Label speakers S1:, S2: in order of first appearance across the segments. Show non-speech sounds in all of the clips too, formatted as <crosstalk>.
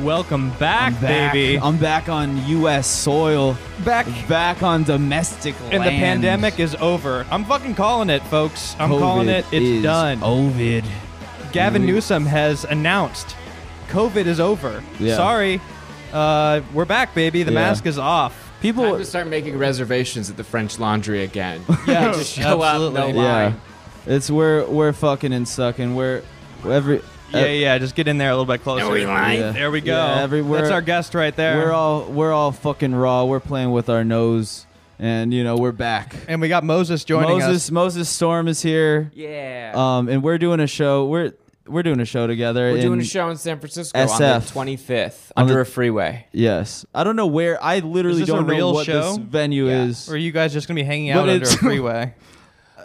S1: Welcome back, baby.
S2: I'm back on U.S. soil.
S1: Back.
S2: Back on domestic
S1: and the pandemic is over. I'm fucking calling it, folks. I'm calling it. It's done.
S2: Ovid.
S1: Gavin Newsom has announced COVID is over.
S2: Yeah.
S1: Sorry. Uh, we're back, baby. The
S2: Yeah.
S1: mask is off.
S3: I
S2: People.
S3: have to start making reservations at the French Laundry again.
S1: <laughs>
S2: <laughs>
S1: Yeah,
S3: <laughs> just show up, no
S2: yeah.
S3: line.
S2: It's where we're fucking and sucking. We're every.
S1: Yeah, yeah. Just get in there a little bit closer.
S2: Uh, Yeah.
S1: There we go.
S2: Yeah, everywhere-
S1: That's our guest right there.
S2: We're all we're all fucking raw. We're playing with our nose, and you know we're back.
S1: and we got Moses joining
S2: Moses
S1: us.
S2: Moses Storm is here.
S3: Yeah.
S2: Um, and we're doing a show. We're we're doing a show together.
S3: We're doing
S2: in-
S3: a show in San Francisco on
S2: SF.
S3: the 25th
S2: On
S3: under
S2: the-
S3: a freeway.
S2: Yes. I don't know where. I literally
S1: this a
S2: don't
S1: real
S2: know what
S1: show?
S2: this venue
S3: Yeah.
S2: is.
S1: Or are you guys just gonna be hanging
S2: But
S1: out under a
S2: it's- <laughs>
S1: freeway?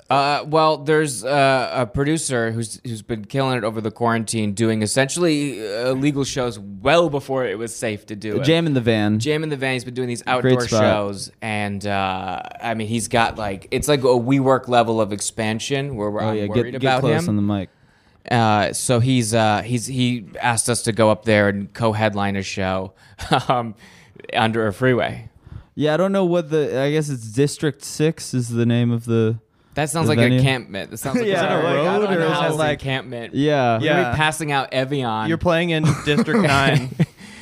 S3: Uh, well, there's uh, a producer who's who's been killing it over the quarantine, doing essentially uh, legal shows well before it was safe to do it.
S2: Uh, Jam in the van.
S3: Jam in the Van's been doing these outdoor
S2: spot.
S3: shows, and uh, I mean, he's got like it's like a we work level of expansion where we're
S2: oh
S3: I'm
S2: yeah.
S3: worried
S2: Get, get
S3: about
S2: close
S3: him.
S2: on the mic.
S3: Uh, so he's uh, he's he asked us to go up there and co-headline a show <laughs> um, under a freeway.
S2: Yeah, I don't know what the. I guess it's District Six is the name of the.
S3: That sounds
S2: The
S3: like an
S2: venue?
S3: encampment. That sounds
S2: <laughs>
S3: like
S1: Yeah,
S3: it's on a
S1: like,
S3: road
S1: I
S3: or
S1: don't know,
S3: is it
S1: like-
S3: encampment.
S1: Yeah.
S2: Yeah.
S3: We're gonna be passing out Evian.
S1: You're playing
S2: <laughs>
S1: in District Nine.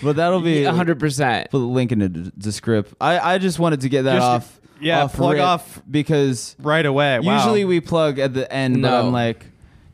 S2: But that'll be
S3: Yeah, 100%.
S2: Put the link in the d- the script. I I just wanted to get that
S1: Just-
S2: off.
S1: yeah,
S2: off
S1: plug
S2: rip
S1: off-
S2: because
S1: right away. Wow.
S2: usually we plug at the end, but
S3: No.
S2: I'm like,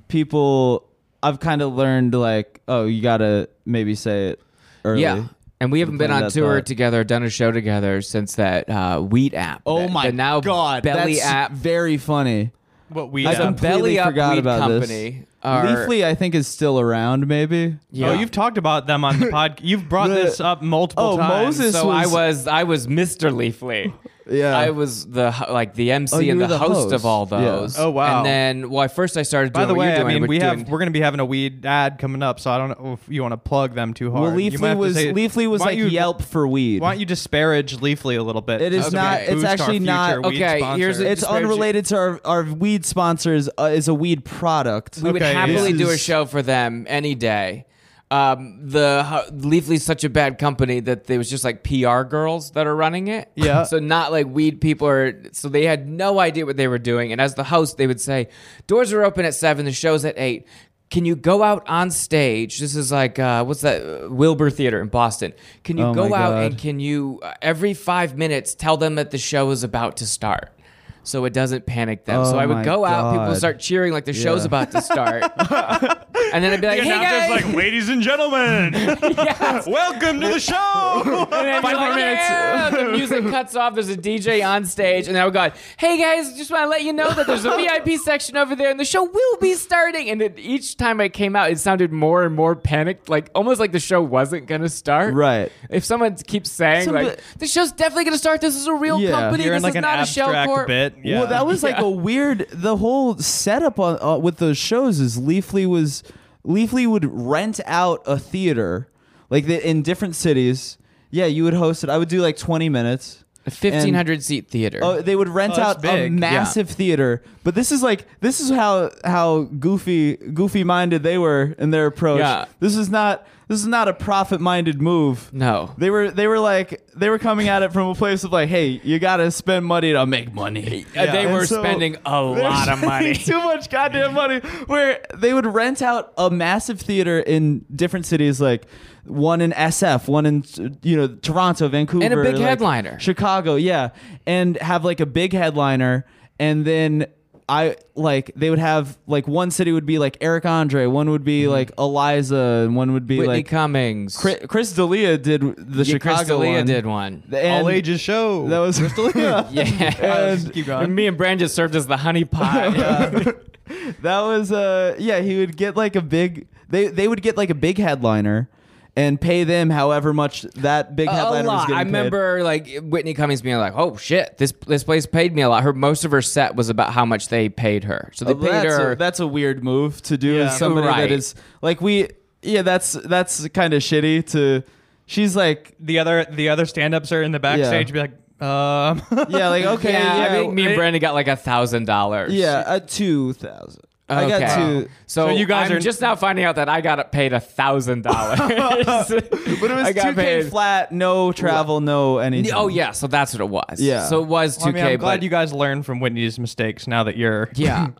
S2: people. I've kind of learned like, oh, you gotta maybe say it early.
S3: Yeah. And we haven't been
S2: plan
S3: on
S2: that
S3: tour
S2: thought.
S3: together, done a show together since that uh, Wheat app.
S2: Oh
S3: that-
S2: my
S3: the now
S2: god,
S3: Belly
S2: that's
S3: app.
S2: very funny.
S1: what we.
S2: I
S1: do.
S3: com-
S2: completely
S3: Belly Up
S2: forgot
S3: Weed
S2: about this.
S3: Company are-
S2: Leafly, I think, is still around. Maybe.
S3: Yeah.
S1: Oh, you've talked about them
S2: <laughs>
S1: on the podcast. You've brought
S2: The-
S1: this up multiple
S2: Oh,
S1: times.
S2: Moses-
S3: so
S2: was-
S3: I was I was Mr. Leafly.
S2: <laughs> Yeah.
S3: I was the ho- like the MC
S2: Oh, you
S3: and
S2: were
S3: the,
S2: the
S3: host,
S2: host.
S3: of all
S2: Yeah.
S3: those.
S1: Oh, wow.
S3: And then well, at first I started
S1: By
S3: doing
S1: the
S3: what
S1: way,
S3: you're
S1: I
S3: doing.
S1: mean,
S3: we're
S1: we have
S3: doing-
S1: we're gonna be having a weed ad coming up, so I don't know if you want to plug them too hard.
S2: Well,
S1: You might
S2: Leafly
S1: have to
S2: was
S1: say-
S2: Leafly was
S1: why
S2: like
S1: don't you-
S2: Yelp for weed.
S1: Why don't you disparage Leafly a little bit?
S2: It is
S1: so we
S3: not-
S1: can
S3: it's
S1: boost our
S2: actually not-
S1: future weed
S3: Okay,
S1: sponsors?
S3: here's the-
S2: It's
S3: disparage-
S2: unrelated to our, our weed sponsors. Uh, is a weed product.
S3: we would
S1: Okay,
S3: happily
S2: this
S3: do a
S2: is-
S3: show for them any day. Um, the ho- Leafly's such a bad company that there was just like PR girls that are running it.
S1: Yeah.
S3: <laughs> so not like weed people are. So they had no idea what they were doing. And as the host, they would say, "Doors are open at seven. The show's at eight. Can you go out on stage? This is like uh, what's that uh, Wilbur Theater in Boston. Can you
S2: Oh
S3: go
S2: my
S3: out
S2: God.
S3: and can you uh, every five minutes tell them that the show is about to start?" So it doesn't panic them. so
S2: Oh
S3: I
S2: my
S3: would go out, people
S2: God.
S3: start cheering like the show's
S2: Yeah.
S3: about
S2: <laughs>
S3: to start. and then I'd be like,
S1: The
S3: hey guys.
S1: announcer's like, ladies and
S2: <laughs>
S1: gentlemen, welcome to the show.
S3: And then I'd be
S1: Five more
S3: like,
S1: minutes.
S3: "Yeah." The
S1: <laughs>
S3: music cuts off. There's a DJ on stage, and I would go, "Hey guys, just want to let you know
S1: <laughs>
S3: that there's a VIP section over there, and the show will be starting." And it, each time I came out, it sounded more and more panicked, like almost like the show wasn't gonna start.
S2: Right.
S3: If someone keeps saying
S2: Somebody-
S3: like, "The show's definitely gonna start. This is a real
S2: Yeah.
S3: company.
S1: You're in
S3: this
S1: like
S3: is
S1: an
S3: not a shell
S1: abstract
S3: corp."
S1: bit. Yeah.
S2: Well, that was like a weird. The whole setup on uh, with those shows is Leafly was Leafly would rent out a theater like the, in different cities. Yeah, you would host it. I would do like twenty minutes.
S3: A 1500 seat theater.
S2: Oh, they would rent
S1: Oh, that's
S2: out a
S1: big. Yeah.
S2: massive theater, but this is like this is how how goofy goofy minded they were in their approach.
S3: Yeah.
S2: This is not this is not a profit minded move.
S3: no.
S2: They were they were like they were coming at it from a place of like, hey, you gotta spend money to make money.
S3: Uh, They
S1: Yeah.
S3: were
S2: And so-
S3: spending a
S2: <laughs> They're
S3: lot of money.
S2: spending too
S1: <laughs>
S2: much <laughs> goddamn money. Where they would rent out a massive theater in different cities, like one in SF, one in you know Toronto, Vancouver,
S3: And a big
S2: like,
S3: headliner.
S2: Chicago, yeah, and have like a big headliner, and then. I like they would have like one city would be like Eric Andre, one would be like Eliza, and one would be
S3: Mm-hmm. Whitney
S2: like
S3: Cummings.
S2: Chris, Chris D'Elia did the
S3: Yeah,
S2: Chicago
S3: Chris D'Elia
S2: one.
S3: did one.
S2: The- and
S1: all ages show.
S2: That was <laughs> Crystal.
S3: <laughs>
S1: <laughs>
S3: Yeah.
S2: And
S1: keep
S3: And
S1: going.
S3: me and Brand just served as
S1: <laughs>
S3: the honey pot.
S2: that was uh yeah, he would get like a big they they would get like a big headliner and pay them however much that big
S3: A
S2: headliner was
S3: lot.
S2: getting
S3: I
S2: paid.
S3: remember like Whitney Cummings being like, "Oh shit, this this place paid me a lot." Her most of her set was about how much they paid her. So
S1: Oh,
S3: they
S2: Uh,
S3: paid
S2: that's,
S3: her.
S2: a, that's a weird move to do
S1: Yeah.
S2: as somebody
S3: Right.
S2: that is like we yeah, that's that's kind of shitty to she's like
S1: the other the other stand ups are in the backstage be like, um <laughs>
S2: yeah, like okay,
S3: <laughs> yeah,
S2: yeah,
S3: I think me and
S1: it-
S3: Brandon got like a thousand dollars.
S2: yeah, a 2000. I got to-
S3: So,
S1: So you guys
S3: I'm
S1: are-
S3: just now finding out that I got paid
S1: <laughs>
S3: a thousand dollars. But it
S2: But it was two K flat, no travel, no anything.
S3: Oh yeah, so that's what it was.
S2: Yeah.
S3: So it was two
S1: I
S3: K.
S1: mean, I'm glad
S3: but
S1: you guys learned from Whitney's mistakes. Now that you're <laughs>
S3: yeah.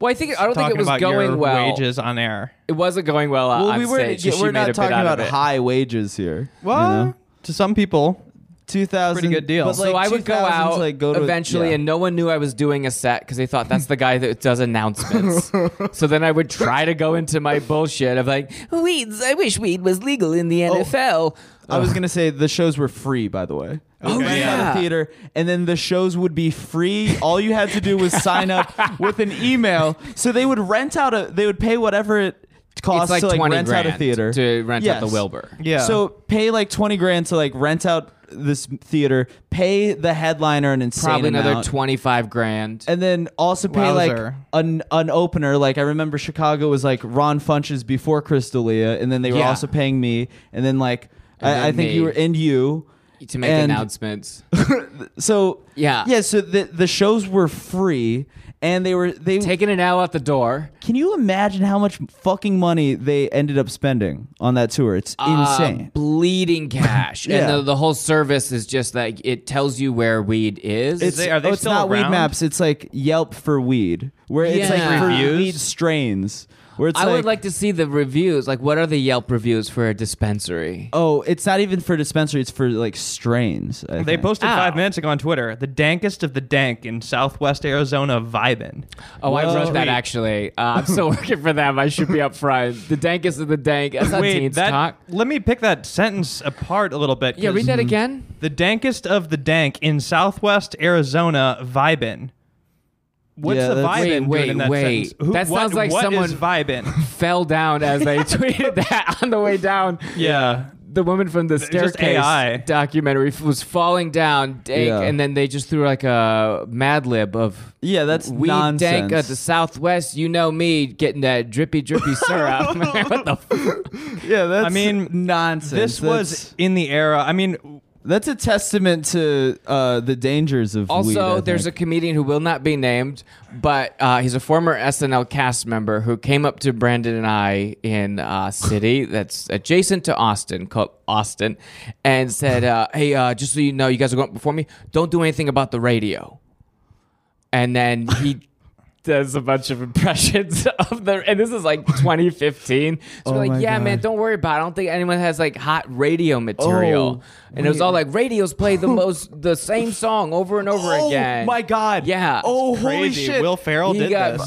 S3: Well, I think I don't think
S1: talking
S3: it was
S1: about your
S3: going well.
S1: wages on air.
S3: It wasn't going well. uh,
S2: Well,
S3: on
S2: we were
S3: stage, so
S2: yeah,
S3: she
S2: we're
S3: made a
S2: not
S3: bit
S2: talking
S3: out of
S2: about
S3: it.
S2: high wages here.
S1: Well, to some people,
S2: Two thousand,
S1: Pretty good deal.
S2: But like
S1: So
S3: so I would go
S2: 2,000's
S3: out
S2: like go to,
S3: eventually,
S2: yeah.
S3: and no one knew I was doing a set because they thought that's the guy that
S2: <laughs>
S3: does announcements. so then I would try to go into my bullshit of like, weeds. I wish weed was legal in
S2: Oh,
S3: the NFL.
S2: I was gonna say the shows were free, by the way.
S3: Oh,
S2: Right
S3: yeah.
S2: out of theater, and then the shows would be free. All you had to do was sign
S3: <laughs>
S2: up with an email. So they would rent out a, they would pay whatever it costs
S3: It's like
S2: to like
S3: twenty
S2: rent out
S3: grand
S2: a theater
S3: to rent
S2: yes.
S3: out the Wilbur.
S1: yeah.
S2: So pay like twenty grand to like rent out this theater. Pay the headliner an insane
S3: Probably another
S2: amount.
S3: twenty five grand.
S2: and then also pay like
S1: Wowzer.
S2: an an opener. Like I remember Chicago was like Ron Funches before Crystalia, and then they were
S3: Yeah.
S2: also paying me, and then like
S3: And
S2: I,
S3: then
S2: I think
S3: me.
S2: you were and you.
S3: to make
S2: and-
S3: announcements.
S2: So
S3: Yeah.
S2: yeah. So the the shows were free, and they were they.
S3: Taking an L out the door.
S2: can you imagine how much fucking money they ended up spending on that tour? It's
S3: Uh,
S2: <laughs> insane.
S3: bleeding cash. And
S2: Yeah.
S3: the, the whole service is just like it tells you where weed is.
S2: It's,
S1: they- are they
S2: oh, it's
S1: still
S2: not weed
S1: around?
S2: maps. It's like Yelp for weed, where it's
S3: Yeah.
S2: like for
S1: Reviews?
S2: weed strains. Where it's
S3: I would like to see the reviews. Like, what are the Yelp reviews for a dispensary?
S2: Oh, it's not even for dispensary. It's for like strains. I
S1: they
S2: think.
S1: posted
S3: Ow.
S1: five minutes ago on Twitter. The dankest of the dank in Southwest Arizona vibin.
S3: Oh, I
S2: Well-
S3: wrote that actually. Uh, I'm still <laughs> working for them. I should be up front. The dankest of the dank. That's not
S1: Wait,
S3: teens
S1: that
S3: talk.
S1: let me pick that sentence apart a little bit.
S3: Yeah,
S1: 'cause
S3: read that again.
S1: The dankest of the dank in Southwest Arizona vibin. What's
S2: Yeah,
S1: the vibin
S2: that's-
S3: Wait,
S1: doing
S3: wait,
S1: in that
S3: wait.
S1: sentence? Who-
S3: That
S1: what-
S3: sounds like
S1: what
S3: someone-
S1: is
S3: <laughs>
S1: vibin.
S3: Fell down as they <laughs> tweeted that on the way down.
S1: yeah.
S3: The woman from the
S1: just AI.
S3: staircase documentary f- was falling down, dank,
S2: Yeah.
S3: and then they just threw like a Mad Lib of
S2: Yeah, that's
S3: We dank
S2: nonsense.
S3: at the Southwest. You know me getting that drippy drippy syrup. <laughs> what the? F-
S2: yeah, that's
S1: I mean,
S2: nonsense.
S1: This
S2: That's-
S1: was in the era. I mean,
S2: that's a testament to uh, the dangers of weed.
S3: also, there's a comedian who will not be named, but uh, he's a former SNL cast member who came up to Brandon and I in
S2: <laughs>
S3: a city that's adjacent to Austin, called Austin, and said, uh, "Hey, uh, just so you know, you guys are going up before me. Don't do anything about the radio." And then
S2: <laughs>
S3: he. Does a bunch of impressions <laughs> of the, and this is like 2015. So we're
S2: Oh my
S3: like, yeah,
S2: God.
S3: man, don't worry about. it. I don't think anyone has like hot radio material.
S2: Oh,
S3: and it was all like radios play
S2: <laughs>
S3: the most the same song over and over
S2: Oh
S3: again.
S2: my god!
S3: Yeah.
S2: Oh holy
S1: crazy.
S2: shit!
S1: Will Ferrell
S3: He
S1: did
S3: got
S1: this.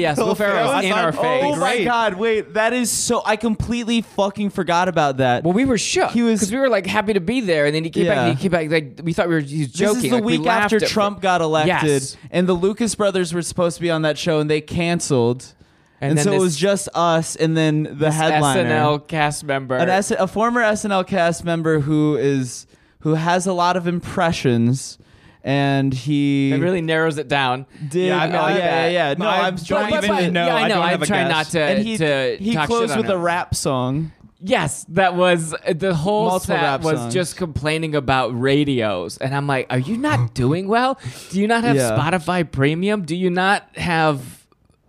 S2: <laughs>
S3: yes. Will Ferrell was
S1: Ferrell,
S3: in
S1: I
S3: our
S1: thought-
S3: face.
S2: oh my
S1: Great.
S2: god! Wait, that is so. I completely fucking forgot about that.
S3: Well, we were shook
S2: He was-
S3: because we were like happy to be there, and then he came back.
S2: Yeah.
S3: And he came back like we thought we were he was joking.
S2: This is the
S3: like, we
S2: week
S3: laughed
S2: after
S3: at-
S2: Trump got elected,
S3: Yes.
S2: and the Lucas brothers were supposed to be on that show, and they canceled.
S3: And
S2: And,
S3: then
S2: so it
S3: this-
S2: was just us, and then the headliner,
S3: SNL cast member.
S2: An S- a former SNL cast member who is who has a lot of impressions, and he
S3: it really narrows it down.
S2: did.
S1: Yeah, I mean,
S2: oh,
S1: I-
S2: yeah, yeah, yeah.
S1: <laughs> no,
S2: No,
S1: I
S2: I'm
S1: don't
S2: trying.
S1: even know.
S3: yeah,
S1: I
S3: I know.
S1: don't
S3: I'm
S1: have a
S3: trying
S1: guess.
S3: not to.
S2: and he
S3: to
S2: he
S3: talk shit
S2: closed
S3: on
S2: with
S3: him.
S2: a rap song.
S3: Yes, that was the whole
S2: Multiple
S3: set
S2: rap
S3: was
S2: songs.
S3: just complaining about radios, and I'm like, are you
S2: <laughs>
S3: not doing well? Do you not have
S2: Yeah.
S3: Spotify Premium? Do you not have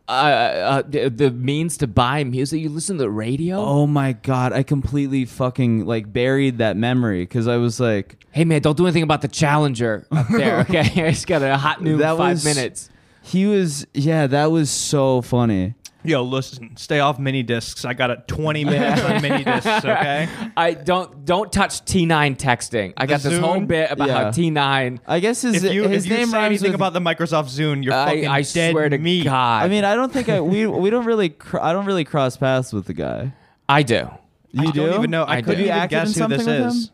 S3: uh, uh, the, the means to buy music? You listen to the radio?
S2: Oh my god! I completely fucking like buried that memory because I was like,
S3: Hey man, don't do anything about the Challenger up
S2: <laughs>
S3: there. Okay, <laughs> I just got a hot new
S2: That
S3: five
S2: was-
S3: minutes.
S2: he was yeah, that was so funny.
S1: Yo, listen, stay off mini discs. I got a 20 minutes on mini discs, okay?
S3: I don't don't touch T nine texting. I got
S1: The
S3: this whole
S1: Zune?
S3: bit about how
S2: Yeah.
S3: T nine.
S2: I guess his
S1: If you,
S2: his
S1: if you
S2: name
S1: say
S2: rhymes
S1: anything
S2: with-
S1: about the Microsoft Zune, you're
S3: I,
S1: fucking
S3: I
S1: dead
S3: swear to
S1: meat.
S3: God,
S2: I mean, I don't think I
S3: <laughs>
S2: we we don't really cr- I don't really cross paths with the guy.
S3: I do.
S2: You
S1: I
S2: do?
S1: not even know. I,
S3: I
S1: couldn't
S3: do.
S1: even
S2: Have you
S1: guess
S2: acted
S1: who
S2: in
S1: this
S2: something with
S1: is.
S2: him?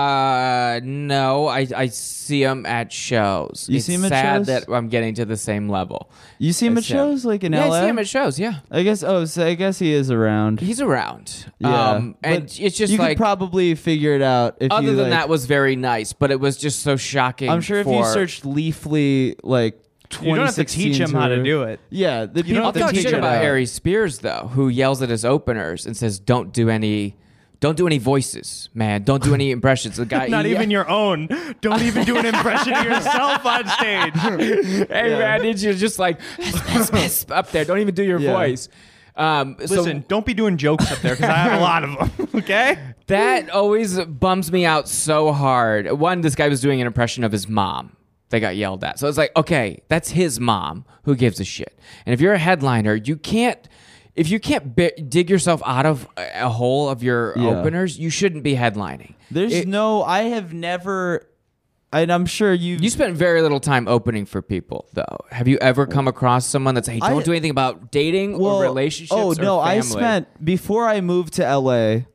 S3: Uh, no, I, I see him at shows.
S2: You
S3: it's
S2: see him at
S3: sad
S2: shows?
S3: that I'm getting to the same level.
S2: You see him at
S3: It's him.
S2: shows like in
S3: yeah,
S2: LA.
S3: I see him at shows. Yeah,
S2: I guess. Oh, so I guess he is around.
S3: he's around.
S2: Yeah,
S3: um, and
S2: but
S3: it's just
S2: you
S3: like
S2: could probably figure it out. If
S3: other
S2: you,
S3: than
S2: like-
S3: that was very nice, but it was just so shocking.
S2: I'm sure if you
S3: for-
S2: searched Leafly like
S1: You don't have to
S2: 2016
S1: teach him how to
S2: tour-
S1: do it.
S2: Yeah, the people
S1: don't
S3: I'll
S1: have to
S3: talk
S1: teach
S3: shit
S1: him
S3: about
S1: how.
S3: Harry Spears though, who yells at his openers and says, "Don't do any don't do any voices, man. Don't do any impressions. The
S2: <laughs>
S3: guy,
S1: Not
S3: he-
S1: even your own. Don't even do an impression of yourself on stage.
S3: <laughs> Hey man, did you just like <laughs> up there? Don't even do your
S2: Yeah.
S3: voice. Um, so
S1: Listen, don't be doing jokes up there because I have a lot of them. <laughs> Okay.
S3: that always bums me out so hard. One, this guy was doing an impression of his mom. They got yelled at. So it's like, okay, that's his mom. Who gives a shit? And if you're a headliner, you can't. If you can't bi- dig yourself out of a a hole of your
S2: Yeah.
S3: openers, you shouldn't be headlining.
S2: There's
S3: It-
S2: no. I have never, and I'm sure you've.
S3: You spent very little time opening for people, though. Have you ever come across someone that's hey, don't
S2: I-
S3: do anything about dating
S2: well,
S3: or relationships?
S2: Oh
S3: or
S2: no, I
S3: family."
S2: spent before I moved to LA.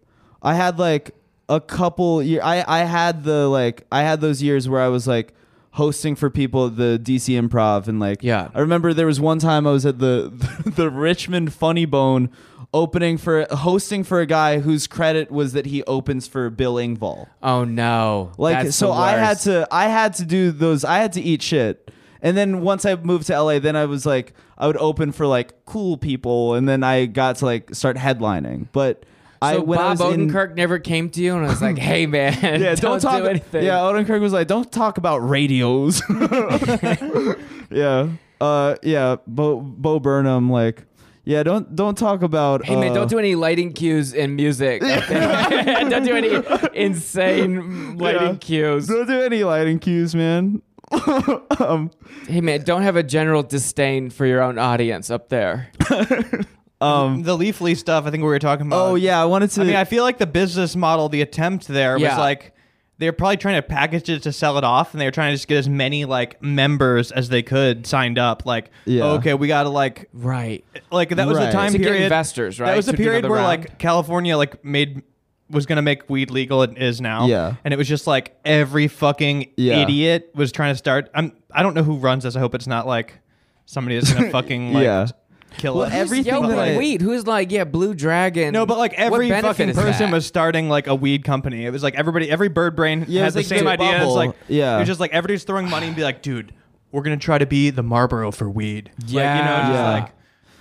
S2: I had like a couple year. I I had the like I had those years where I was like hosting for people at the DC Improv and like
S3: Yeah.
S2: I remember there was one time I was at the <laughs> the Richmond Funny Bone opening for hosting for a guy whose credit was that he opens for Bill Engvall.
S3: Oh no!
S2: Like
S3: That's
S2: so
S3: the
S2: I had
S3: worst.
S2: to I had to do those I had to eat shit. And then once I moved to LA, then I was like I would open for like cool people and then I got to like start headlining. But I
S3: So
S2: when I
S3: Bob
S2: was in-
S3: Odenkirk never came to you and was like, "Hey man, <laughs>
S2: yeah,
S3: don't, oh,
S2: talk
S3: do anything."
S2: Yeah, Odenkirk was like, "Don't talk about
S3: <laughs>
S2: radios." <laughs> yeah. Uh yeah, Bo Bo Burnham like yeah, don't don't talk about
S3: Hey man,
S2: uh,
S3: don't do any lighting cues and music. up there. <laughs> don't do any <laughs> insane lighting
S2: Yeah. <laughs>
S3: cues.
S2: don't do any lighting cues, man. um
S3: Hey man, don't have a general disdain for your own audience up there.
S1: Um, the Leafly stuff. I think we were talking
S3: Uh,
S1: about.
S2: oh yeah, I wanted to
S1: I mean, I feel like the business model, the attempt there
S3: Yeah.
S1: was like they're probably trying to package it to sell it off, and they were trying to just get as many like members as they could signed up. Like,
S2: Yeah.
S1: "Oh, okay, we got to like
S3: Right.
S1: like that was the
S2: Right.
S1: time
S3: To get
S1: period
S3: investors, right,
S1: That was the
S3: to do
S1: period
S3: another
S1: where
S3: round.
S1: like California like made was gonna make weed legal. It is now.
S2: Yeah.
S1: and it was just like every fucking
S2: Yeah.
S1: idiot was trying to start. I'm I don't know who runs this. I hope it's not like somebody that's
S2: <laughs>
S1: gonna fucking like
S2: Yeah.
S1: kill
S2: Well,
S1: us.
S2: every- everything
S3: Yo,
S2: that I-
S3: wait, who's like, yeah, Blue Dragon?
S1: No, but like every
S3: What benefit
S1: fucking
S3: is that?
S1: person was starting like a weed company. It was like everybody, every bird brain
S2: Yeah, it
S1: had
S2: was
S1: the
S2: like
S1: same
S2: the
S1: idea. It's
S2: bubble.
S1: like
S2: Yeah.
S1: it was just like everybody's throwing money and be like, dude, we're gonna try to be the Marlboro for weed. like, you know, just
S2: Yeah.
S1: like.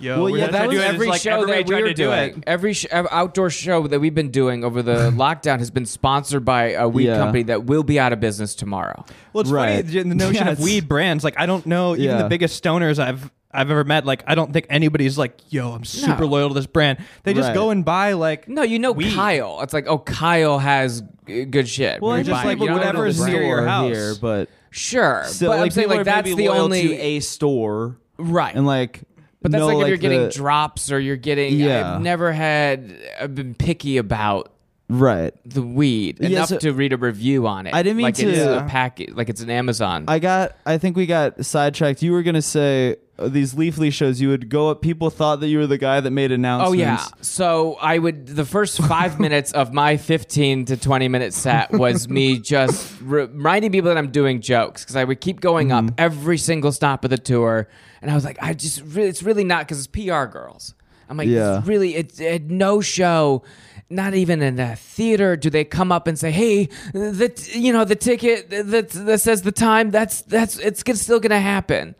S1: Yo,
S2: Well,
S1: we're
S2: yeah,
S1: gonna
S2: that
S1: try to
S2: was
S1: do it. It's
S3: every
S1: like
S3: show
S1: everybody
S3: that we
S1: tried
S3: were
S1: to do it.
S3: doing. Every sh- ev- outdoor show that we've been doing over the <laughs> lockdown has been sponsored by a weed
S2: Yeah.
S3: company that will be out of business tomorrow.
S1: Well, it's
S2: Right.
S1: funny the the notion
S2: <laughs> Yeah,
S1: of
S2: it's-
S1: weed brands. Like, I don't know even
S2: Yeah.
S1: the biggest stoners I've I've ever met. Like, I don't think anybody's like, "Yo, I'm super
S3: No.
S1: loyal to this brand." They just
S2: Right.
S1: go and buy like
S3: No, you know
S1: Weed.
S3: Kyle. It's like, oh, Kyle has g- good shit.
S1: Well,
S3: We
S1: and
S3: buy
S1: just
S3: it.
S1: like
S3: You know,
S1: whatever
S3: the
S1: is near
S3: brand.
S1: your
S2: store
S1: house.
S2: here, but
S3: Sure,
S2: So
S3: but
S2: like,
S3: I'm saying
S2: people
S3: like
S2: are maybe
S3: that's the
S2: loyal
S3: only
S2: to a store,
S3: right.
S2: and like,
S3: but that's
S2: no,
S3: like, if you're getting
S2: the-
S3: drops or you're getting.
S2: Yeah.
S3: I've never had. I've been picky about
S2: right.
S3: the weed
S2: Yeah,
S3: enough
S2: so-
S3: to read a review on it.
S2: I didn't mean
S3: like It's
S2: to-
S3: a packet, like it's an Amazon.
S2: I got. I think we got sidetracked. You were gonna say uh, these Leafly shows. You would go up. People thought that you were the guy that made
S3: Oh
S2: announcements.
S3: yeah. So I would the first
S2: <laughs>
S3: five minutes of my fifteen to twenty minute set
S2: <laughs>
S3: was me just re- reminding people that I'm doing jokes because I would keep going
S2: Mm-hmm.
S3: up every single stop of the tour, and I was like, I just really, it's really not because it's PR girls. I'm like,
S2: Yeah.
S3: it's really, it's at no show. Not even in a theater do they come up and say, "Hey, the t- you know the ticket that that says the time that's that's it's g- still gonna happen."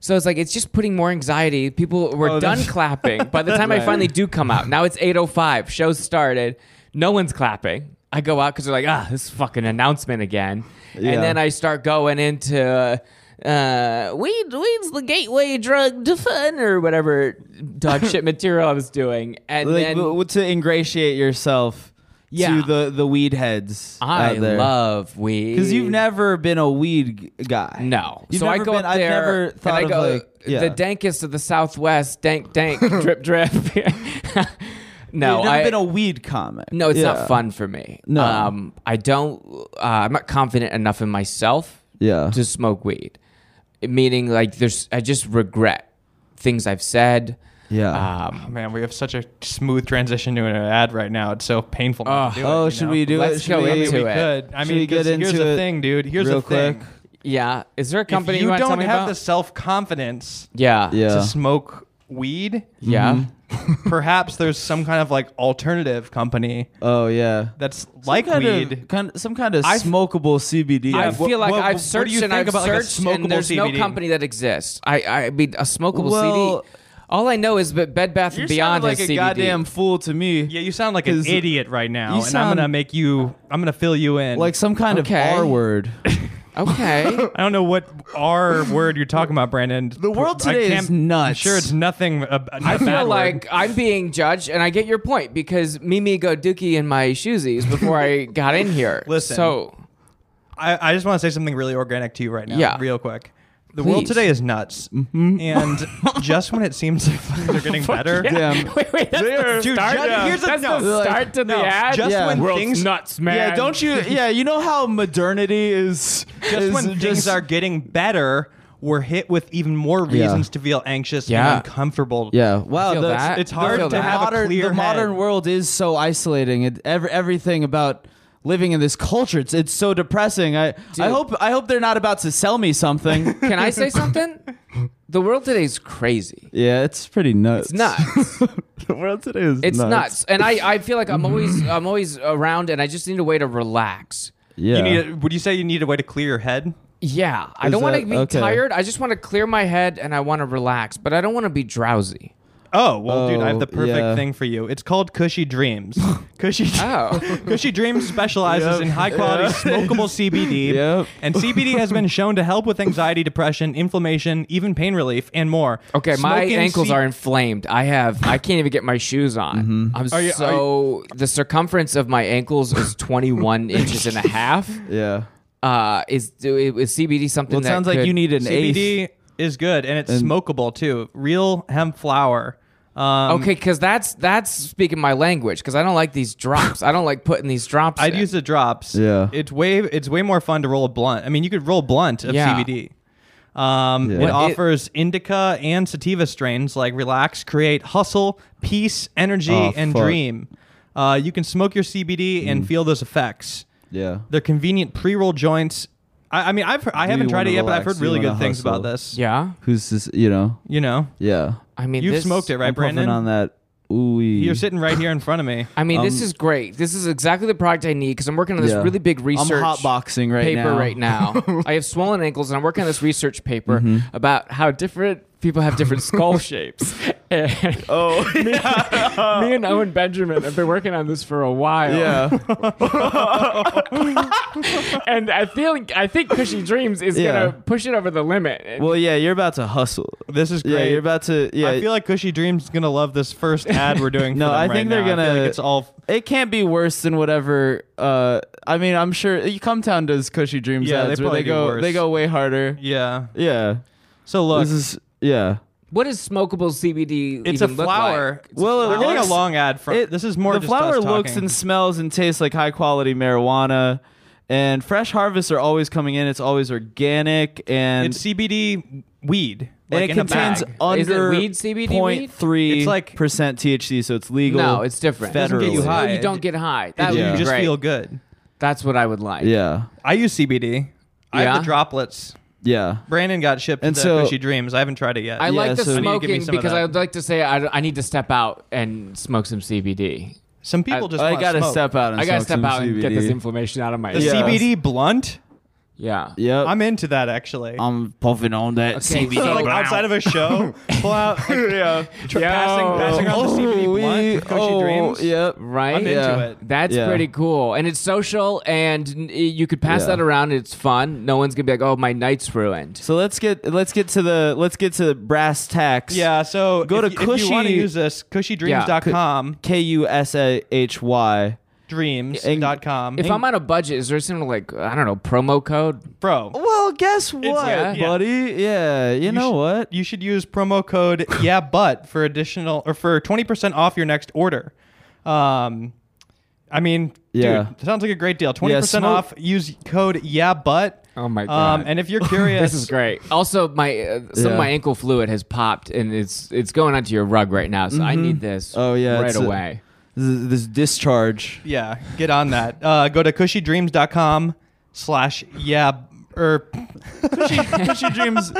S3: So it's like it's just putting more anxiety. People were
S1: Oh,
S3: done
S1: that's-
S3: clapping by the time I finally do come out. Now it's 8:05. Show's started. No one's clapping. I go out because they're like, ah, this fucking announcement again.
S2: Yeah.
S3: And then I start going into uh, weed. Weed's the gateway drug to fun or whatever
S2: <laughs>
S3: dog shit material I was doing. And
S2: Like
S3: then
S2: w- to ingratiate yourself to
S3: Yeah.
S2: the the weed heads
S3: I
S2: out there.
S3: love weed
S2: because you've never been a weed g- guy.
S3: No.
S2: You've
S3: so I
S2: never
S3: go
S2: been-
S3: up there.
S2: I've never
S3: and
S2: thought
S3: I
S2: of,
S3: go,
S2: like, yeah.
S3: the dankest of the Southwest.
S2: <laughs>
S3: Dank, dank, drip, drip. <laughs> no,
S2: You've never
S3: I.
S2: been a weed comic.
S3: no, it's
S2: Yeah.
S3: not fun for me.
S2: No.
S3: um, I don't. Uh, I'm not confident enough in myself
S2: Yeah.
S3: to smoke weed. Meaning, like, there's. I just regret things I've said.
S2: Yeah.
S1: Oh,
S3: Um,
S1: man, we have such a smooth transition to an ad right now. It's so painful.
S3: Ugh.
S1: not to do it,
S2: oh,
S1: you
S2: should
S1: know?
S2: we do
S3: Let's
S2: it? Should
S3: go
S2: we-
S1: I mean,
S3: into
S1: we
S3: it.
S1: could. I
S2: Should
S1: mean,
S2: we get
S1: 'cause here's
S2: into
S1: the
S2: it
S1: thing, dude. Here's
S2: real
S1: the thing.
S2: quick?
S3: yeah. Is there a
S1: If
S3: company
S1: you,
S3: wanna tell
S1: don't
S3: me
S1: have
S3: about?
S1: the self confidence
S3: yeah.
S2: Yeah. Mm-hmm.
S1: to smoke weed,
S3: Yeah.
S1: perhaps there's some kind of like alternative company
S2: Oh yeah.
S1: that's like
S2: kind
S1: weed.
S2: Of, kind some kind of
S3: I've-
S2: smokable CBD.
S3: I
S1: wh-
S3: feel like
S1: what-
S3: I've
S1: what do
S3: searched
S1: you think
S3: and I've
S1: about, like, a
S3: searched, and
S1: smokable
S3: there's no
S1: CBD?
S3: company that exists. I, I mean, a smokable
S2: Well,
S3: CD. All I know is that Bed Bath
S2: You
S3: and Beyond
S2: sound like
S3: has
S2: a
S3: CBD.
S2: goddamn fool to me.
S1: Yeah, you sound like an
S2: 'Cause
S1: idiot right now,
S2: you
S1: and I'm gonna
S2: sound-
S1: make you. I'm gonna fill you in.
S2: Like some kind
S3: Okay.
S2: of R word. <laughs>
S3: Okay.
S1: I don't know what R word you're talking about, Brandon. The
S2: world today is nuts.
S1: I'm sure, it's nothing. Uh,
S3: I feel like I'm being judged, and I get your point because Mimi got dookie in my shoesies before I got in here.
S1: Listen.
S3: So
S1: I, I just want to say something really organic to you right now,
S3: Yeah.
S1: real quick. The
S3: Please.
S1: world today is nuts,
S2: Mm-hmm. <laughs>
S1: and just when it seems like they're getting better,
S2: Damn.
S3: wait, wait, that's
S2: They're-
S3: the
S1: Dude,
S3: start.
S1: ju- here's the-
S3: that's
S1: no.
S3: the
S2: Like,
S3: start to the ad.
S1: just
S2: Yeah.
S1: when
S2: World's
S1: things
S3: nuts,
S2: <laughs>
S3: man.
S2: Yeah, don't you? Yeah, you know how modernity is.
S1: just
S2: is
S1: when things
S2: <laughs> just-
S1: are getting better, we're hit with even more reasons to feel anxious
S3: Yeah.
S1: and uncomfortable.
S2: Yeah. Wow.
S3: feel
S2: the,
S3: that.
S1: It's
S3: I
S1: hard
S3: feel
S1: to
S3: that.
S1: have
S2: modern,
S1: a clear
S2: the
S1: head.
S2: modern world is so isolating. It, every, everything about living in this culture, it's, it's so depressing. I, I hope I hope they're not about to sell me something.
S3: Can I say something? The world today is crazy.
S2: <laughs> yeah, it's pretty nuts.
S3: It's nuts.
S2: <laughs> the world today is
S3: It's nuts. And I, I feel
S2: <laughs>
S3: like I'm always I'm always around, and I just need a way to relax.
S2: Yeah.
S1: You need. A, would you say you need a way to clear your head?
S3: Yeah, I
S2: Is
S3: don't want to
S2: that-
S3: be
S2: okay.
S3: tired. I just want to clear my head and I want to relax, but I don't want to be drowsy.
S1: Oh well, dude, I have the
S2: Oh,
S1: perfect
S2: yeah.
S1: thing for you. It's called Cushy
S2: <laughs>
S1: Dreams. Cushy.
S3: Oh.
S1: Cushy Dreams specializes in high quality smokable CBD,
S2: Yep.
S1: and CBD has been shown to help with anxiety, depression, inflammation, even pain relief, and more.
S3: Okay, my
S1: Smoking
S3: ankles
S1: C-
S3: are inflamed. I have I can't even get my shoes on.
S2: Mm-hmm.
S3: I'm
S1: Are you- are
S3: so the circumference of my ankles is
S2: <laughs>
S3: 21 inches and a half.
S2: Yeah.
S3: Uh, is is CBD something?
S2: Well, it
S3: that
S2: sounds like
S3: could-
S2: you need an eighth.
S1: CBD is good, and it's smokable too. Real hemp flower. Um,
S3: Okay, because that's that's speaking my language. Because I don't like these drops. I don't like putting these drops.
S1: I'd
S3: in.
S1: use the drops.
S2: Yeah.
S1: It's way it's way more fun to roll a blunt. I mean, you could roll blunt of
S3: Yeah.
S1: CBD. Um,
S2: Yeah.
S1: It
S2: Well, it-
S1: offers indica and sativa strains like relax, create, hustle, peace, energy,
S2: Oh,
S1: and
S2: fuck. Mm.
S1: dream. Uh, you can smoke your CBD and feel those effects.
S2: Yeah.
S1: They're convenient pre-roll joints. I, I mean, I've I haven't
S2: you
S1: tried
S2: wanna
S1: it yet, but I've heard
S2: relax, you
S1: really
S2: wanna
S1: good things about
S2: hustle.
S1: this.
S3: yeah.
S2: Who's this? You know.
S1: You know,
S2: Yeah.
S3: I mean,
S1: you've
S3: this-
S1: smoked it, right,
S2: I'm puffing
S1: Brandon?
S2: on that. Ooh.
S1: You're sitting
S2: <laughs>
S1: right here in front of me.
S3: I mean, this
S2: Um,
S3: is great. This is exactly the product I need because I'm working on this really big research.
S2: I'm hotboxing right
S3: paper
S2: now.
S3: right
S1: <laughs>
S3: now. I have swollen ankles, and I'm working on this research paper
S2: Mm-hmm.
S3: about how different people
S1: <laughs>
S3: have different skull shapes. And oh, <laughs> me, me and Owen Benjamin have been working on this for a while.
S2: Yeah.
S1: <laughs>
S3: and I feel I think Cushy Dreams is
S2: Yeah.
S3: gonna push it over the limit.
S2: well, yeah. You're about to hustle.
S1: This is
S2: Yeah.
S1: great.
S2: You're about to. Yeah.
S1: I feel like Cushy Dreams is gonna love this
S2: <laughs>
S1: first ad we're doing.
S2: No,
S1: for them
S2: I
S1: right
S2: think they're
S1: now. I feel
S2: gonna-
S1: like it's all
S2: It can't be worse than whatever. Uh, I mean, I'm sure Cumtown does cushy dreams
S1: Yeah, they
S2: ads where
S1: probably
S2: they
S1: do
S2: go
S1: worse.
S2: they go way harder.
S1: yeah.
S2: Yeah,
S1: So look,
S2: this is yeah.
S3: what does smokable CBD?
S1: it's a
S3: even look like?
S1: flower.
S2: Well, it
S1: We're getting
S2: looks-
S1: a long ad from
S2: It-
S1: this. Is more
S2: the
S1: just
S2: flower
S1: us
S2: looks
S1: talking.
S2: and smells and tastes like high quality marijuana, and fresh harvests are always coming in. It's always organic and
S1: it's CBD weed.
S2: and
S1: Like
S2: it
S1: in a
S2: contains
S1: bag.
S3: Is it
S2: under
S3: weed CBD weed?
S2: 0.3
S1: It's like-
S2: percent THC, so it's legal.
S3: No, it's different.
S2: Doesn't get you
S3: Oh,
S1: high.
S3: You don't get high. That
S1: You
S3: would be
S1: just
S3: great.
S1: feel good.
S3: That's what I would like.
S2: Yeah,
S1: I use CBD. I have
S3: Yeah?
S1: the droplets.
S2: yeah.
S1: Brandon got shipped
S2: And
S1: to
S2: so-
S1: Cushy Dreams. I haven't tried it yet.
S3: I
S2: Yeah,
S3: like the
S2: so- I
S1: need to give me
S3: smoking
S1: some of
S3: because
S1: that.
S3: I would like to say I, I need to step out and smoke some CBD.
S1: Some people just.
S2: I
S1: wanna
S2: gotta
S1: smoke.
S2: step out. And
S3: I gotta
S2: smoke
S3: step
S2: some
S3: out and get this
S2: CBD.
S3: inflammation out of my
S1: The
S2: Yeah.
S1: CBD blunt.
S3: Yeah.
S2: Yep.
S1: I'm into that actually.
S2: I'm puffing on that
S3: Okay,
S1: <laughs> So, like
S3: Wow.
S1: outside of a show, pull out, like, tr-
S3: Yo.
S1: passing, passing around the
S2: Oh,
S1: CBD blunt with Cushy Dreams.
S2: Yep.
S3: Right?
S1: I'm into
S2: Yeah.
S1: it.
S3: That's
S2: Yeah.
S3: pretty cool. And it's social and n- you could pass
S2: Yeah.
S3: that around. It's fun. No one's gonna be like, oh, my night's ruined.
S2: So let's get let's get to the let's get to brass tacks.
S1: Yeah, so
S2: Go
S1: if,
S2: to
S1: if you want to
S2: Cushy-
S1: use this, cushydreams.com,
S2: K U S A H Y.
S1: dreams.com.
S3: If I'm on a budget, is there some like I don't know promo code?
S1: bro,
S2: Well, guess what,
S1: yeah, yeah.
S2: buddy? Yeah, you, know
S1: sh-
S2: what?
S1: you should use promo code yeah but for additional or for 20% off your next order. Um I mean,
S2: Yeah.
S1: dude, sounds like a great deal. 20%
S2: smoke-
S1: off, use code yeah but.
S3: Oh my God.
S1: Um, and if you're curious,
S3: This is great. Also, my uh, some
S2: Yeah.
S3: of my ankle fluid has popped and it's it's going onto your rug right now. So I need this.
S2: Oh, yeah,
S3: right
S2: it's a-
S3: away.
S2: This, this discharge.
S1: yeah, get on that. Uh go to cushydreams.com slash yeah or
S2: Cushy Dreams.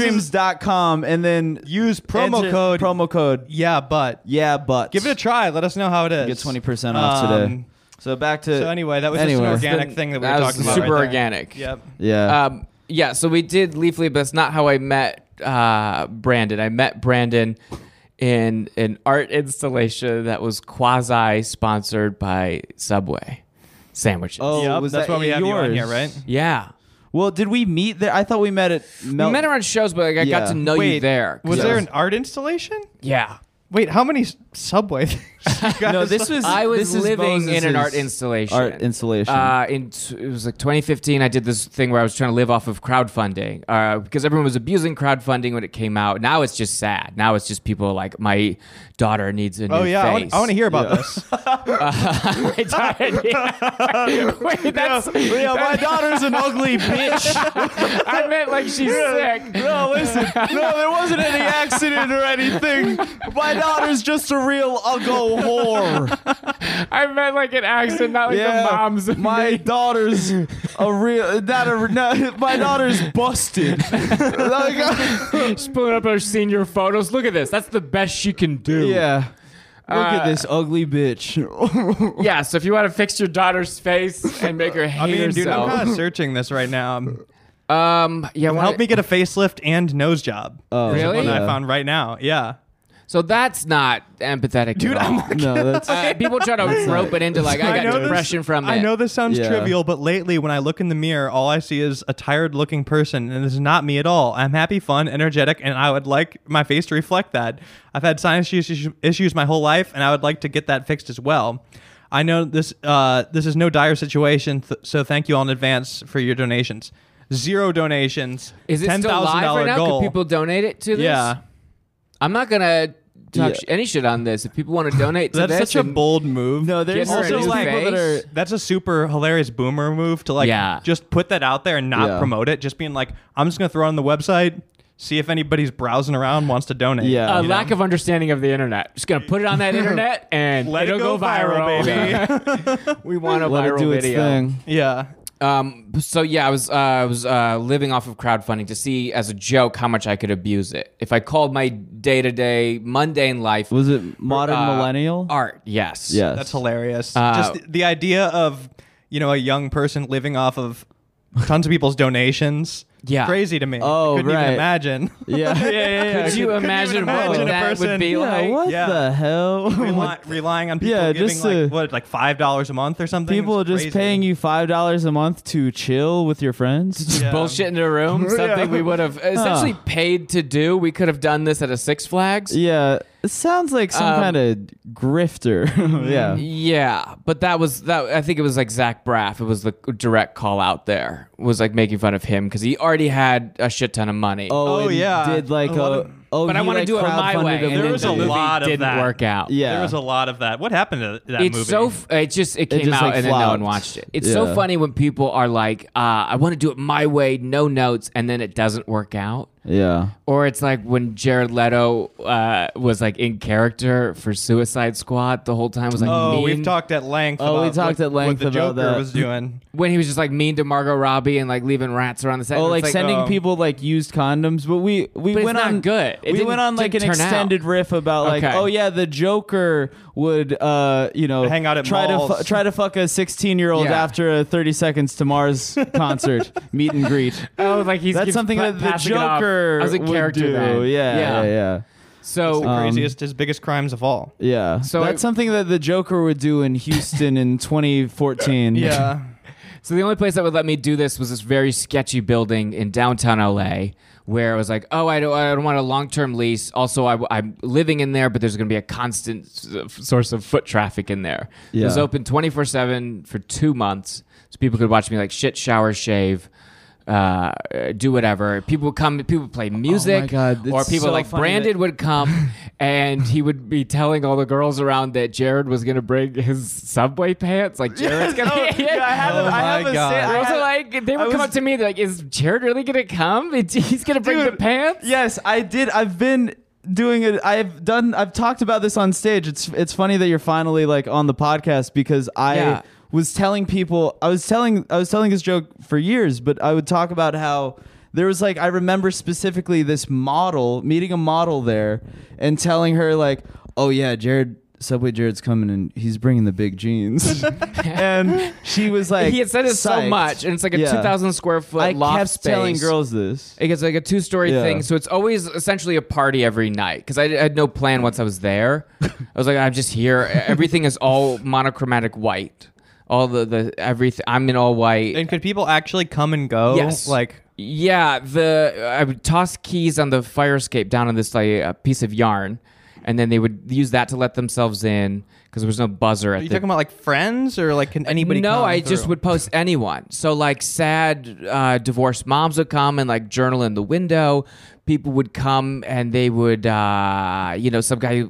S2: CushyDreams.com and then
S1: use promo
S2: enter-
S1: code
S2: Promo code.
S1: yeah but.
S2: Yeah, but
S1: Give it a try. Let us know how it is.
S2: get twenty percent off today.
S1: Um,
S2: So back to
S1: So anyway, that was just an
S2: Anyway.
S1: organic thing that we
S3: That
S1: were
S3: was
S1: talking about.
S3: super
S1: right there.
S3: organic.
S1: Yep.
S2: yeah.
S3: Um, yeah, so we did Leafly, but that's not how I met uh, Brandon. I met Brandon in an art installation that was quasi sponsored by Subway sandwiches.
S2: Oh,
S1: Yep,
S2: was
S1: that's
S2: that
S1: why we have you on here,
S2: yours?
S1: right?
S3: yeah.
S2: Well, did we meet there? I thought we met at Mel-
S3: We met around shows, but like I
S2: Yeah.
S3: got to know you there. 'cause
S1: Was
S3: I
S1: there an art installation?
S3: yeah?
S1: Wait, how many s- subway <laughs> things? you guys-
S2: <laughs>
S1: <laughs>
S2: No, this was
S3: I was
S2: this is
S3: living in an art
S2: Moses'
S3: installation.
S2: Art installation.
S3: Uh, in it was like 2015. I did this thing where I was trying to live off of crowdfunding uh, because everyone was abusing crowdfunding when it came out. Now it's just sad. Now it's just people like my daughter needs a new
S1: oh yeah, I
S3: face.
S1: want, I want to hear about
S2: Yeah.
S1: this.
S3: <laughs>
S2: <laughs>
S3: my daughter. <laughs> Wait, that's
S2: yeah,
S3: <laughs>
S2: my daughter's
S1: <laughs>
S2: an ugly bitch.
S3: I meant like she's sick.
S2: No, listen. No, there wasn't
S3: <laughs>
S2: any accident or anything. My daughter's just a real uggo whore.
S3: I meant like an accent, not like the mom's. <laughs>
S2: my daughter's a real not a no, my daughter's <laughs> busted.
S1: <laughs>
S2: Like,
S3: She's pulling up her senior photos. Look at this. That's the best she can do.
S2: yeah. Look at
S3: Uh,
S2: this ugly bitch.
S1: Oh,
S3: Yeah, so if you want to fix your daughter's face and make her hate
S1: <laughs> I mean, dude, I'm
S3: herself,
S1: kind of searching this right now.
S3: <laughs>
S1: Um,
S3: um, yeah, why-
S1: Help me get a facelift and nose job.
S2: Oh,
S1: There's
S3: Really?
S1: One I
S2: yeah.
S1: found right now. Yeah.
S3: So that's not empathetic,
S1: Dude,
S3: At all.
S1: I'm not
S2: <laughs>
S1: <laughs>
S2: No, that's
S3: Uh, people try to rope it into like I got
S1: know
S3: depression
S1: this,
S3: from it.
S1: I know this sounds
S2: Yeah.
S1: trivial, but lately when I look in the mirror, all I see is a tired-looking person, and this is not me at all. I'm happy, fun, energetic, and I would like my face to reflect that. I've had sinus issues, issues my whole life, and I would like to get that fixed as well. I know this. Uh, this is no dire situation, th- so thank you all in advance for your donations. Zero donations.
S3: Is it
S1: ten
S3: still
S1: thousand
S3: live
S1: dollar
S3: right now?
S1: goal?
S3: Can people donate it to this?
S1: yeah,
S3: I'm not gonna talk
S2: Yeah.
S3: sh- any shit on this. If people want to donate to
S1: that's
S3: this,
S1: such a
S3: and-
S1: bold move.
S2: no, there's
S3: Get her a
S2: also
S3: new
S2: like people that are
S3: face.
S1: That's a super hilarious boomer move to like
S3: Yeah.
S1: just put that out there and not
S2: Yeah.
S1: promote it. Just being like, I'm just gonna throw it on the website, see if anybody's browsing around wants to donate.
S2: Yeah.
S3: a
S1: you know?
S3: lack of understanding of the internet. Just gonna put it
S1: <laughs>
S3: on that internet and
S1: let
S3: it'll
S1: it go, viral, baby.
S3: <laughs> we want a
S2: let
S3: viral
S2: it do its
S3: video.
S2: thing.
S1: <laughs> yeah.
S3: Um, so yeah, I was uh, I was uh, living off of crowdfunding to see as a joke how much I could abuse it. If I called my day to day mundane life
S2: Was it modern
S3: uh,
S2: millennial?
S3: art, yes,
S2: Yes.
S1: That's hilarious.
S3: Uh,
S1: just the, the idea of, you know, a young person living off of tons of people's donations.
S3: Yeah.
S1: Crazy to me.
S2: Oh,
S1: I couldn't
S2: right.
S1: even
S2: <laughs>
S1: imagine.
S2: Yeah. yeah, yeah,
S3: Could you
S1: couldn't even
S3: imagine, what
S1: imagine a
S3: that would
S1: person-
S3: be
S1: Yeah,
S3: like?
S2: what
S1: Yeah.
S2: the hell?
S1: Rely, relying on people
S2: Yeah,
S1: giving
S2: just,
S1: like
S2: uh,
S1: what, like five dollars a month or something.
S2: <laughs> People are
S1: It's
S2: just
S1: crazy.
S2: paying you five dollars a month to chill with your
S1: <laughs>
S2: friends.
S1: Yeah.
S3: bullshit in a room. Something we would have essentially paid to do. We could have done this at a Six Flags.
S2: Yeah, it sounds like some
S3: Um,
S2: kind of grifter. <laughs> yeah,
S3: Yeah, but that was that. I think it was like Zach Braff. It was the direct call out there. Was like making fun of him because he already had a shit ton of money.
S1: Oh,
S2: and
S1: yeah.
S2: did like
S1: A
S2: a,
S1: lot of-
S2: oh,
S3: but I
S2: he,
S3: want to
S2: like,
S3: do it my
S2: crowdfunded
S3: way.
S2: a
S3: And then
S1: There was a
S3: the
S2: movie.
S3: movie
S1: lot of
S3: didn't
S1: that.
S3: work out.
S2: Yeah.
S1: There was a lot of that. What happened to that
S3: It's
S1: movie?
S3: so f- it just it came
S2: just,
S3: out
S2: like,
S3: and then no one
S2: flopped.
S3: watched it. It's
S2: Yeah.
S3: so funny when people are like, uh, "I want to do it my way, no notes," and then it doesn't work out.
S2: Yeah,
S3: Or it's like when Jared Leto uh, was like in character for Suicide Squad the whole time was like
S1: Oh,
S3: mean.
S1: we've talked at length.
S2: Oh,
S1: about
S2: we talked
S1: what,
S2: at length
S1: what the
S2: about
S1: Joker
S2: that.
S1: was doing.
S3: when he was just like mean to Margot Robbie and like leaving rats around the set.
S2: oh,
S3: It's
S2: like, sending
S1: um,
S2: people like used condoms. But we we
S3: But it's
S2: went
S3: not
S2: on
S3: good. It
S2: we
S3: didn't-
S2: went on like an
S3: didn't turn out.
S2: extended riff about like
S3: Okay.
S2: oh yeah, the Joker would uh you know
S1: Hang out at
S2: try to
S1: malls.
S2: fu- try to fuck a sixteen year old
S3: Yeah.
S2: after a thirty seconds to
S3: <laughs>
S2: Mars concert meet and greet.
S3: oh, like he's
S2: That's
S3: he's
S2: something
S3: pa-
S2: that the
S3: passing it off
S2: Joker
S3: as a
S2: would
S3: character
S2: do.
S3: then.
S2: Yeah, yeah, yeah.
S3: So
S1: The craziest, his biggest crimes of all.
S2: Yeah.
S3: So
S2: that's
S3: I-
S2: something that the Joker would do in Houston in 2014.
S1: Yeah.
S3: So the only place that would let me do this was this very sketchy building in downtown LA where it was like, oh, I don't, I don't want a long term lease. Also, I, am living in there, but there's going to be a constant s- f- source of foot traffic in there. It was
S2: Yeah.
S3: open 24 7 for two months. So people could watch me like shit, shower, shave. Uh, do whatever. People would come. People would play music,
S2: Oh God, it's
S3: or people
S2: so
S3: like
S2: funny
S3: Brandon
S2: that- <laughs>
S3: would come, and he would be telling all the girls around that Jared was gonna bring his subway pants. Like Jared's gonna. be
S2: Yeah, I have,
S1: Oh
S2: a- I
S1: my
S2: have a
S1: God.
S2: sa- I
S3: Girls
S2: had-
S3: are like, they would
S2: I
S3: come
S2: was-
S3: up to me, they're like, is Jared really gonna come? <laughs> Is- He's gonna bring the
S2: Dude,
S3: pants?
S2: Yes, I did. I've been doing it. I've done. I've talked about this on stage. It's it's funny that you're finally like on the podcast because I
S3: Yeah.
S2: was telling people. I was telling. I was telling this joke for years, but I would talk about how. There was like I remember specifically this model meeting a model there and telling her like, "Oh yeah, Jared Subway Jared's coming and he's bringing the big
S3: <laughs>
S2: jeans. and she was like,
S3: he had said it so
S2: psyched.
S3: much, and it's like a
S2: Yeah.
S3: 2,000 square foot
S2: I
S3: loft
S2: kept
S3: space.
S2: telling girls this.
S3: It's like a two story
S2: Yeah.
S3: thing, so it's always essentially a party every night. Because I, I had no plan once I
S2: <laughs>
S3: was there. I was like, I'm just here. Everything is all monochromatic white. All the the everything. I'm in all white.
S1: And could people actually come and go?
S3: Yes.
S1: Like,
S3: Yeah, the I would toss keys on the fire escape down on this like a piece of yarn, and then they would use that to let themselves in because there was no buzzer
S1: are
S3: at
S1: you
S3: the.
S1: talking about like friends or like can anybody?
S3: no,
S1: come
S3: I just
S1: through? <laughs>
S3: would post anyone. So like sad uh, divorced moms would come and like journal in the window. People would come and they would, uh, you know, some guy.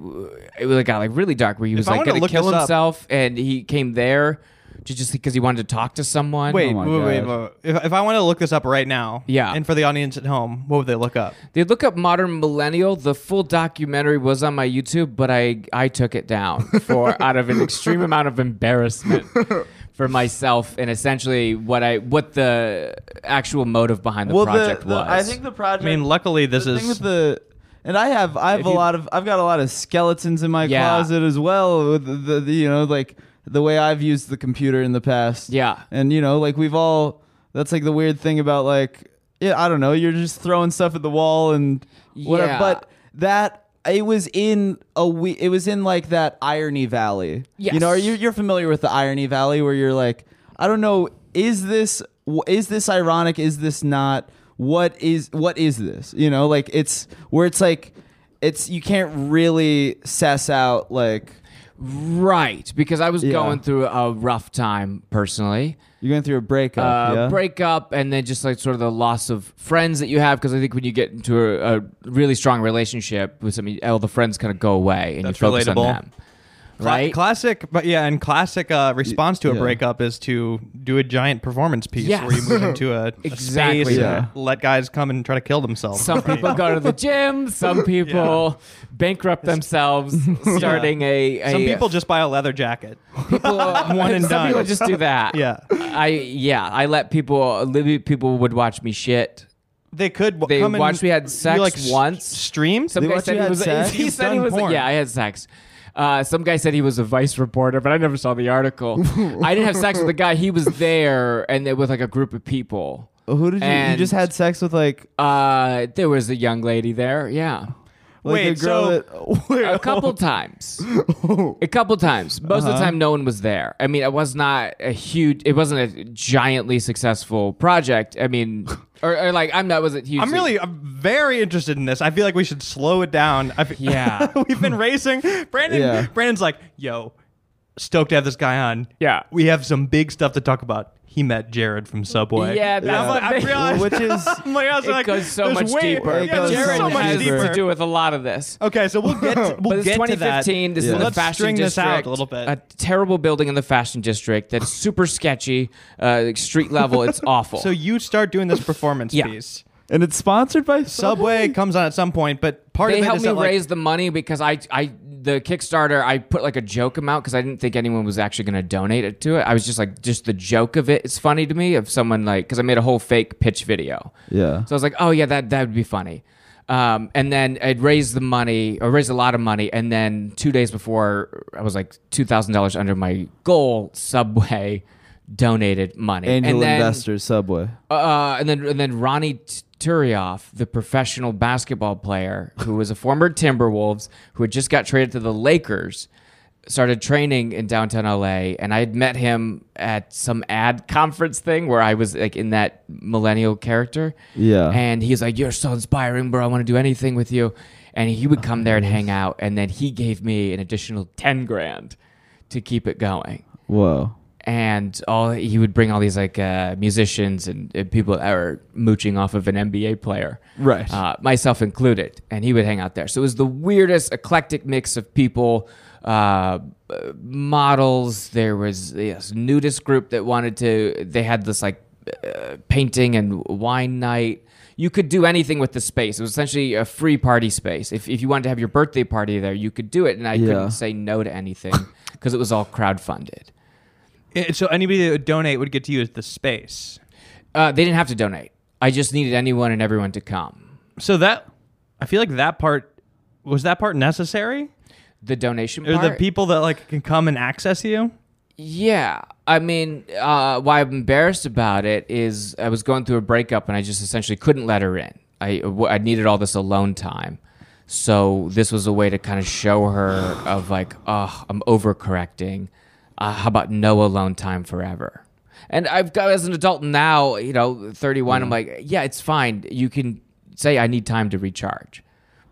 S3: It was a guy like really dark where he was
S1: I
S3: like
S1: wanted to
S3: going to
S1: look
S3: kill
S1: this up-
S3: himself, and he came there to just because he wanted to talk to someone.
S1: Wait,
S2: my
S1: wait, wait, wait.
S2: God.
S1: If, if I want to look this up right now,
S3: Oh Yeah.
S1: and for the audience at home, what would they look up?
S3: They look up modern millennial. The full documentary was on my YouTube, but I I took it down
S2: <laughs>
S3: for out of an extreme amount of embarrassment for myself and essentially what I what the actual motive behind the project was.
S2: I think the project.
S1: I mean, luckily this
S2: the thing
S1: is
S2: with the and I have I have
S3: If
S2: a
S3: you-
S2: lot of I've got a lot of skeletons in my
S3: Yeah.
S2: closet as well with the, the, the, you know like the way I've used the computer in the past.
S3: Yeah.
S2: And you know like we've all that's like the weird thing about like yeah, I don't know, you're just throwing stuff at the wall and whatever
S3: Yeah.
S2: but that it was in a we it was in like that irony valley. You
S3: Yes.
S2: know, are you you're familiar with the irony valley where you're like i don't know is this w- is this ironic is this not what is what is this you know like it's where it's like it's you can't really suss out like
S3: right because I was
S2: Yeah.
S3: going through a rough time personally.
S2: you're going through a breakup
S3: uh,
S2: yeah?
S3: breakup and then just like sort of the loss of friends that you have because I think when you get into a, a really strong relationship with somebody, all the friends kind of go away and
S1: That's
S3: you focus
S1: relatable.
S3: on them.
S1: Cla-
S3: Right?
S1: classic, but yeah, and classic uh, response to a
S2: yeah.
S1: breakup is to do a giant performance piece
S3: Yes.
S1: where you move into
S3: <laughs>
S1: a, a
S3: Exactly
S1: space
S2: that.
S1: and let guys come and try to kill themselves.
S3: Some
S1: <laughs>
S3: people go to the gym. Some people bankrupt themselves,
S1: <laughs>
S3: starting a, a.
S1: Some people just buy a leather jacket. <laughs>
S3: people
S1: one and
S3: some
S1: done.
S3: people just do that.
S1: Yeah.
S3: I yeah. I let people. literally People would watch me shit.
S1: They could w-
S3: They
S1: come and
S3: watched me had
S1: you,
S3: sex
S1: like, s-
S3: once.
S1: Streamed.
S3: Some
S2: They
S3: guy
S2: watch
S3: said
S2: you
S3: he
S2: had
S3: was.
S2: sex?
S3: <laughs> He
S1: You've
S3: said he
S1: done
S3: was.
S1: porn.
S3: Yeah, I had sex. Uh, some guy said he was a Vice reporter, but I never saw the
S1: <laughs>
S3: article. I didn't have sex with the guy. He was there, and then with like a group of people.
S1: Oh.
S2: who did you you
S3: And-
S2: just had sex with like
S3: Uh, there was a young lady there. Yeah.
S2: like
S1: Wait,
S2: a girl
S1: so- <laughs>
S3: <laughs>
S2: that where,
S3: a couple times
S1: Oh.
S3: a couple times most
S1: Uh-huh.
S3: of the time no one was there i mean it was not a huge it wasn't a giantly successful project i
S1: <laughs>
S3: mean or, or like i'm not was it huge
S1: I'm really I'm very interested in this. I feel like we should slow it down. I fe- <laughs>
S3: Yeah.
S1: we've been racing. Brandon
S2: Yeah.
S1: Brandon's like, "Yo, stoked to have this guy on.
S3: Yeah.
S1: We have some big stuff to talk about. He met Jared from Subway.
S3: Yeah, that's
S1: I'm like,
S3: the
S1: I
S3: thing.
S1: realized
S2: which is
S1: <laughs> I'm like, I was
S3: it
S1: like,
S3: goes so
S1: there's
S3: much
S1: way-
S3: deeper
S2: It
S1: Yeah,
S2: goes
S1: Jared
S3: Jared
S1: so much
S3: has
S1: deeper.
S3: to do with a lot of this
S1: Okay, so we'll get
S2: <laughs>
S1: to,
S3: but
S1: Uh, we'll
S3: it's
S1: get to that.
S3: 2015. This is in
S2: Yeah.
S3: the
S1: Let's
S3: fashion
S1: string this
S3: district. Uh,
S1: out a little bit.
S3: A terrible building in the fashion district that's super sketchy, uh, like street level.
S1: <laughs>
S3: It's awful.
S1: so you start doing this performance
S3: Yeah.
S1: piece.
S2: and it's sponsored by
S3: <laughs>
S1: Subway comes on at some point, but part
S3: they
S1: of it
S3: helped
S1: is
S3: me
S1: that, like,
S3: raise the money because I, I, the Kickstarter, I put like a joke amount because I didn't think anyone was actually going to donate it to it. I was just like, just the joke of it is funny to me of someone like because I made a whole fake pitch video.
S2: yeah
S3: So I was like, oh yeah, that that would be funny. Um, and then I'd raised the money, or raised a lot of money, and then two days before, I was like two thousand dollars under my goal. Subway donated money,
S2: angel
S3: and then,
S2: investors subway
S3: uh, and then and then Ronnie T- Turioff, the professional basketball player who was a former Timberwolves who had just got traded to the Lakers, started training in downtown LA, and I had met him at some ad conference thing where I was like in that millennial character.
S2: Yeah.
S3: and he's like, "You're so inspiring, bro. I want to do anything with you." And he would come there and hang out, and then he gave me an additional ten grand to keep it going
S2: whoa
S3: and all he would bring all these like uh, musicians and, and people that are mooching off of an NBA player,
S2: Right.
S3: Uh, myself included, and he would hang out there. So it was the weirdest eclectic mix of people, uh, uh, models. There was this nudist group that wanted to. They had this like uh, painting and wine night. You could do anything with the space. It was essentially a free party space. If, if you wanted to have your birthday party there, you could do it, and I
S2: Yeah.
S3: couldn't say no to anything because it was all crowdfunded.
S1: it- so anybody that would donate would get to use the space.
S3: Uh, they didn't have to donate. I just needed anyone and everyone to come.
S1: So that I feel like that part was that part necessary.
S3: the donation
S1: Or
S3: part.
S1: the people that like can come and access you.
S3: Yeah. I mean, uh, why I'm embarrassed about it is I was going through a breakup and I just essentially couldn't let her in. I, w- I needed all this alone time. So this was a way to kind of show her of like, oh, I'm overcorrecting. Uh, how about no alone time forever? And I've got as an adult now, you know, 31, I'm like, yeah, it's fine. You can say I need time to recharge.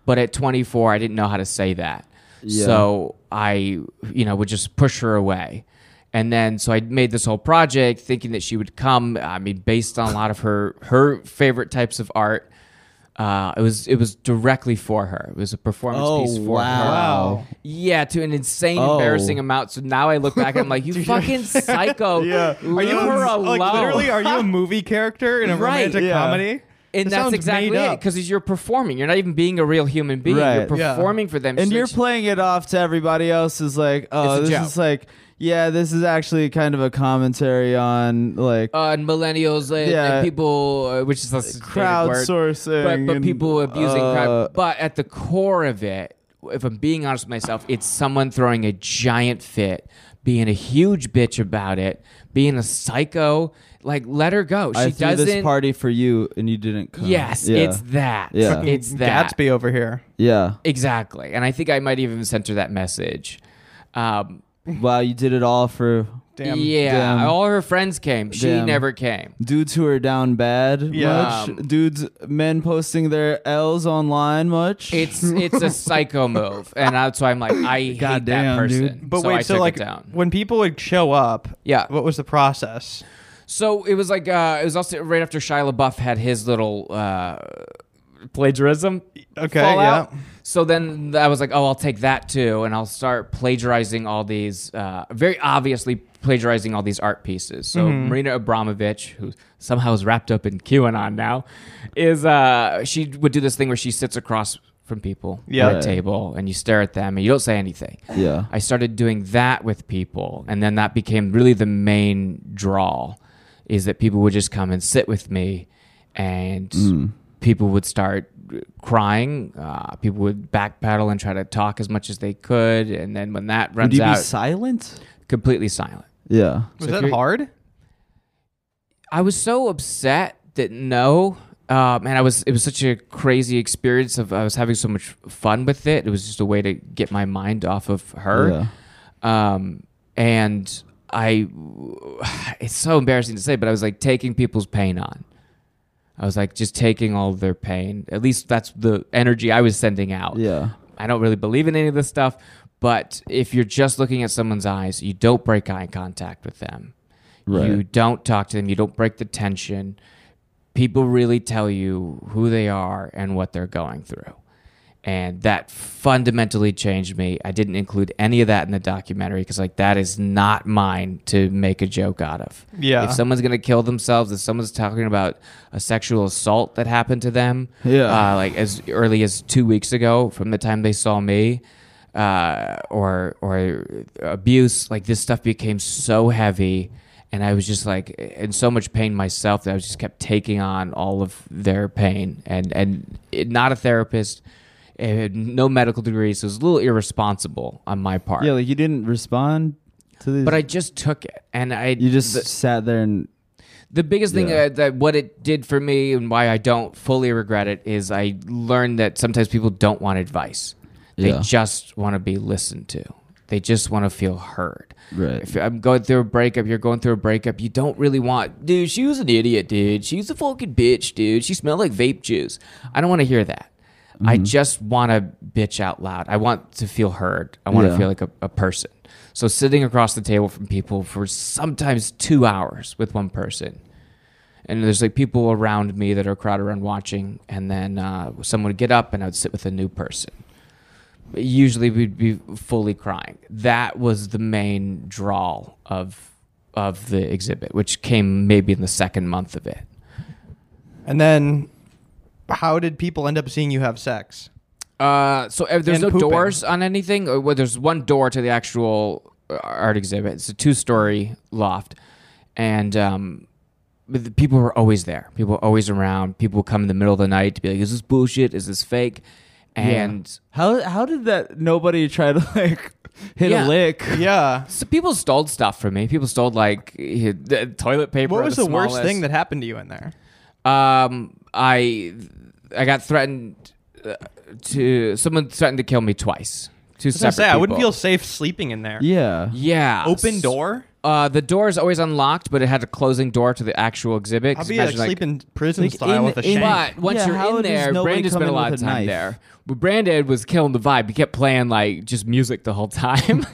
S3: But at 24, I didn't know how to say that.
S2: Yeah.
S3: So I, you know, would just push her away. And then, so I made this whole project thinking that she would come. I mean, based on a lot of her her favorite types of art, uh, it was it was directly for her. It was a performance piece for her.
S2: Oh, wow.
S3: Yeah, to an insane,
S2: Oh.
S3: embarrassing amount. So now I look back, I'm
S2: <laughs>
S3: like, you
S1: <laughs>
S3: fucking psycho. yeah,
S1: Are
S3: leave
S1: you
S3: her alone.
S1: like literally? Are you a movie character in a
S3: Right.
S1: romantic
S2: Yeah.
S1: comedy?
S3: and
S1: This
S3: that's
S1: sounds
S3: exactly
S1: made
S3: it
S1: up.
S3: because you're performing. You're not even being a real human being. You're
S2: Right.
S1: Yeah.
S3: performing for them.
S2: and
S3: So
S2: you're
S3: it's-
S2: playing it off to everybody else is like, oh,
S3: It's a
S2: this
S3: joke.
S2: is like, yeah, this is actually kind of a commentary on like
S3: uh, and millennials and,
S2: Yeah.
S3: and people, uh, which is a standard word,
S2: crowdsourcing,
S3: but, but
S2: and,
S3: people abusing
S2: uh,
S3: crowd. But at the core of it, if I'm being honest with myself, it's someone throwing a giant fit, being a huge bitch about it, being a psycho. Like, let her go. She
S2: I threw
S3: doesn't.
S2: this party for you, and you didn't come.
S3: yes,
S2: yeah.
S3: it's that.
S2: Yeah.
S3: It's that.
S1: Gatsby over here.
S2: yeah.
S3: Exactly. And I think I might even sent her that message. Um,
S2: Wow, you did it all for
S1: Damn.
S3: yeah,
S2: Damn.
S3: all her friends came. She
S2: Damn.
S3: never came.
S2: dudes who are down bad.
S1: Yeah.
S3: Um,
S2: much? dudes, men posting their L's online much.
S3: It's
S1: <laughs>
S3: it's a psycho move, and that's why I'm like I hate that
S2: Goddamn,
S3: person.
S2: dude.
S1: But
S3: so
S1: wait,
S3: I
S1: so
S3: took
S1: like
S3: it down.
S1: when people would show up,
S3: Yeah.
S1: what was the process?
S3: So it was like uh, it was also right after Shia LaBeouf had his little uh, plagiarism.
S1: Okay,
S3: fallout.
S1: yeah.
S3: So then I was like, oh, I'll take that too, and I'll start plagiarizing all these uh, very obviously plagiarizing all these art pieces. So
S1: Mm-hmm.
S3: Marina Abramovich, who somehow is wrapped up in QAnon now, is uh, she would do this thing where she sits across from people
S1: Yeah.
S3: at a
S1: Right.
S3: table and you stare at them and you don't say anything.
S2: yeah.
S3: I started doing that with people, and then that became really the main draw, is that people would just come and sit with me, and
S2: Mm.
S3: people would start crying. Uh, people would backpedal and try to talk as much as they could, and then when that
S2: Would
S3: runs
S2: you
S3: out,
S2: be silent?
S3: completely silent.
S2: Yeah.
S1: Was
S3: So if
S1: that
S3: you're-
S1: hard?
S3: I was so upset that no, uh, man, I was. It was such a crazy experience. Of I was having so much fun with it. It was just a way to get my mind off of her.
S2: Yeah.
S3: um, and I, it's so embarrassing to say, but I was like taking people's pain on. I was like just taking all their pain. At least that's the energy I was sending out.
S2: Yeah.
S3: I don't really believe in any of this stuff, but if you're just looking at someone's eyes, you don't break eye contact with them.
S2: Right.
S3: You don't talk to them. You don't break the tension. People really tell you who they are and what they're going through. And that fundamentally changed me. I didn't include any of that in the documentary because, like, that is not mine to make a joke out of.
S1: Yeah.
S3: If someone's going to kill themselves, if someone's talking about a sexual assault that happened to them,
S2: Yeah.
S3: uh, like as early as two weeks ago from the time they saw me, uh, or or abuse. Like this stuff became so heavy, and I was just like in so much pain myself that I was just kept taking on all of their pain, and and it, not a therapist. It had no medical degree, so it was a little irresponsible on my part.
S2: Yeah, like you didn't respond to these.
S3: but I just took it, and I
S2: you just
S3: the-
S2: sat there and
S3: the biggest thing
S2: Yeah.
S3: uh, that what it did for me and why I don't fully regret it is I learned that sometimes people don't want advice. They
S2: Yeah.
S3: just want to be listened to. They just want to feel heard.
S2: Right.
S3: If I'm going through a breakup, you're going through a breakup, you don't really want, dude, she was an idiot, dude. She's a fucking bitch, dude. She smelled like vape juice. I don't want to hear that. I just want to bitch out loud. I want to feel heard. I want to
S2: Yeah.
S3: feel like a, a person. So sitting across the table from people for sometimes two hours with one person, and there's like people around me that are crowded around watching, and then uh, someone would get up and I would sit with a new person. But usually we'd be fully crying. That was the main draw of of the exhibit, which came maybe in the second month of it.
S1: And then, how did people end up seeing you have
S3: <laughs>
S1: sex?
S3: Uh, so uh, there's
S1: And
S3: no
S1: pooping.
S3: doors on anything. Uh, Well, there's one door to the actual uh, art exhibit. It's a two-story loft, and um, but the people were always there. People were always around. People would come in the middle of the night to be like, "Is this bullshit? Is this fake?" and
S2: How how did that nobody try to like hit a
S3: Yeah.
S2: lick?
S1: Yeah.
S3: so people stole stuff from me. People stole like <laughs> eh, the toilet paper.
S1: What was the, worst
S3: smallest.
S1: thing that happened to you in there?
S3: Um, I I got threatened uh, to someone threatened to kill me twice.
S1: I
S3: Two
S1: was gonna
S3: separate
S1: say, I wouldn't
S3: people.
S1: feel safe sleeping in there.
S2: Yeah.
S3: yeah
S1: Open
S3: s-
S1: door.
S3: Uh, the door is always unlocked, but it had a closing door to the actual exhibit.
S1: I'll
S3: 'Cause
S1: be like
S3: imagine, like-
S1: sleeping prison
S2: like,
S1: style
S2: in-
S1: with a
S2: in-
S1: shank.
S3: But once
S2: Yeah, how
S3: you're in
S2: does
S3: there,
S2: nobody
S3: Brandon
S2: come
S3: spent a
S2: in
S3: lot of
S2: with a
S3: time
S2: knife?
S3: there. But Brandon was killing the vibe. He kept playing like just music the whole <laughs> time.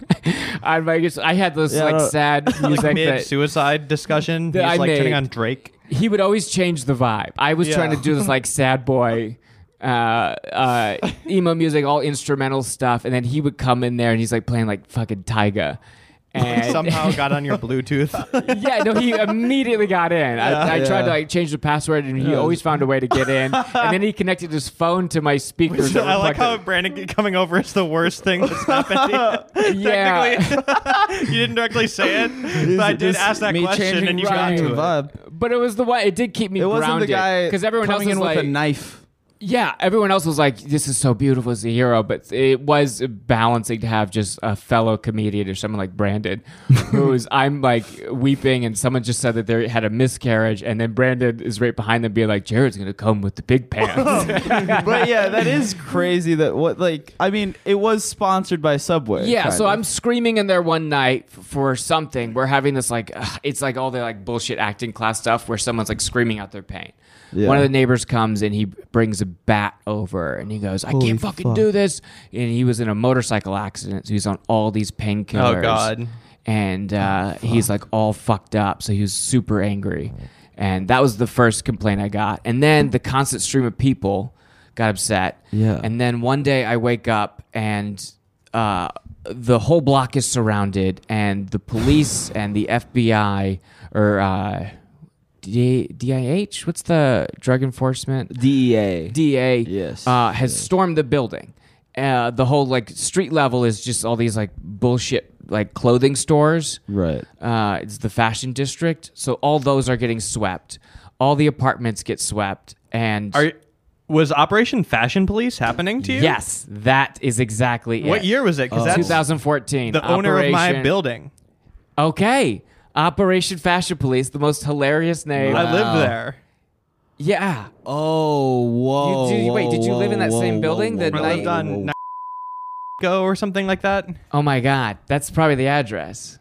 S3: I, like, just- I had this
S2: Yeah, I
S3: like
S2: don't- <laughs>
S3: sad music
S1: like mid
S3: that
S1: suicide discussion.
S3: <laughs> That
S1: He's
S3: I
S1: like turning
S3: made.
S1: on Drake. <laughs>
S3: he would always change the vibe. I was
S1: Yeah.
S3: trying to do this like sad boy uh, uh, emo music, all instrumental stuff, and then he would come in there and he's like playing like fucking Tyga.
S2: <laughs>
S3: And
S1: Somehow got on your Bluetooth.
S3: <laughs> yeah, no, he immediately got in. I, I
S2: Yeah.
S3: tried to like change the password, and he always found a way to get in. and then he connected his phone to
S2: <laughs>
S3: my speakers. that
S1: I like
S3: were
S1: how
S3: plugged
S1: Brandon coming over is the worst thing that's happened. <laughs> to you.
S3: in. <laughs> yeah,
S1: <laughs> you didn't directly say it, but I did
S2: Just
S1: ask that
S2: me
S1: question,
S2: changing-
S1: and you
S3: right.
S1: got
S2: changing
S1: to
S2: the
S1: it.
S2: vibe.
S3: but it was the one. It did keep me
S2: It wasn't
S3: grounded
S2: the guy
S3: because everyone else
S2: coming
S3: was
S2: in with
S3: like,
S2: a <laughs> knife.
S3: Yeah, everyone else was like, "This is so beautiful as a hero," but it was balancing to have just a fellow comedian or someone like Brandon, who's I'm like weeping, and someone just said that they had a miscarriage, and then Brandon is right behind them, being like, "Jared's gonna come with the big pants."
S2: but yeah, that is crazy. That what like I mean, it was sponsored by Subway.
S3: yeah,
S2: kind
S3: so
S2: of.
S3: I'm screaming in there one night f- for something. We're having this like, ugh, it's like all the like bullshit acting class stuff where someone's like screaming out their pain.
S2: Yeah.
S3: One of the neighbors comes and he brings a bat over and he goes, I
S2: Holy
S3: can't fucking
S2: fuck.
S3: do this. And he was in a motorcycle accident, so he's on all these painkillers.
S1: Oh, God.
S3: And uh, he's like all fucked up, so he was super angry. And that was the first complaint I got. And then the constant stream of people got upset.
S2: Yeah.
S3: And then one day I wake up and uh, the whole block is surrounded, and the police and the FBI or uh, D- DIH, what's the drug enforcement?
S2: DEA.
S3: DA
S2: Yes.
S3: uh, has stormed the building. Uh, the whole like street level is just all these like bullshit like clothing stores.
S2: right.
S3: Uh, it's the fashion district, so all those are getting swept. All the apartments get swept, and
S1: Are you- was Operation Fashion Police happening to you?
S3: yes, that is exactly
S1: What
S3: it.
S1: year was it? Because that's
S3: 2014.
S1: the owner of my
S3: Operation-
S1: building.
S3: Okay. Operation Fashion Police, the most hilarious name.
S1: I lived there.
S3: yeah.
S2: Oh whoa!
S3: You- did you- wait,
S2: whoa,
S3: did you live in that
S2: whoa,
S3: same
S2: whoa,
S3: building
S2: whoa,
S3: that
S2: whoa,
S1: I lived
S3: night?
S2: whoa,
S1: on
S2: whoa.
S1: Go or something like that.
S3: Oh my God. That's probably the address.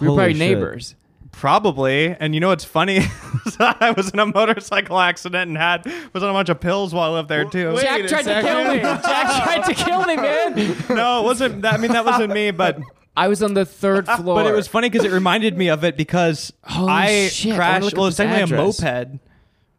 S3: We were
S2: Holy
S3: probably
S2: shit.
S3: neighbors.
S1: Probably. And you know what's funny? <laughs> is I was in a motorcycle accident and had was on a bunch of pills while I lived there too.
S2: wait.
S3: Jack
S2: a
S3: tried to kill
S2: second.
S3: me. Jack tried to kill me, man.
S1: <laughs> No, it wasn't. That, I mean, that wasn't me,
S2: <laughs>
S1: but
S3: I was on the third floor.
S1: <laughs> but it was funny because it reminded me of it because
S3: Holy
S1: I
S3: Oh, shit, I wanna
S1: crashed.
S3: look at
S1: Well, it's
S3: this
S1: technically
S3: address.
S1: a moped,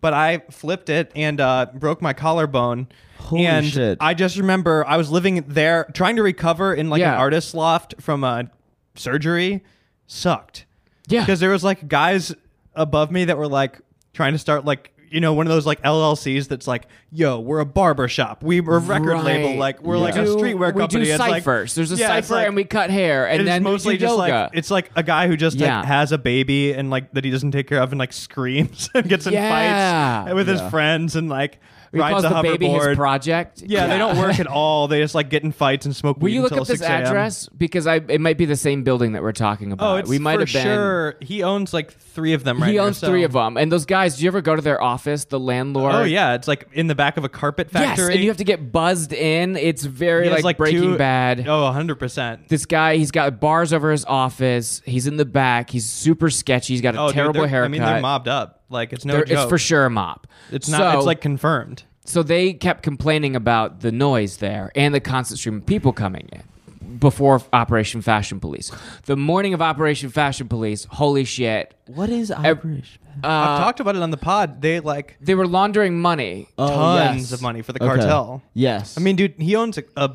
S1: but I flipped it and uh, broke my collarbone.
S2: Holy
S1: and
S2: shit.
S1: I just remember I was living there trying to recover in like
S3: Yeah.
S1: an artist's loft from a surgery. Sucked. <laughs>
S3: Yeah.
S1: because there was like guys above me that were like trying to start like you know one of those like LLCs that's like yo we're a barber shop we we're a record
S3: Right.
S1: label like we're
S2: Yeah.
S1: like a
S3: We do-
S1: streetwear
S3: we
S1: company
S3: do
S1: it's like
S3: ciphers. There's a
S1: yeah, it's
S3: cipher,
S1: like-
S3: and we cut hair, and
S1: it's
S3: then
S1: mostly
S3: we do
S1: just
S3: yoga.
S1: like it's like a guy who just
S3: Yeah.
S1: like has a baby and like that he doesn't take care of and like screams <laughs> and gets in
S3: Yeah.
S1: fights with
S2: Yeah.
S1: his friends and like
S3: we
S1: rides
S3: calls
S1: a
S3: the baby his
S1: hoverboard.
S3: project.
S1: yeah, they don't work at all. They just like get in fights and smoke
S3: Will
S1: weed
S3: you look
S1: until
S3: up this
S1: 6 a.m.
S3: address because I it might be the same building that we're talking
S1: Oh,
S3: about.
S1: it's
S3: we might
S1: for
S3: have been.
S1: sure. He owns like three of them right
S3: he
S1: now,
S3: owns
S1: so-
S3: three of them, and those guys. Do you ever go to their office, the landlord?
S1: Oh yeah, it's like in the back of a carpet
S3: Yes,
S1: factory.
S3: and you have to get buzzed in. It's very
S1: He has,
S3: like, Breaking
S1: two-
S3: Bad.
S1: Oh, 100 percent.
S3: This guy, he's got bars over his office. He's in the back. He's super sketchy. He's got a
S1: Oh, dude,
S3: terrible
S1: they're-
S3: haircut.
S1: I mean, they're mobbed up. Like it's no
S3: They're-
S1: joke.
S3: it's for sure a mop.
S1: It's not.
S3: So,
S1: it's like confirmed.
S3: so they kept complaining about the noise there and the constant stream of people coming in before Operation Fashion Police. The morning of Operation Fashion Police, holy shit!
S2: What is Irish?
S3: uh,
S1: I've talked about it on the pod. They like
S3: They were laundering money.
S2: Oh,
S1: tons
S2: yes.
S1: of money for the
S2: Okay.
S1: cartel.
S2: Yes.
S1: I mean, dude, he owns a, a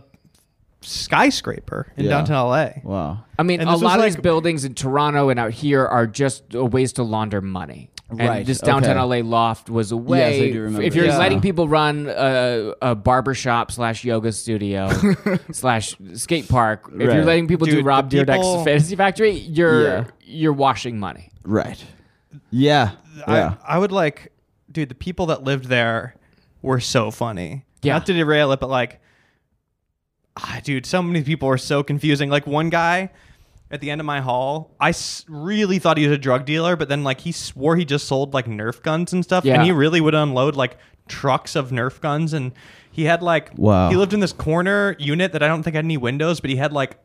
S1: skyscraper in
S2: Yeah.
S1: downtown LA.
S2: wow.
S3: I mean,
S1: And
S3: a
S1: this was
S3: lot of these
S1: like-
S3: buildings in Toronto and out here are just uh, ways to launder money. And
S2: Right,
S3: This downtown
S2: okay.
S3: LA loft was a way.
S2: do remember
S3: if you're
S2: this.
S3: letting
S2: Yeah.
S3: people run a, a barber shop slash yoga
S2: <laughs>
S3: studio slash skate park, if you're
S2: Right.
S3: letting people do
S1: Dude,
S3: Rob
S1: the
S3: Dyrdek's
S1: people-
S3: Fantasy Factory, you're
S2: Yeah.
S3: you're washing money.
S2: Right. Yeah. Yeah.
S1: I, I would like, dude, the people that lived there were so funny.
S3: Yeah.
S1: Not to derail it, but like ah, dude, so many people were so confusing. Like one guy at the end of my hall, I s- really thought he was a drug dealer, but then like he swore he just sold like Nerf guns and stuff,
S3: Yeah.
S1: and he really would unload like trucks of Nerf guns, and he had like
S2: Wow.
S1: he lived in this corner unit that I don't think had any windows, but he had like.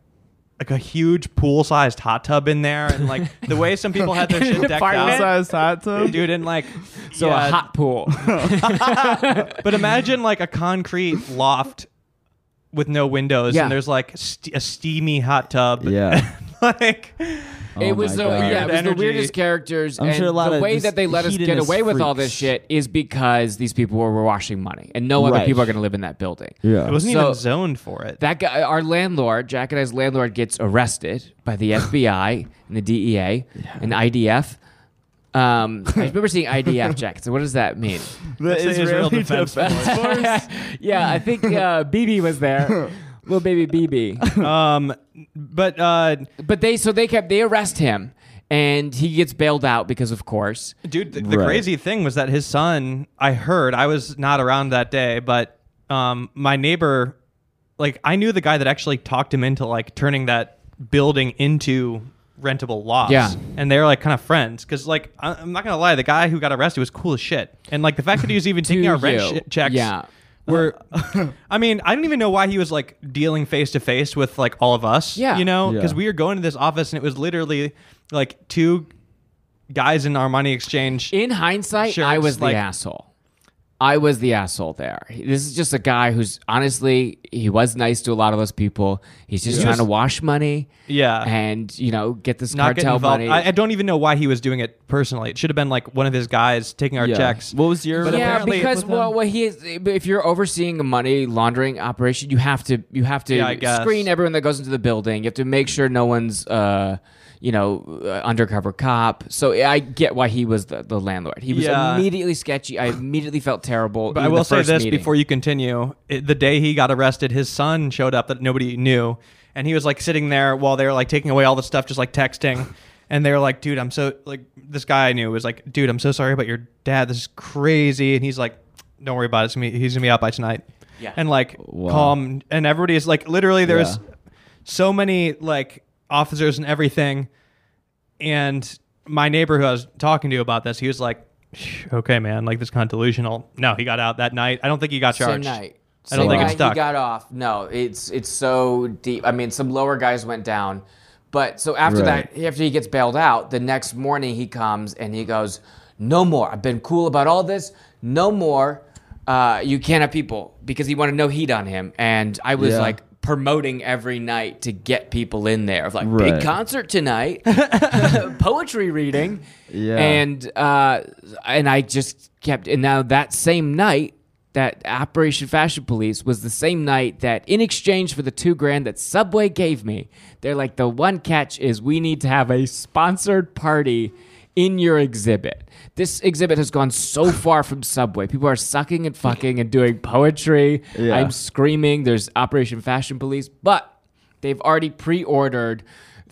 S1: Like a huge pool-sized hot tub in there, and like the way some people had
S3: <laughs>
S1: their shit decked
S3: Apartment
S1: out,
S2: Size hot tub.
S1: dude, and like
S3: So
S1: yeah,
S3: a hot pool.
S1: but imagine like a concrete loft with no windows,
S3: Yeah.
S1: and there's like st- a steamy hot tub.
S2: Yeah.
S1: <laughs> like
S2: Oh
S3: <laughs> it was
S2: my
S3: the
S2: God.
S3: yeah, it was
S1: Weird
S3: the weirdest
S1: energy.
S3: characters,
S2: I'm
S3: and
S2: sure a lot
S3: the
S2: of
S3: way
S2: these
S3: that they let us get
S2: hedonist
S3: away with all
S2: freaks.
S3: this shit is because these people were washing money, and no
S2: Right.
S3: other people are going to live in that building.
S2: Yeah.
S1: it wasn't
S3: So-
S1: even zoned for it.
S3: That guy, our landlord, Jack and I's landlord, gets arrested
S1: <laughs>
S3: by the FBI and the DEA and IDF. Um, I remember seeing IDF, Jack. So what does that mean?
S2: the
S1: That's the Israel Defense
S3: <laughs> yeah, I think uh, BB
S1: <laughs>
S3: was there, little baby BB.
S1: um, but uh,
S3: But they so they kept they arrest him and he gets bailed out because of course.
S1: dude, the, the
S2: Right.
S1: crazy thing was that his son. I heard I was not around that day, but um, my neighbor, like I knew the guy that actually talked him into like turning that building into rentable lofts.
S3: Yeah.
S1: and they were like kind of friends because like I- I'm not gonna lie, the guy who got arrested was cool as shit, and like the fact that he was even taking
S3: To
S1: our rent
S3: you.
S1: sh- checks.
S3: Yeah.
S1: Were, <laughs> I mean, I don't even know why he was like dealing face to face with like all of us.
S3: Yeah.
S1: you know,
S2: Yeah.
S1: because we were going to this office and it was literally like two guys in our money exchange.
S3: In hindsight,
S1: Sure,
S3: I
S1: it's
S3: was
S1: like-
S3: the asshole. I was the asshole there. This is just a guy who's honestly he was nice to a lot of those people. He's just
S1: Yeah.
S3: trying to
S1: Just-
S3: wash money
S1: yeah,
S3: and you know get this
S1: not getting
S3: cartel
S1: involved.
S3: money.
S1: I, I don't even know why he was doing it personally. It should have been like one of his guys taking our
S2: Yeah.
S1: checks.
S2: What was your?
S1: But
S3: yeah,
S1: apparently-
S3: because
S1: with him-
S3: well, well, he is. If you're overseeing a money laundering operation, you have to you have to
S1: Yeah, I guess.
S3: screen everyone that goes into the building. You have to make sure no one's, uh, you know, uh, undercover cop. So I get why he was the, the landlord. He was
S1: Yeah.
S3: immediately sketchy. I immediately felt terrible.
S1: But I will say this before you continue. It, the day he got arrested, his son showed up that nobody knew. And he was like sitting there while they were like taking away all the stuff, just like texting. And they were like, dude, I'm so, like, this guy I knew was like, dude, I'm so sorry about your dad. This is crazy. And he's like, don't worry about it. It's gonna be, he's going to be out by tonight.
S3: Yeah.
S1: And like,
S2: Wow.
S1: calm. And everybody is like, literally, there's
S2: Yeah.
S1: so many like officers and everything. And my neighbor who I was talking to about this, he was like, "Shh, okay, man, like this kind of delusional. No, he got out that night. I don't think he got
S3: same
S1: charged.
S3: night.
S1: I don't
S3: Same
S1: think
S3: night
S1: it's stuck.
S3: He got off. No, it's it's so deep. I mean, some lower guys went down, but so after
S2: Right.
S3: that, after he gets bailed out, the next morning he comes and he goes, "No more. I've been cool about all this. No more. Uh, you can't have people because he wanted no heat on him." And I was
S2: Yeah.
S3: like promoting every night to get people in there of like
S2: Right.
S3: big
S2: <laughs>
S3: concert tonight, <laughs> poetry reading,
S2: Yeah.
S3: and uh, and I just kept. And now that same night, that Operation Fashion Police was the same night that, in exchange for the two grand that Subway gave me, they're like, the one catch is we need to have a sponsored party in your exhibit. This exhibit has gone so far from Subway. People are sucking and fucking and doing poetry.
S2: Yeah.
S3: I'm screaming. There's Operation Fashion Police, but they've already pre-ordered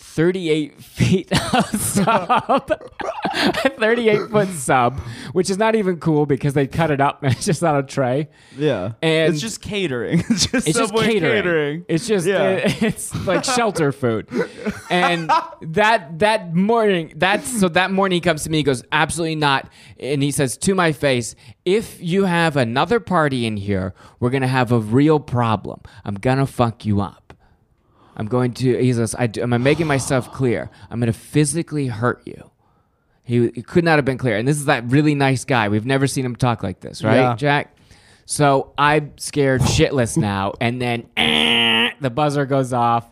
S3: 38 feet <laughs> of sub, <laughs> a 38 foot sub, which is not even cool because they cut it up and it's just on a tray.
S2: Yeah.
S3: And-
S2: it's just catering. <laughs> It's just
S3: It's
S2: Subway
S3: just catering. It's just uh,
S2: Yeah.
S3: it- <laughs> it's like shelter food. And that that morning, that's so that morning he comes to me, he goes, Absolutely not. And he says to my face, if you have another party in here, we're gonna have a real problem. I'm gonna fuck you up. I'm going to he says, I do, am I making myself clear? I'm gonna physically hurt you. He, he could not have been clear. And this is that really nice guy. We've never seen him talk like this, right,
S1: Yeah.
S3: Jack? So I'm scared shitless now. And then <laughs> eh, the buzzer goes off,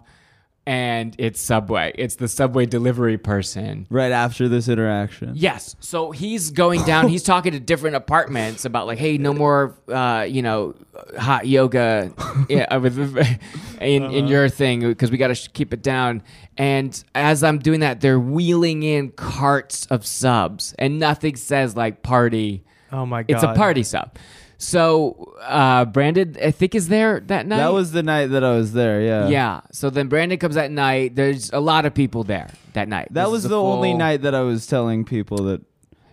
S3: and it's Subway. It's the Subway delivery person.
S2: right after this interaction.
S3: Yes. So he's going
S2: <laughs>
S3: down. He's talking to different apartments about like, hey, no more, uh, you know, hot yoga yeah, uh, with- <laughs> in
S2: Uh-huh.
S3: in your thing because we got to sh- keep it down. And as I'm doing that, they're wheeling in carts of subs, and nothing says like party.
S1: Oh my God.
S3: It's a party sub. So uh, Brandon, I think, is there that night.
S2: That was the night that I was there. Yeah.
S3: yeah. So then Brandon comes that night. There's a lot of people there that night.
S2: That
S3: This
S2: was
S3: is a
S2: the only
S3: full-
S2: night that I was telling people that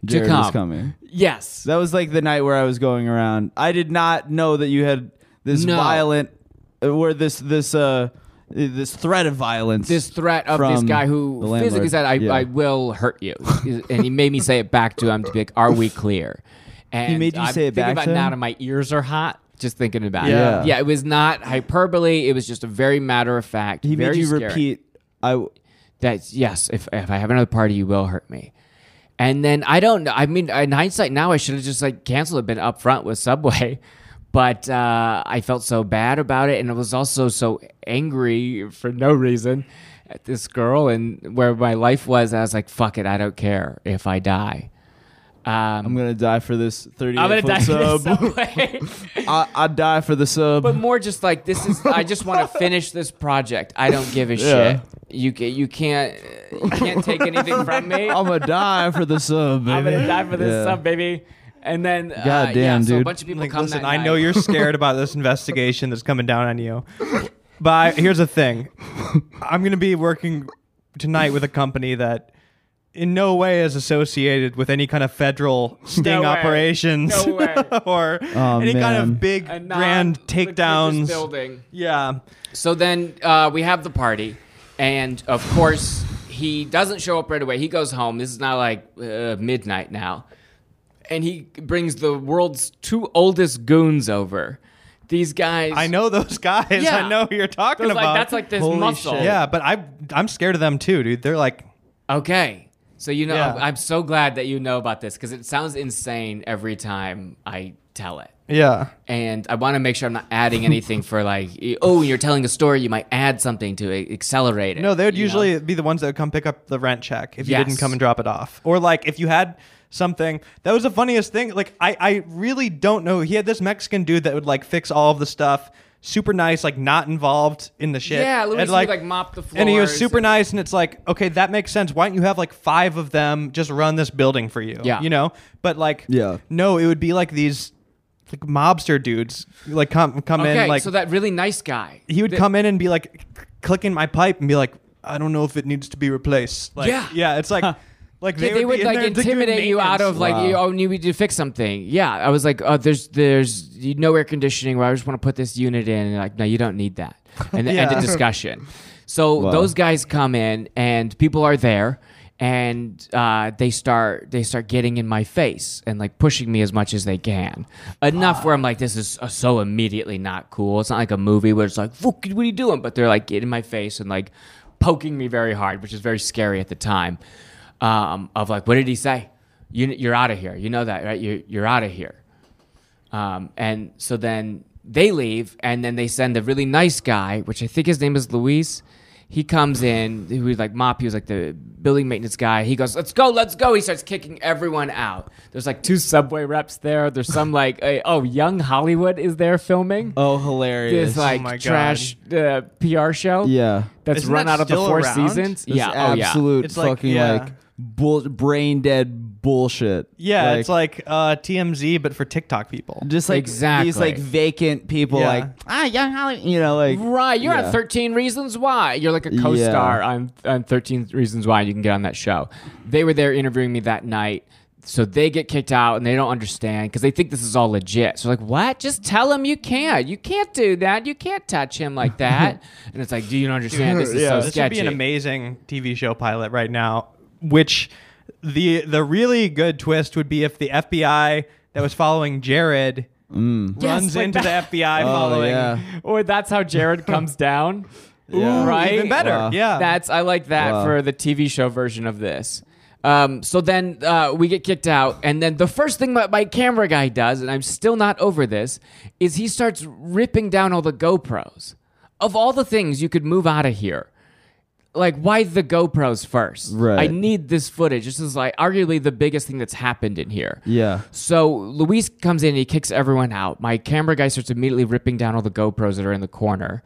S2: Jared was
S3: come.
S2: coming.
S3: Yes.
S2: That was like the night where I was going around. I did not know that you had this
S3: No.
S2: violent uh, where this this uh this threat of violence
S3: this threat of this
S2: from
S3: guy
S2: the
S3: who
S2: landlord.
S3: physically said, I,
S2: Yeah.
S3: I will hurt you. and he made me say it back to him to be like, Are we clear? And
S2: He made you
S3: I'm
S2: say it
S3: thinking
S2: back
S3: about
S2: to
S3: it now
S2: him?
S3: and my ears are hot. Just thinking about
S2: Yeah.
S3: it. Yeah, it was not hyperbole. It was just a very matter of fact.
S2: he made
S3: very
S2: you
S3: scary.
S2: repeat I w-
S3: that yes, if if I have another party, you will hurt me. And then I don't know. I mean, in hindsight now, I should have just like canceled it, been upfront with Subway. <laughs> But uh, I felt so bad about it, and I was also so angry for no reason at this girl and where my life was. And I was like, "Fuck it, I don't care if I die."
S2: I'm
S3: Um,
S2: gonna die for this 38
S3: I'm gonna
S2: foot
S3: die for
S2: sub.
S3: this Subway. <laughs>
S2: I, I'd die for the sub.
S3: But more just like this is. I just
S2: <laughs>
S3: want to finish this project. I don't give a
S2: Yeah.
S3: shit. You ca- you can't you can't take anything from me.
S2: <laughs> I'm gonna die for the sub, baby.
S3: <laughs> I'm gonna die for this
S2: Yeah.
S3: sub, baby. And then, uh,
S2: God
S3: yeah,
S2: damn,
S3: so a
S2: dude.
S3: bunch of people
S1: Like,
S3: come
S1: listen,
S3: that
S1: I
S3: night. <laughs>
S1: know you're scared about this investigation that's coming down on you. But I- here's the thing I'm going to be working tonight with a company that in no way is associated with any kind of federal sting
S3: way.
S1: operations
S3: No way.
S1: <laughs> or
S2: Oh,
S1: any kind
S2: man.
S1: of big
S3: A
S1: grand
S3: non-litigious
S1: takedowns.
S3: Building.
S1: Yeah.
S3: So then uh, we have the party, and of course he doesn't show up right away. He goes home. This is not like uh, midnight now, and he brings the world's two oldest goons over. These guys,
S1: I know those guys.
S3: Yeah.
S1: I know who you're talking
S3: 'Cause,
S1: about.
S3: like, that's like this
S2: Holy
S3: muscle.
S2: shit.
S1: yeah, but I I'm scared of them too, dude. They're like
S3: Okay. So you know,
S1: Yeah.
S3: I'm so glad that you know about this because it sounds insane every time I tell it.
S1: yeah.
S3: And I want to make sure I'm not adding anything for like, oh, you're telling a story, you might add something to it, accelerate it.
S1: No, they would
S3: you know?
S1: usually be the ones that would come pick up the rent check if you
S3: Yes.
S1: didn't come and drop it off. Or like if you had something that was the funniest thing. Like I, I really don't know. He had this Mexican dude that would like fix all of the stuff, super nice, like not involved in the shit.
S3: Yeah, Luis
S1: and,
S3: would,
S1: like,
S3: like, mop the
S1: And he was
S3: floors
S1: super
S3: and-
S1: nice, and it's like, okay, that makes sense. Why don't you have like five of them just run this building for you?
S3: Yeah.
S1: you know. But like,
S2: Yeah.
S1: no, it would be like these like mobster dudes like come come
S3: Okay,
S1: in like
S3: so that really nice guy.
S1: he would
S3: that-
S1: come in and be like c- clicking my pipe and be like, I don't know if it needs to be replaced. Like,
S3: Yeah.
S1: yeah.
S3: <laughs>
S1: It's like, like
S3: Yeah,
S1: they,
S3: they,
S1: would,
S3: would,
S1: be in
S3: like
S1: there doing
S3: intimidate you out
S1: maintenance.
S3: of like,
S2: Wow.
S3: you, oh, you need to fix something. Yeah, I was like, oh, there's there's no air conditioning. Where I just want to put this unit in. And like, no, you don't need that.
S1: <laughs>
S3: And then end
S1: Yeah.
S3: of discussion. So
S2: Wow.
S3: those guys come in, and people are there, and uh, they start they start getting in my face and like pushing me as much as they can. Enough where I'm like, this is uh, so immediately not cool. It's not like a movie where it's like, "Fuck, what are you doing? But they're like getting in my face and like poking me very hard, which is very scary at the time. Um, of like, what did he say? You, you're out of here. You know that, right? You're, you're out of here. Um, and so then they leave, and then they send a really nice guy, which I think his name is Luis. He comes in, who was like Mop, he was like the building maintenance guy. He goes, Let's go, let's go. He starts kicking everyone out. There's like two subway reps there.
S2: <laughs>
S3: There's some like, a, oh, Young Hollywood is there filming
S2: Oh, hilarious!
S3: this like
S1: my God.
S3: trash uh, PR show.
S2: yeah,
S3: That's
S1: Isn't
S3: run
S1: that
S3: out of the
S1: still
S3: four
S1: around?
S3: seasons.
S2: This
S3: yeah, oh, yeah.
S2: absolute
S1: It's like-
S2: fucking
S1: yeah.
S2: like, bull, brain dead bullshit.
S1: yeah, it's like uh, TMZ, but for TikTok people.
S2: just like
S3: Exactly.
S2: these like vacant people,
S1: Yeah.
S2: like ah, young Holly, you know, like
S3: Right, you're
S2: Yeah.
S3: on 13 Reasons Why. You're like a
S2: Yeah.
S3: co-star on on 13 Reasons Why. You can get on that show. They were there interviewing me that night, so they get kicked out and they don't understand because they think this is all legit. So like, what? Just tell him you can't. You can't do that. You can't touch him
S2: <laughs>
S3: like that. and it's like, do you understand? This is
S2: Yeah.
S3: so
S1: this
S3: sketchy.
S1: should be an amazing TV show pilot right now. Which the the really good twist would be if the FBI that was following Jared
S3: Yes,
S1: runs
S3: like
S1: into
S3: that.
S1: the FBI
S2: Mm. Oh,
S1: following.
S2: yeah.
S3: <laughs> or that's how
S1: <laughs>
S3: Jared comes down.
S2: Yeah.
S3: right?
S1: Even better.
S2: Wow.
S1: Yeah.
S3: That's I like that
S2: Wow.
S3: for the TV show version of this. Um, so then uh, we get kicked out, and then the first thing that my camera guy does, and I'm still not over this, is he starts ripping down all the GoPros. Of all the things you could move out of here, like why the GoPros first?
S2: Right.
S3: I need this footage. This is like arguably the biggest thing that's happened in here.
S2: yeah,
S3: So Luis comes in and he kicks everyone out. My camera guy starts immediately ripping down all the GoPros that are in the corner.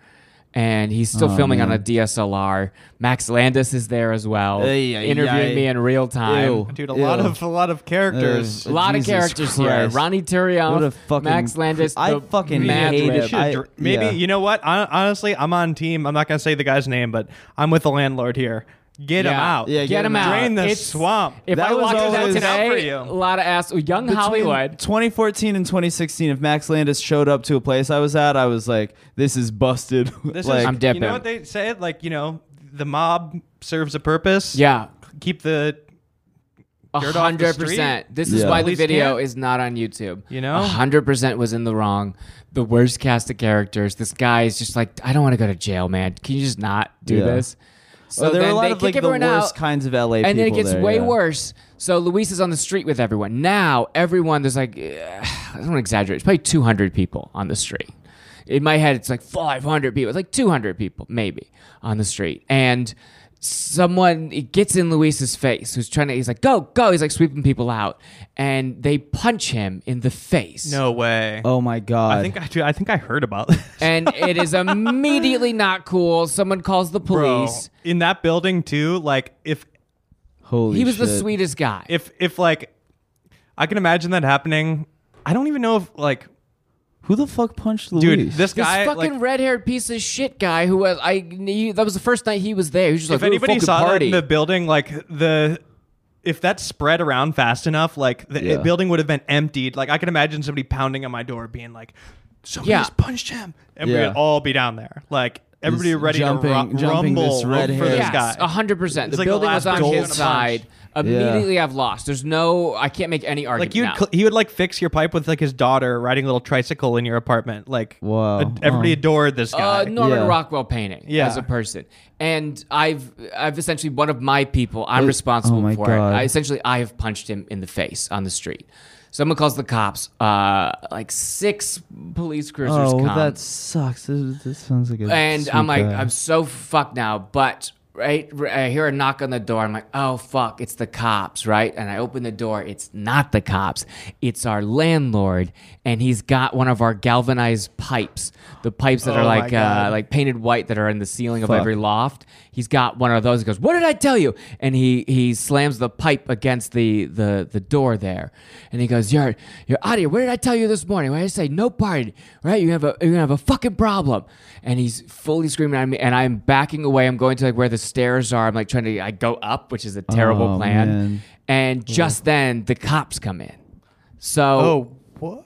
S3: And he's
S2: Oh,
S3: still filming on a DSLR. Max Landis is there as well,
S2: Ay, ay,
S3: interviewing
S2: ay.
S3: me in real time.
S2: Ew.
S1: Dude, a
S2: Ew.
S1: lot of a lot of characters.
S3: A lot
S2: Jesus
S3: of characters here.
S2: Christ.
S3: Ronnie Terrio,
S2: What a fucking-
S3: Max Landis.
S2: I
S3: the
S2: fucking
S3: Mad
S2: hate
S3: Lib.
S2: it.
S1: Should
S2: I-
S1: dr- maybe
S2: yeah.
S1: you know what? Hon- honestly, I'm on team. I'm not gonna say the guy's name, but I'm with the landlord here. Get them
S3: Yeah.
S1: out.
S2: Yeah,
S3: Get him out.
S1: Drain the
S3: It's-
S1: swamp.
S3: If
S2: That
S3: I
S2: was
S3: walked in
S2: always-
S1: Out for
S3: today,
S1: you.
S3: a lot of ass. Young
S2: Between
S3: Hollywood.
S2: 2014 and 2016, if Max Landis showed up to a place I was at, I was like, "This is busted." <laughs>
S1: This
S2: like,
S1: is,
S3: I'm dipping.
S1: You know what they say? Like, you know, the mob serves a purpose.
S3: Yeah,
S1: Keep the
S3: a
S1: Dirt off the
S3: hundred percent.
S1: street?
S3: This is
S2: Yeah.
S3: why the
S1: Police
S3: video
S1: can't?
S3: is not on YouTube.
S1: You know?
S3: a hundred percent was in the wrong. The worst cast of characters. This guy is just like, I don't want to go to jail, man. Can you just not do
S2: Yeah.
S3: this? So
S2: oh, there were
S3: then
S2: a lot
S3: they
S2: of
S3: kick
S2: like the
S3: everyone
S2: worst
S3: out.
S2: kinds of LA people.
S3: and then it gets
S2: there,
S3: way
S2: yeah.
S3: worse. So Luis is on the street with everyone. Now everyone, there's like, <sighs> eh, I don't want to exaggerate. It's probably 200 people on the street. In my head, it's like 500 people. It's like 200 people maybe on the street, and someone it gets in Luis's face. Who's trying to? He's like, go, go. He's like sweeping people out, and they punch him in the face.
S1: No way.
S2: Oh my god!
S1: I think I do. I think I heard about this.
S3: and
S2: <laughs>
S3: it is immediately not cool. Someone calls the
S1: Bro,
S3: police.
S1: in that building too, like if
S2: Holy
S3: He was the
S2: shit.
S3: sweetest guy.
S1: if if like I can imagine that happening. I don't even know if like
S2: Who the fuck punched Luis?
S1: dude, this
S3: This
S1: guy
S3: fucking
S1: like
S3: red-haired piece of shit guy who was I he, that was the first night he was there. He was just
S1: if
S3: like, "Ooh,
S1: anybody
S3: fucking
S1: saw that
S3: party.
S1: in the building, like the if that spread around fast enough, like the
S2: Yeah.
S1: building would have been emptied. Like I can imagine somebody pounding on my door, being like, "Somebody
S3: Yeah.
S1: just punched him," and
S2: Yeah.
S1: we'd all be down there, like everybody
S2: Just
S1: ready
S2: jumping-
S1: to ru-
S2: jumping
S1: rumble
S2: this red
S1: for this
S2: hair.
S1: guy.
S3: yes, hundred percent.
S1: It's
S3: The
S1: like the
S3: building
S1: last
S3: was on
S1: goal
S3: his
S1: punch.
S3: side. Immediately, I've lost. There's no, I can't make any argument.
S1: Like you,
S3: now.
S1: would he would like fix your pipe with like his daughter riding a little tricycle in your apartment. Like
S2: Wow.
S1: ad- everybody adored this guy.
S3: Uh,
S1: <laughs>
S3: Norman
S2: Yeah.
S3: Rockwell painting
S1: Yeah.
S3: as a person, and I've I've essentially one of my people. I'm responsible
S2: oh my
S3: for
S2: God.
S3: it. I, essentially, I have punched him in the face on the street. Someone calls the cops. Uh, like six police cruisers.
S2: Oh,
S3: come.
S2: that sucks. This, this sounds like a
S3: and
S2: sweet
S3: I'm like,
S2: guy.
S3: I'm so fucked now. But right, r- I hear a knock on the door. I'm like, oh fuck, it's the cops, right? And I open the door. It's not the cops. It's our landlord, and he's got one of our galvanized pipes, the pipes
S1: Oh
S3: that are
S1: my
S3: like uh,
S1: God.
S3: like painted white that are in the ceiling of
S2: Fuck.
S3: every loft. He's got one of those. He goes, what did I tell you? And he he slams the pipe against the the the door there, and he goes, you're you're out of here. What did I tell you this morning? What did I say? No party, right? You have a you have a fucking problem. And he's fully screaming at me, and I'm backing away. I'm going to like where the stairs are. I'm like trying to I go up, which is a terrible
S2: Oh,
S3: plan.
S2: man.
S3: And just then the cops come in. So
S1: oh,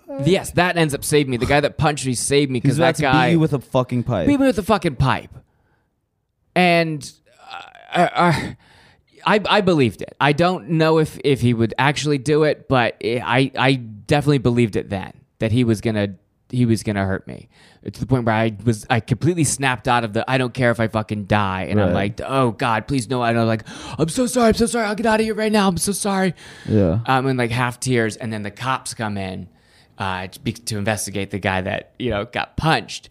S1: what?
S3: yes, that ends up saving me. The guy that punched me saved me
S2: He's
S3: because
S2: about
S3: that
S2: to
S3: guy
S2: beat you with a fucking pipe.
S3: beat me with a fucking pipe. And uh, uh, I, I believed it. I don't know if, if he would actually do it, but I, I definitely believed it then that he was gonna he was gonna hurt me to the point where I was I completely snapped out of the I don't care if I fucking die and I'm
S2: Right.
S3: like oh god please no and I'm like I'm so sorry I'm so sorry I'll get out of here right now I'm so sorry
S2: Yeah.
S3: I'm Um, in like half tears, and then the cops come in uh, to, be, to investigate the guy that you know got punched,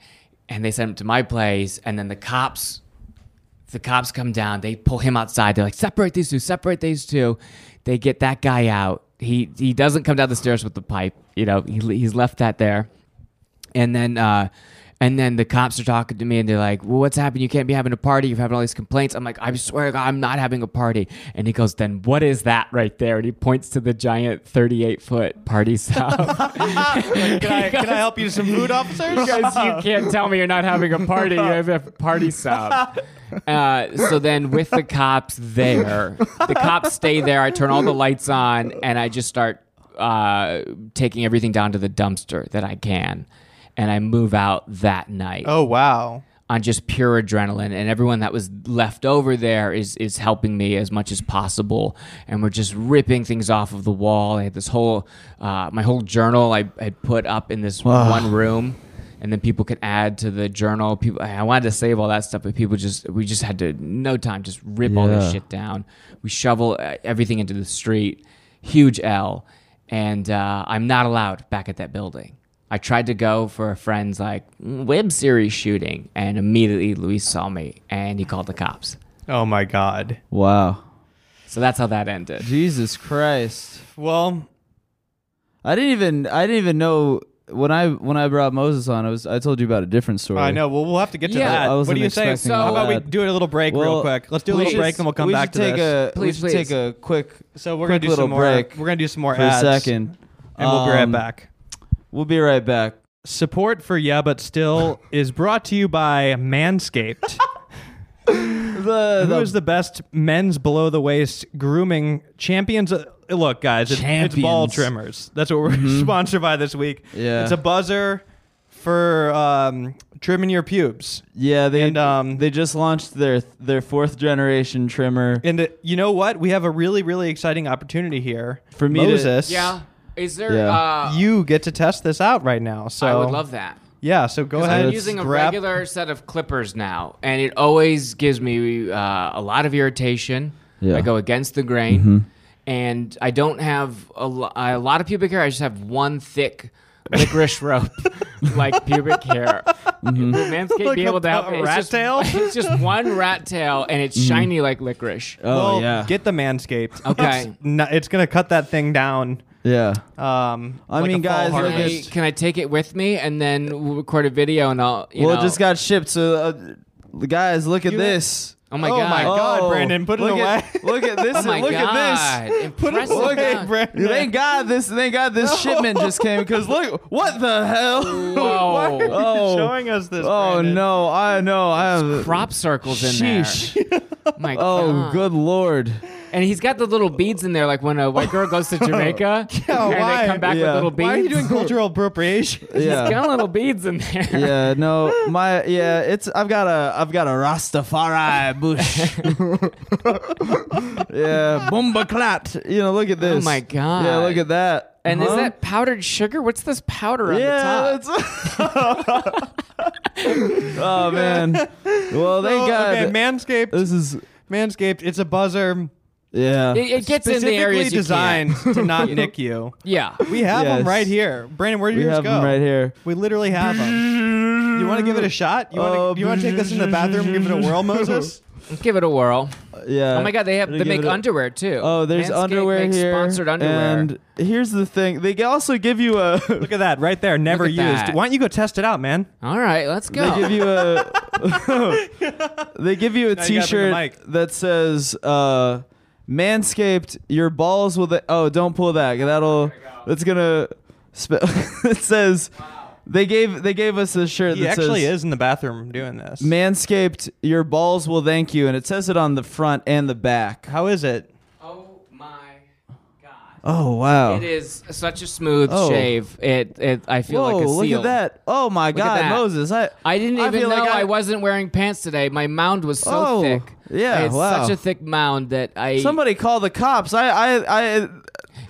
S3: and they send him to my place, and then the cops, the cops come down, they pull him outside, they're like separate these two, separate these two, they get that guy out. He he doesn't come down the stairs with the pipe, you know, he, he's left that there, and then. Uh, and then the cops are talking to me and they're like, Well, what's happened? You can't be having a party. You're having all these complaints. I'm like, I swear to God, I'm not having a party. And he goes, Then what is that right there? And he points to the giant 38 foot party <laughs> stop.
S1: Can I, can I help you to some <laughs> food, officers?
S3: Because you can't tell me you're not having a party. You have a party stop. <laughs> Uh, so then with the cops there, the cops stay there. I turn all the lights on and I just start uh, taking everything down to the dumpster that I can. And I move out that night
S1: Oh wow.
S3: on just pure adrenaline and everyone that was left over there is is helping me as much as possible and we're just ripping things off of the wall i had this whole uh, my whole journal i had put up in this one room and then people could add to the journal people i wanted to save all that stuff but people just we just had to no time just rip all
S2: Yeah.
S3: this shit down we shovel uh, everything into the street huge l and uh, i'm not allowed back at that building I tried to go for a friend's like web series shooting, and immediately Luis saw me and he called the cops.
S1: Oh my god.
S2: wow.
S3: So that's how that ended.
S2: Jesus Christ.
S1: Well,
S2: I didn't even I didn't even know when I when I brought Moses on. I was I told you about a different story.
S1: I know. Well, we'll have to get to
S3: Yeah,
S1: that.
S2: I
S1: What
S2: wasn't
S1: do you say?
S2: expecting
S1: So, how
S2: all
S1: about we
S2: that.
S1: do a little break real
S2: Well,
S1: quick? Let's do a little
S2: please-
S1: break, and we'll come
S2: we
S1: back
S2: should
S1: to
S2: take
S1: this.
S2: A, we
S3: Please,
S2: should
S3: please.
S2: take a quick
S1: so we're gonna
S2: quick
S1: do
S2: little
S1: some more.
S2: break
S1: We're gonna do some more
S2: for a
S1: ads,
S2: second.
S1: and we'll be right
S2: Um,
S1: back.
S2: We'll be right back. <laughs>
S1: Support for Yeah But Still is brought to you by Manscaped.
S2: the,
S1: Who is the best men's below the waist grooming champions? Uh, look, guys, it's, it's ball
S2: Champions. Mm-hmm.
S1: trimmers. That's what we're <laughs> sponsored by this week.
S2: Yeah.
S1: it's a buzzer for um, trimming your pubes.
S2: yeah they
S1: And, um,
S2: they just launched their their fourth generation trimmer.
S1: And uh, you know what? We have a really, really exciting opportunity here
S2: For me to-
S1: Moses.
S3: Yeah. Is there?
S2: Yeah.
S3: Uh,
S1: you get to test this out right now. So
S3: I would love that.
S1: Yeah, so go
S3: 'Cause
S1: ahead.
S3: I'm
S1: and
S3: using a
S1: grab-
S3: regular set of clippers now, and it always gives me uh, a lot of irritation.
S2: Yeah. Mm-hmm.
S3: I go against the grain, and I don't have a, lo- a lot of pubic hair. I just have one thick
S2: <laughs>
S3: licorice rope, like pubic hair.
S2: Mm-hmm.
S3: Will Manscaped
S1: Like
S3: be
S1: a-
S3: able to help?
S1: a
S3: me? It's
S1: rat
S3: just-
S1: tail?
S3: <laughs> It's just one rat tail, and
S2: Mm-hmm.
S3: it's shiny like licorice.
S2: Oh
S1: well,
S2: yeah,
S1: Get the manscaped.
S3: <laughs> Okay.
S1: It's, no- it's gonna cut that thing down.
S2: yeah.
S1: Um,
S2: I
S1: like
S2: mean,
S1: a fall
S2: guys, look
S3: Can
S2: at-
S3: I,
S1: harvest.
S3: can I take it with me and then we'll record a video and I'll you
S2: well,
S3: know
S2: it just got shipped. So uh, guys, look at
S1: You-
S2: this.
S3: oh my
S1: oh
S3: god
S1: my God, Brandon, put it
S2: look at-
S1: <laughs> away.
S2: look
S3: <laughs>
S2: at this.
S3: oh my
S2: look
S3: god
S2: at this.
S3: impressive
S2: Look at-
S3: dog.
S1: Brandon.
S2: Thank God this. Thank God this shipment just came. Because look, what the hell? <laughs>
S3: Whoa.
S1: Why are you
S2: Oh.
S1: showing us this?
S2: Oh
S1: Brandon?
S2: no! I know. I have
S3: crop circles in
S2: Sheesh.
S3: there. My
S2: Oh,
S3: God.
S2: good lord!
S3: And he's got the little beads in there, like when a white girl
S2: <laughs>
S3: goes to Jamaica and
S1: why?
S3: they come back
S2: Yeah.
S3: with little beads.
S1: Why are you doing cultural <laughs> appropriation?
S3: <laughs> He's
S2: Yeah,
S3: got little beads in there.
S2: yeah. No, my yeah. It's I've got a I've got a Rastafari
S1: <laughs>
S2: bush. yeah, bomba clat. You know, look at this.
S3: Oh, my God.
S2: Yeah, look at that. Uh-huh.
S3: And
S2: Huh?
S3: is that powdered sugar? What's this powder on
S2: Yeah.
S3: the top?
S2: that's- <laughs> oh man. Well, thank
S1: Oh,
S2: God.
S1: okay, manscaped.
S2: This is
S1: Manscaped. It's a buzzer
S2: yeah.
S3: It, it gets in the
S1: specifically
S3: areas you
S1: designed to not nick <laughs> you.
S3: Can. Yeah.
S1: We have
S2: Yes.
S1: them right here, Brandon. Where do
S2: we
S1: yours
S2: have
S1: go?
S2: them right here.
S1: We literally have them. You want to give it a shot? You want to?
S2: Uh,
S1: you want to take this in the bathroom? and Give it a <laughs> whirl, Moses.
S3: Let's give it a whirl.
S2: Yeah.
S3: Oh my God, they have
S2: Gonna
S3: they
S2: Uh, give
S3: make
S2: it a-
S3: underwear too.
S2: Oh, there's
S3: Manscaped
S2: underwear
S3: makes
S2: here.
S3: Sponsored underwear.
S2: And here's the thing: they can also give you a. <laughs> they
S1: Look at that, right there. Never
S3: at
S1: used.
S3: that.
S1: Why don't you go test it out, man?
S3: All right, let's go.
S2: give you
S3: <laughs>
S2: a. they give you a
S1: Now you gotta bring the
S2: T-shirt that says uh, "Manscaped your balls will." The- oh, don't pull that. That'll. That's gonna. Spe- <laughs> it says. They gave they gave us a shirt
S1: He
S2: that
S1: actually
S2: says
S1: is in the bathroom doing this.
S2: Manscaped your balls will thank you and it says it on the front and the back.
S1: How is it?
S3: oh my God.
S2: Oh wow.
S3: It is such a smooth
S2: Oh.
S3: shave. It, it I feel
S2: Whoa,
S3: like a seal.
S2: look at that. Oh my god,
S3: that.
S2: Moses. I
S3: I didn't
S2: I
S3: even
S2: feel
S3: know
S2: like
S3: I,
S2: I-
S3: wasn't wearing pants today. My mound was so
S2: Oh,
S3: thick.
S2: yeah,
S3: it's
S2: wow.
S3: such a thick mound that I.
S2: Somebody call the cops. I, I, I.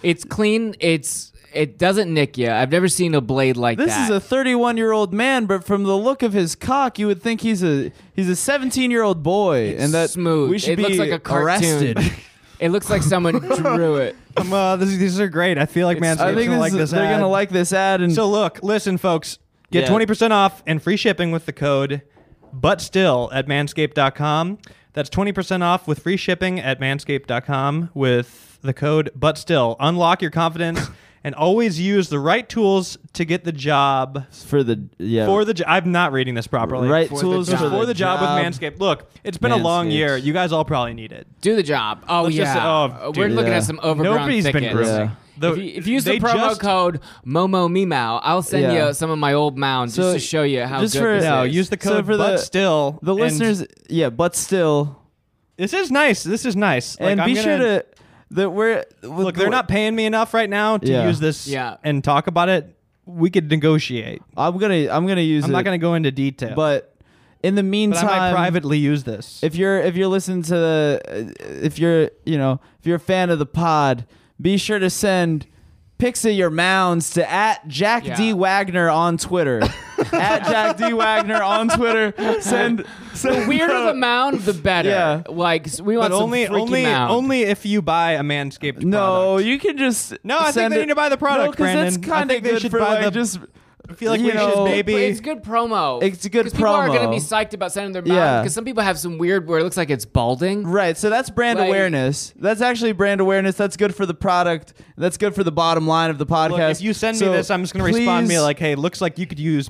S3: It's clean. It's it doesn't nick you. I've never seen a blade like
S2: This
S3: that.
S2: is a 31 year old man, but from the look of his cock, you would think he's a he's a 17 year old boy, and that
S3: smooth.
S2: We should
S3: it
S2: be
S3: looks like a cartoon. <laughs>
S2: arrested.
S3: it looks
S2: <laughs>
S3: like someone drew it.
S1: <laughs> Um, uh, this, these are great. I feel like
S3: It's-
S1: Manscaped's
S2: I think
S1: gonna like
S2: this is-
S1: this.
S2: they're
S1: ad.
S2: gonna like this ad, and
S1: So look, listen, folks, get
S2: Yeah.
S1: twenty percent off and free shipping with the code but still at manscaped.com. That's twenty percent off with free shipping at manscaped.com with the code but still. Unlock your
S2: <laughs>
S1: confidence and always use the right tools to get the job
S2: for the yeah
S1: for the job. I'm not reading this properly.
S2: right
S3: for the
S2: tools
S3: job.
S1: It's for the job,
S2: job.
S1: with Manscaped. Look, it's been a long
S2: Manscaped.
S1: year. You guys all probably need it.
S3: Do the job. Oh
S1: Let's
S3: yeah.
S1: just- oh,
S3: We're
S1: dude.
S3: looking
S2: Yeah.
S3: at some overgrown
S1: Nobody's been
S3: thickets.
S1: grooming.
S2: Yeah.
S1: The-
S3: if, you, if you use the
S1: they
S3: promo
S1: just-
S3: code Momo Mimao, I'll send
S2: Yeah.
S3: you some of my old mound
S2: So,
S3: just to show you how
S2: just
S3: good
S2: for-
S3: this
S1: No,
S3: is.
S1: use the
S2: So
S1: code
S2: for
S1: but
S2: the-
S1: still.
S2: The
S1: and
S2: listeners, yeah, but still,
S1: This is nice. This is nice. Like,
S2: and
S1: I'm
S2: be
S1: gonna-
S2: sure to that we're
S1: Look, they're not paying me enough right now to
S2: Yeah.
S1: use this
S3: Yeah.
S1: and talk about it. We could negotiate.
S2: I'm gonna I'm gonna use.
S1: I'm
S2: it,
S1: not going to go into detail,
S2: But in the
S1: but I
S2: meantime,
S1: might privately use this.
S2: if you're if you're listening to the uh, if you're you know if you're a fan of the pod be sure to send pics of your mounds to at jack d
S3: Yeah.
S2: wagner on twitter
S1: <laughs>
S2: at jack d wagner on twitter send send
S3: weirder
S2: <laughs>
S3: the mound, the better.
S2: Yeah.
S3: Like s- we want
S1: but
S3: some
S1: only
S3: freaky
S1: only
S3: mound.
S1: only if you buy a Manscaped
S2: no
S1: product.
S2: you can just
S1: No, I think
S2: send
S1: they
S2: it-
S1: need to buy the product,
S2: no, 'cause that's
S1: Brandon. I
S2: kind of
S1: think they
S2: good
S1: should
S2: for
S1: buy
S2: like
S1: the-
S2: just
S1: I feel like
S2: you
S1: we
S2: know-
S1: should
S3: But
S1: maybe
S3: it's good promo.
S2: It's a good
S3: 'Cause People are
S2: promo.
S3: gonna be psyched about sending their mound
S2: Yeah.
S3: because some people have some weird where it looks like it's balding.
S2: Right, so that's brand
S3: Like-
S2: awareness. That's actually brand awareness. That's good for the product. That's good for the bottom line of the podcast.
S1: Look, if you send
S2: So
S1: me this, I'm just going to respond
S2: please-
S1: me like, "Hey, looks like you could use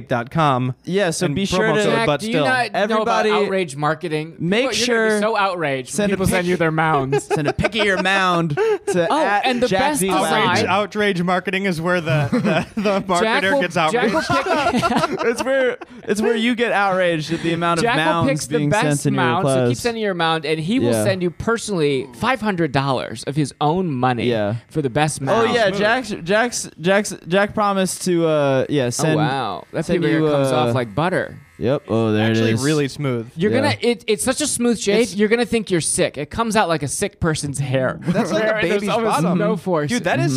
S1: manscaped.com."
S2: yeah. So
S1: and
S2: be sure
S1: promo
S2: to
S1: code
S3: Jack,
S1: but
S3: do you
S1: still.
S3: not
S2: Everybody-
S3: know about outrage marketing?
S2: Make
S3: people, you're gonna
S2: sure-
S3: be so outraged when
S2: send a
S3: people send
S2: pic-
S3: you
S2: <laughs>
S3: their mounds.
S2: send a pick of your mound to <laughs>
S3: Oh,
S2: at
S3: and the
S2: Jack
S3: best
S2: D.
S3: design-
S2: Wagner.
S1: outrage,
S3: Fine. <laughs>
S1: outrage marketing is where the the, the marketer
S3: Jack will
S1: gets outraged.
S3: Jack will pick, <laughs>
S2: it's where it's where you get outraged at the amount of
S3: Jack will
S2: mounds
S3: picks the
S2: being sent
S3: best
S2: in your
S3: mound,
S2: class.
S3: so keep sending your mound, and he will
S2: Yeah.
S3: send you personally five hundred dollars of his own money
S2: Yeah.
S3: for the best
S2: oh
S3: mound.
S2: yeah,
S1: Smooth.
S2: Jack's Jack's Jack's Jack promised to uh yeah send.
S3: oh wow, that
S2: send
S3: paper
S2: you,
S3: comes
S2: uh,
S3: off like butter.
S2: Yep. Oh <laughs> there
S1: Actually,
S2: it is.
S1: really smooth.
S3: You're
S2: Yeah.
S3: gonna it, it's such a smooth shave.
S2: It's-
S3: you're gonna think you're sick. It comes out like a sick person's hair.
S1: <laughs> That's like a
S3: Where there's
S1: baby's
S3: almost
S1: bottom.
S3: No force,
S1: Dude, that is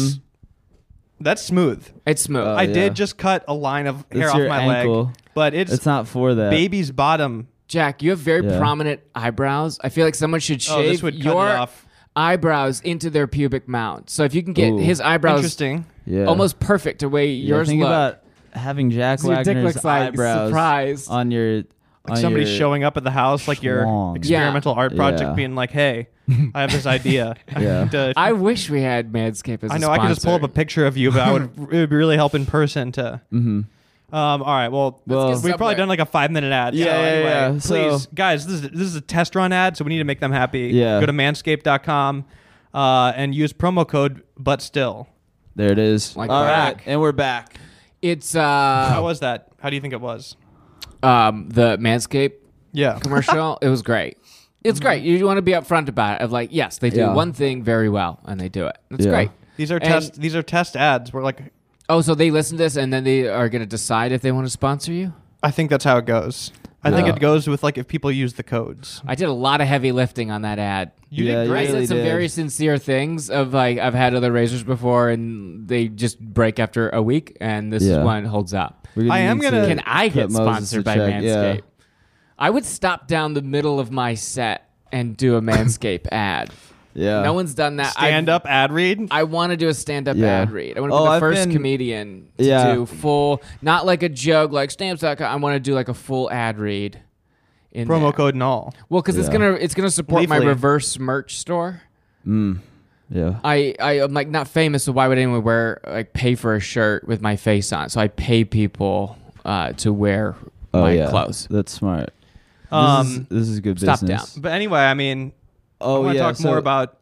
S2: Mm-hmm.
S1: that's smooth.
S3: it's smooth.
S2: Uh,
S1: I
S2: yeah.
S1: did just cut a line of hair
S2: It's
S1: off
S2: your
S1: my
S2: ankle.
S1: leg, but it's,
S2: It's not for that.
S1: baby's bottom.
S3: Jack, you have very
S2: Yeah.
S3: prominent eyebrows. I feel like someone should shave
S1: Oh, this would cut it
S3: your
S1: off.
S3: eyebrows into their pubic mound. So if you can get
S2: Ooh.
S3: his eyebrows
S1: Interesting.
S2: Yeah.
S3: almost perfect the way
S2: Yeah,
S3: yours
S2: Think
S3: look.
S2: about having Jack
S3: So your dick
S2: Wagner's
S3: looks like
S2: eyebrows
S3: surprised.
S2: on your.
S1: Like
S2: on
S1: somebody
S2: your-
S1: showing up at the house, like your
S2: Schlong.
S1: experimental art project,
S2: Yeah.
S1: being like, "Hey, I have this idea. I
S2: <laughs> Yeah.
S1: need <laughs> to-
S3: I wish we had Manscaped as a
S1: I know I could just pull up a
S3: sponsor.
S1: picture of you, but I
S2: <laughs>
S1: would it would really help in person to.
S2: Mm-hmm.
S1: Um, all right, well,
S2: Well-
S1: we've
S2: Let's
S3: get
S1: probably
S3: Subway.
S1: done like a five minute ad. so
S2: Yeah, yeah,
S1: anyway,
S2: yeah.
S1: Please,
S2: So-
S1: guys, this is this is a test run ad, so we need to make them happy.
S2: Yeah.
S1: Go to manscaped.com uh, and use promo code but still.
S2: There it is.
S3: Like
S2: All right,
S3: back.
S2: and we're back.
S3: It's
S2: Oh.
S1: How
S3: uh <laughs>
S1: was that? How do you think it was?
S3: um the Manscaped
S1: Yeah.
S3: commercial. it was great.
S1: <laughs>
S3: It's great. You want to be upfront about it. Of like, yes, they do
S2: Yeah.
S3: one thing very well, and they do it. That's
S2: Yeah.
S3: great.
S1: These are
S3: And-
S1: test these are test ads. We're like
S3: Oh, so they listen to this, and then they are going to decide if they want to sponsor you.
S1: I think that's how it goes. I think
S2: Yeah.
S1: it goes with like if people use the codes.
S3: I did a lot of heavy lifting on that ad.
S1: You
S2: Yeah,
S1: did
S2: you
S1: great.
S3: I
S2: really
S3: said some
S2: did.
S3: very sincere things of like I've had other razors before and they just break after a week and this
S2: Yeah.
S3: is one holds up.
S2: We're
S1: I am
S2: need
S1: gonna-
S3: Can I
S2: put
S3: get
S2: Moses
S3: sponsored
S2: to
S3: by
S2: check, yeah.
S3: Manscaped? I would stop down the middle of my set and
S2: <laughs>
S3: do a Manscaped ad.
S2: Yeah.
S3: No one's done that.
S1: Stand
S3: I,
S1: up ad read.
S3: I want to do a stand up
S2: Yeah.
S3: ad read. I want to be
S2: Oh,
S3: the
S2: I've
S3: first
S2: been-
S3: comedian to
S2: Yeah.
S3: do full, not like a joke like stamps.com. I want to do like a full ad read. In
S1: promo
S3: there.
S1: code and all.
S3: Well, because it's
S2: Yeah.
S3: gonna it's gonna support my
S1: Leafly.
S3: reverse merch store.
S2: Yeah.
S3: I, I am like not famous, so why would anyone wear like pay for a shirt with my face on? it? So I pay people uh, to wear
S2: Oh
S3: my
S2: yeah.
S3: close.
S2: That's smart.
S1: Um,
S2: this is, this is good
S3: stop
S2: business.
S3: down.
S1: But anyway, I mean, I
S2: Oh
S1: want to
S2: yeah.
S1: talk
S2: so-
S1: more about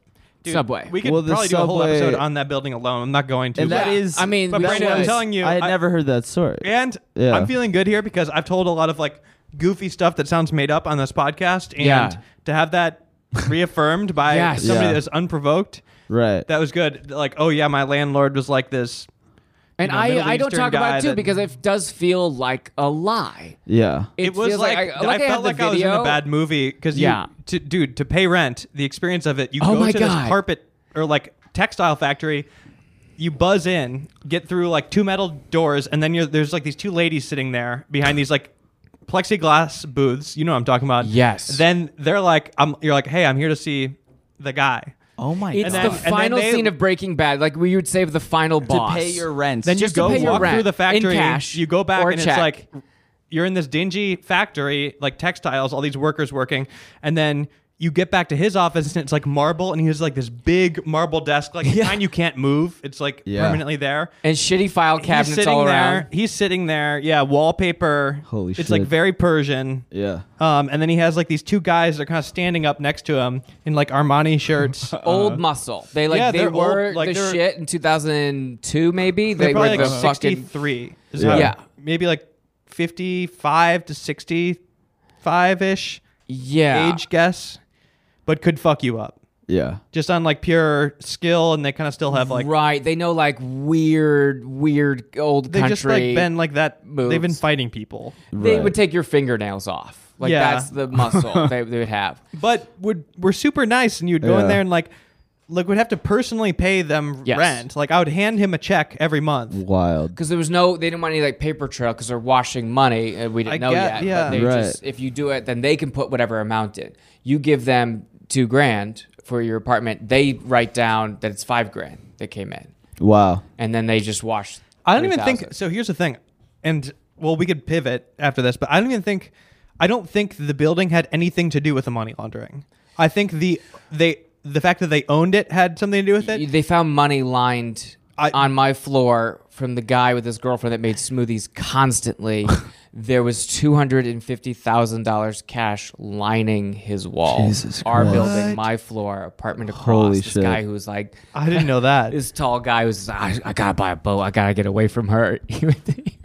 S3: Subway.
S1: We could
S2: Well, the
S1: probably do a whole
S2: Subway-
S1: episode on that building alone. I'm not going to.
S2: And that
S1: but-
S3: Yeah,
S2: is-
S3: I mean,
S1: but
S3: that
S1: Brandon, I'm
S3: was-
S1: telling you,
S2: I had
S1: I-
S2: never heard that story.
S1: And
S2: Yeah.
S1: I'm feeling good here because I've told a lot of like goofy stuff that sounds made up on this podcast, and
S3: Yeah.
S1: to have that reaffirmed by
S3: Yes.
S1: somebody
S2: Yeah.
S1: that's unprovoked,
S2: Right.
S1: that was good. Like, oh yeah, my landlord was like this.
S3: and
S1: know, Middle
S3: I, I don't
S1: Eastern
S3: talk about
S1: guy
S3: it too
S1: that-
S3: because it does feel like a lie.
S2: yeah.
S3: It,
S1: It, was
S3: feels
S1: like, I,
S3: looking at
S1: felt
S3: the
S1: like I was in
S3: video-
S1: a bad movie because
S3: Yeah.
S1: to, dude, to pay rent, the experience of it, you
S3: Oh
S1: go
S3: my
S1: to
S3: God.
S1: this carpet or like textile factory, you buzz in, get through like two metal doors, and then you're there's like these two ladies sitting there behind these like plexiglass booths. You know what I'm talking about?
S3: Yes.
S1: Then they're like, I'm, you're like, hey, I'm here to see the guy.
S2: Oh my
S3: It's
S1: then-
S3: the
S1: and then
S3: final
S1: they-
S3: scene of Breaking Bad. Like we would save the final boss
S2: to pay your rent.
S1: Then
S3: Just
S1: you
S3: to
S1: go
S3: pay your
S1: walk
S3: rent
S1: through the
S3: in
S1: factory.
S3: cash
S1: you go back
S3: or
S1: and
S3: check.
S1: it's like you're in this dingy factory, like textiles, all these workers working, and then you get back to his office and it's like marble, and he has like this big marble desk, like a kind you can't move. It's like
S2: Yeah.
S1: permanently there.
S3: and shitty file
S1: he's
S3: cabinets
S1: sitting
S3: all
S1: there. Uh-huh.
S3: around.
S1: He's sitting there. Yeah, wallpaper.
S2: Holy
S1: It's like
S2: shit.
S1: very Persian.
S2: yeah.
S1: Um, and then he has like these two guys that are kind of standing up next to him in like Armani
S2: <laughs> Oh,
S1: shirts.
S3: old muscle. They like
S1: yeah,
S3: they
S1: they're old,
S3: were
S1: like,
S3: the
S1: they're-
S3: shit in 2002 maybe.
S1: They're
S3: They were
S1: probably
S3: the
S1: like
S3: fucking
S1: 63. Is
S2: Yeah.
S1: how-
S3: Yeah.
S1: Maybe like 55 to 65 ish
S3: yeah.
S1: age guess, but could fuck you up
S2: Yeah.
S1: just on like pure skill. And they kind of still have like,
S3: right. They know like weird, weird old
S1: they've
S3: country.
S1: just like been like that. They've been
S3: moves.
S1: fighting people.
S3: They
S2: Right.
S3: would take your fingernails off. Like
S1: Yeah.
S3: that's
S1: <laughs>
S3: the muscle they, they would have.
S1: But would were super nice. And you'd go in
S2: Yeah.
S1: there and like, like would have to personally pay them
S3: Yes.
S1: rent. Like I would hand him a check every month.
S2: Wild.
S3: Because there was no, they didn't want any like paper trail because they're washing money and we didn't
S1: I
S3: know
S1: get-
S3: yet.
S1: yeah.
S3: But they
S2: Right.
S3: just, if you do it, then they can put whatever amount in. You give them two grand for your apartment. They write down that it's five grand that came in,
S2: Wow.
S3: and then they just wash.
S1: I don't even think
S3: 3,000.
S1: so. Here's the thing, and well, we could pivot after this, but I don't even think I don't think the building had anything to do with the money laundering. I think the they the fact that they owned it had something to do with it.
S3: they found money lined
S1: I-
S3: on my floor from the guy with his girlfriend that made smoothies
S1: <laughs>
S3: constantly. there was two hundred and fifty thousand dollars cash lining his wall.
S2: Jesus
S3: Our
S2: Christ.
S3: building, my floor, apartment across.
S2: Holy
S3: this
S2: shit.
S3: guy who was like
S1: I didn't know that.
S3: this tall guy was. I, I gotta buy a boat. I gotta get away from her. <laughs> He would- he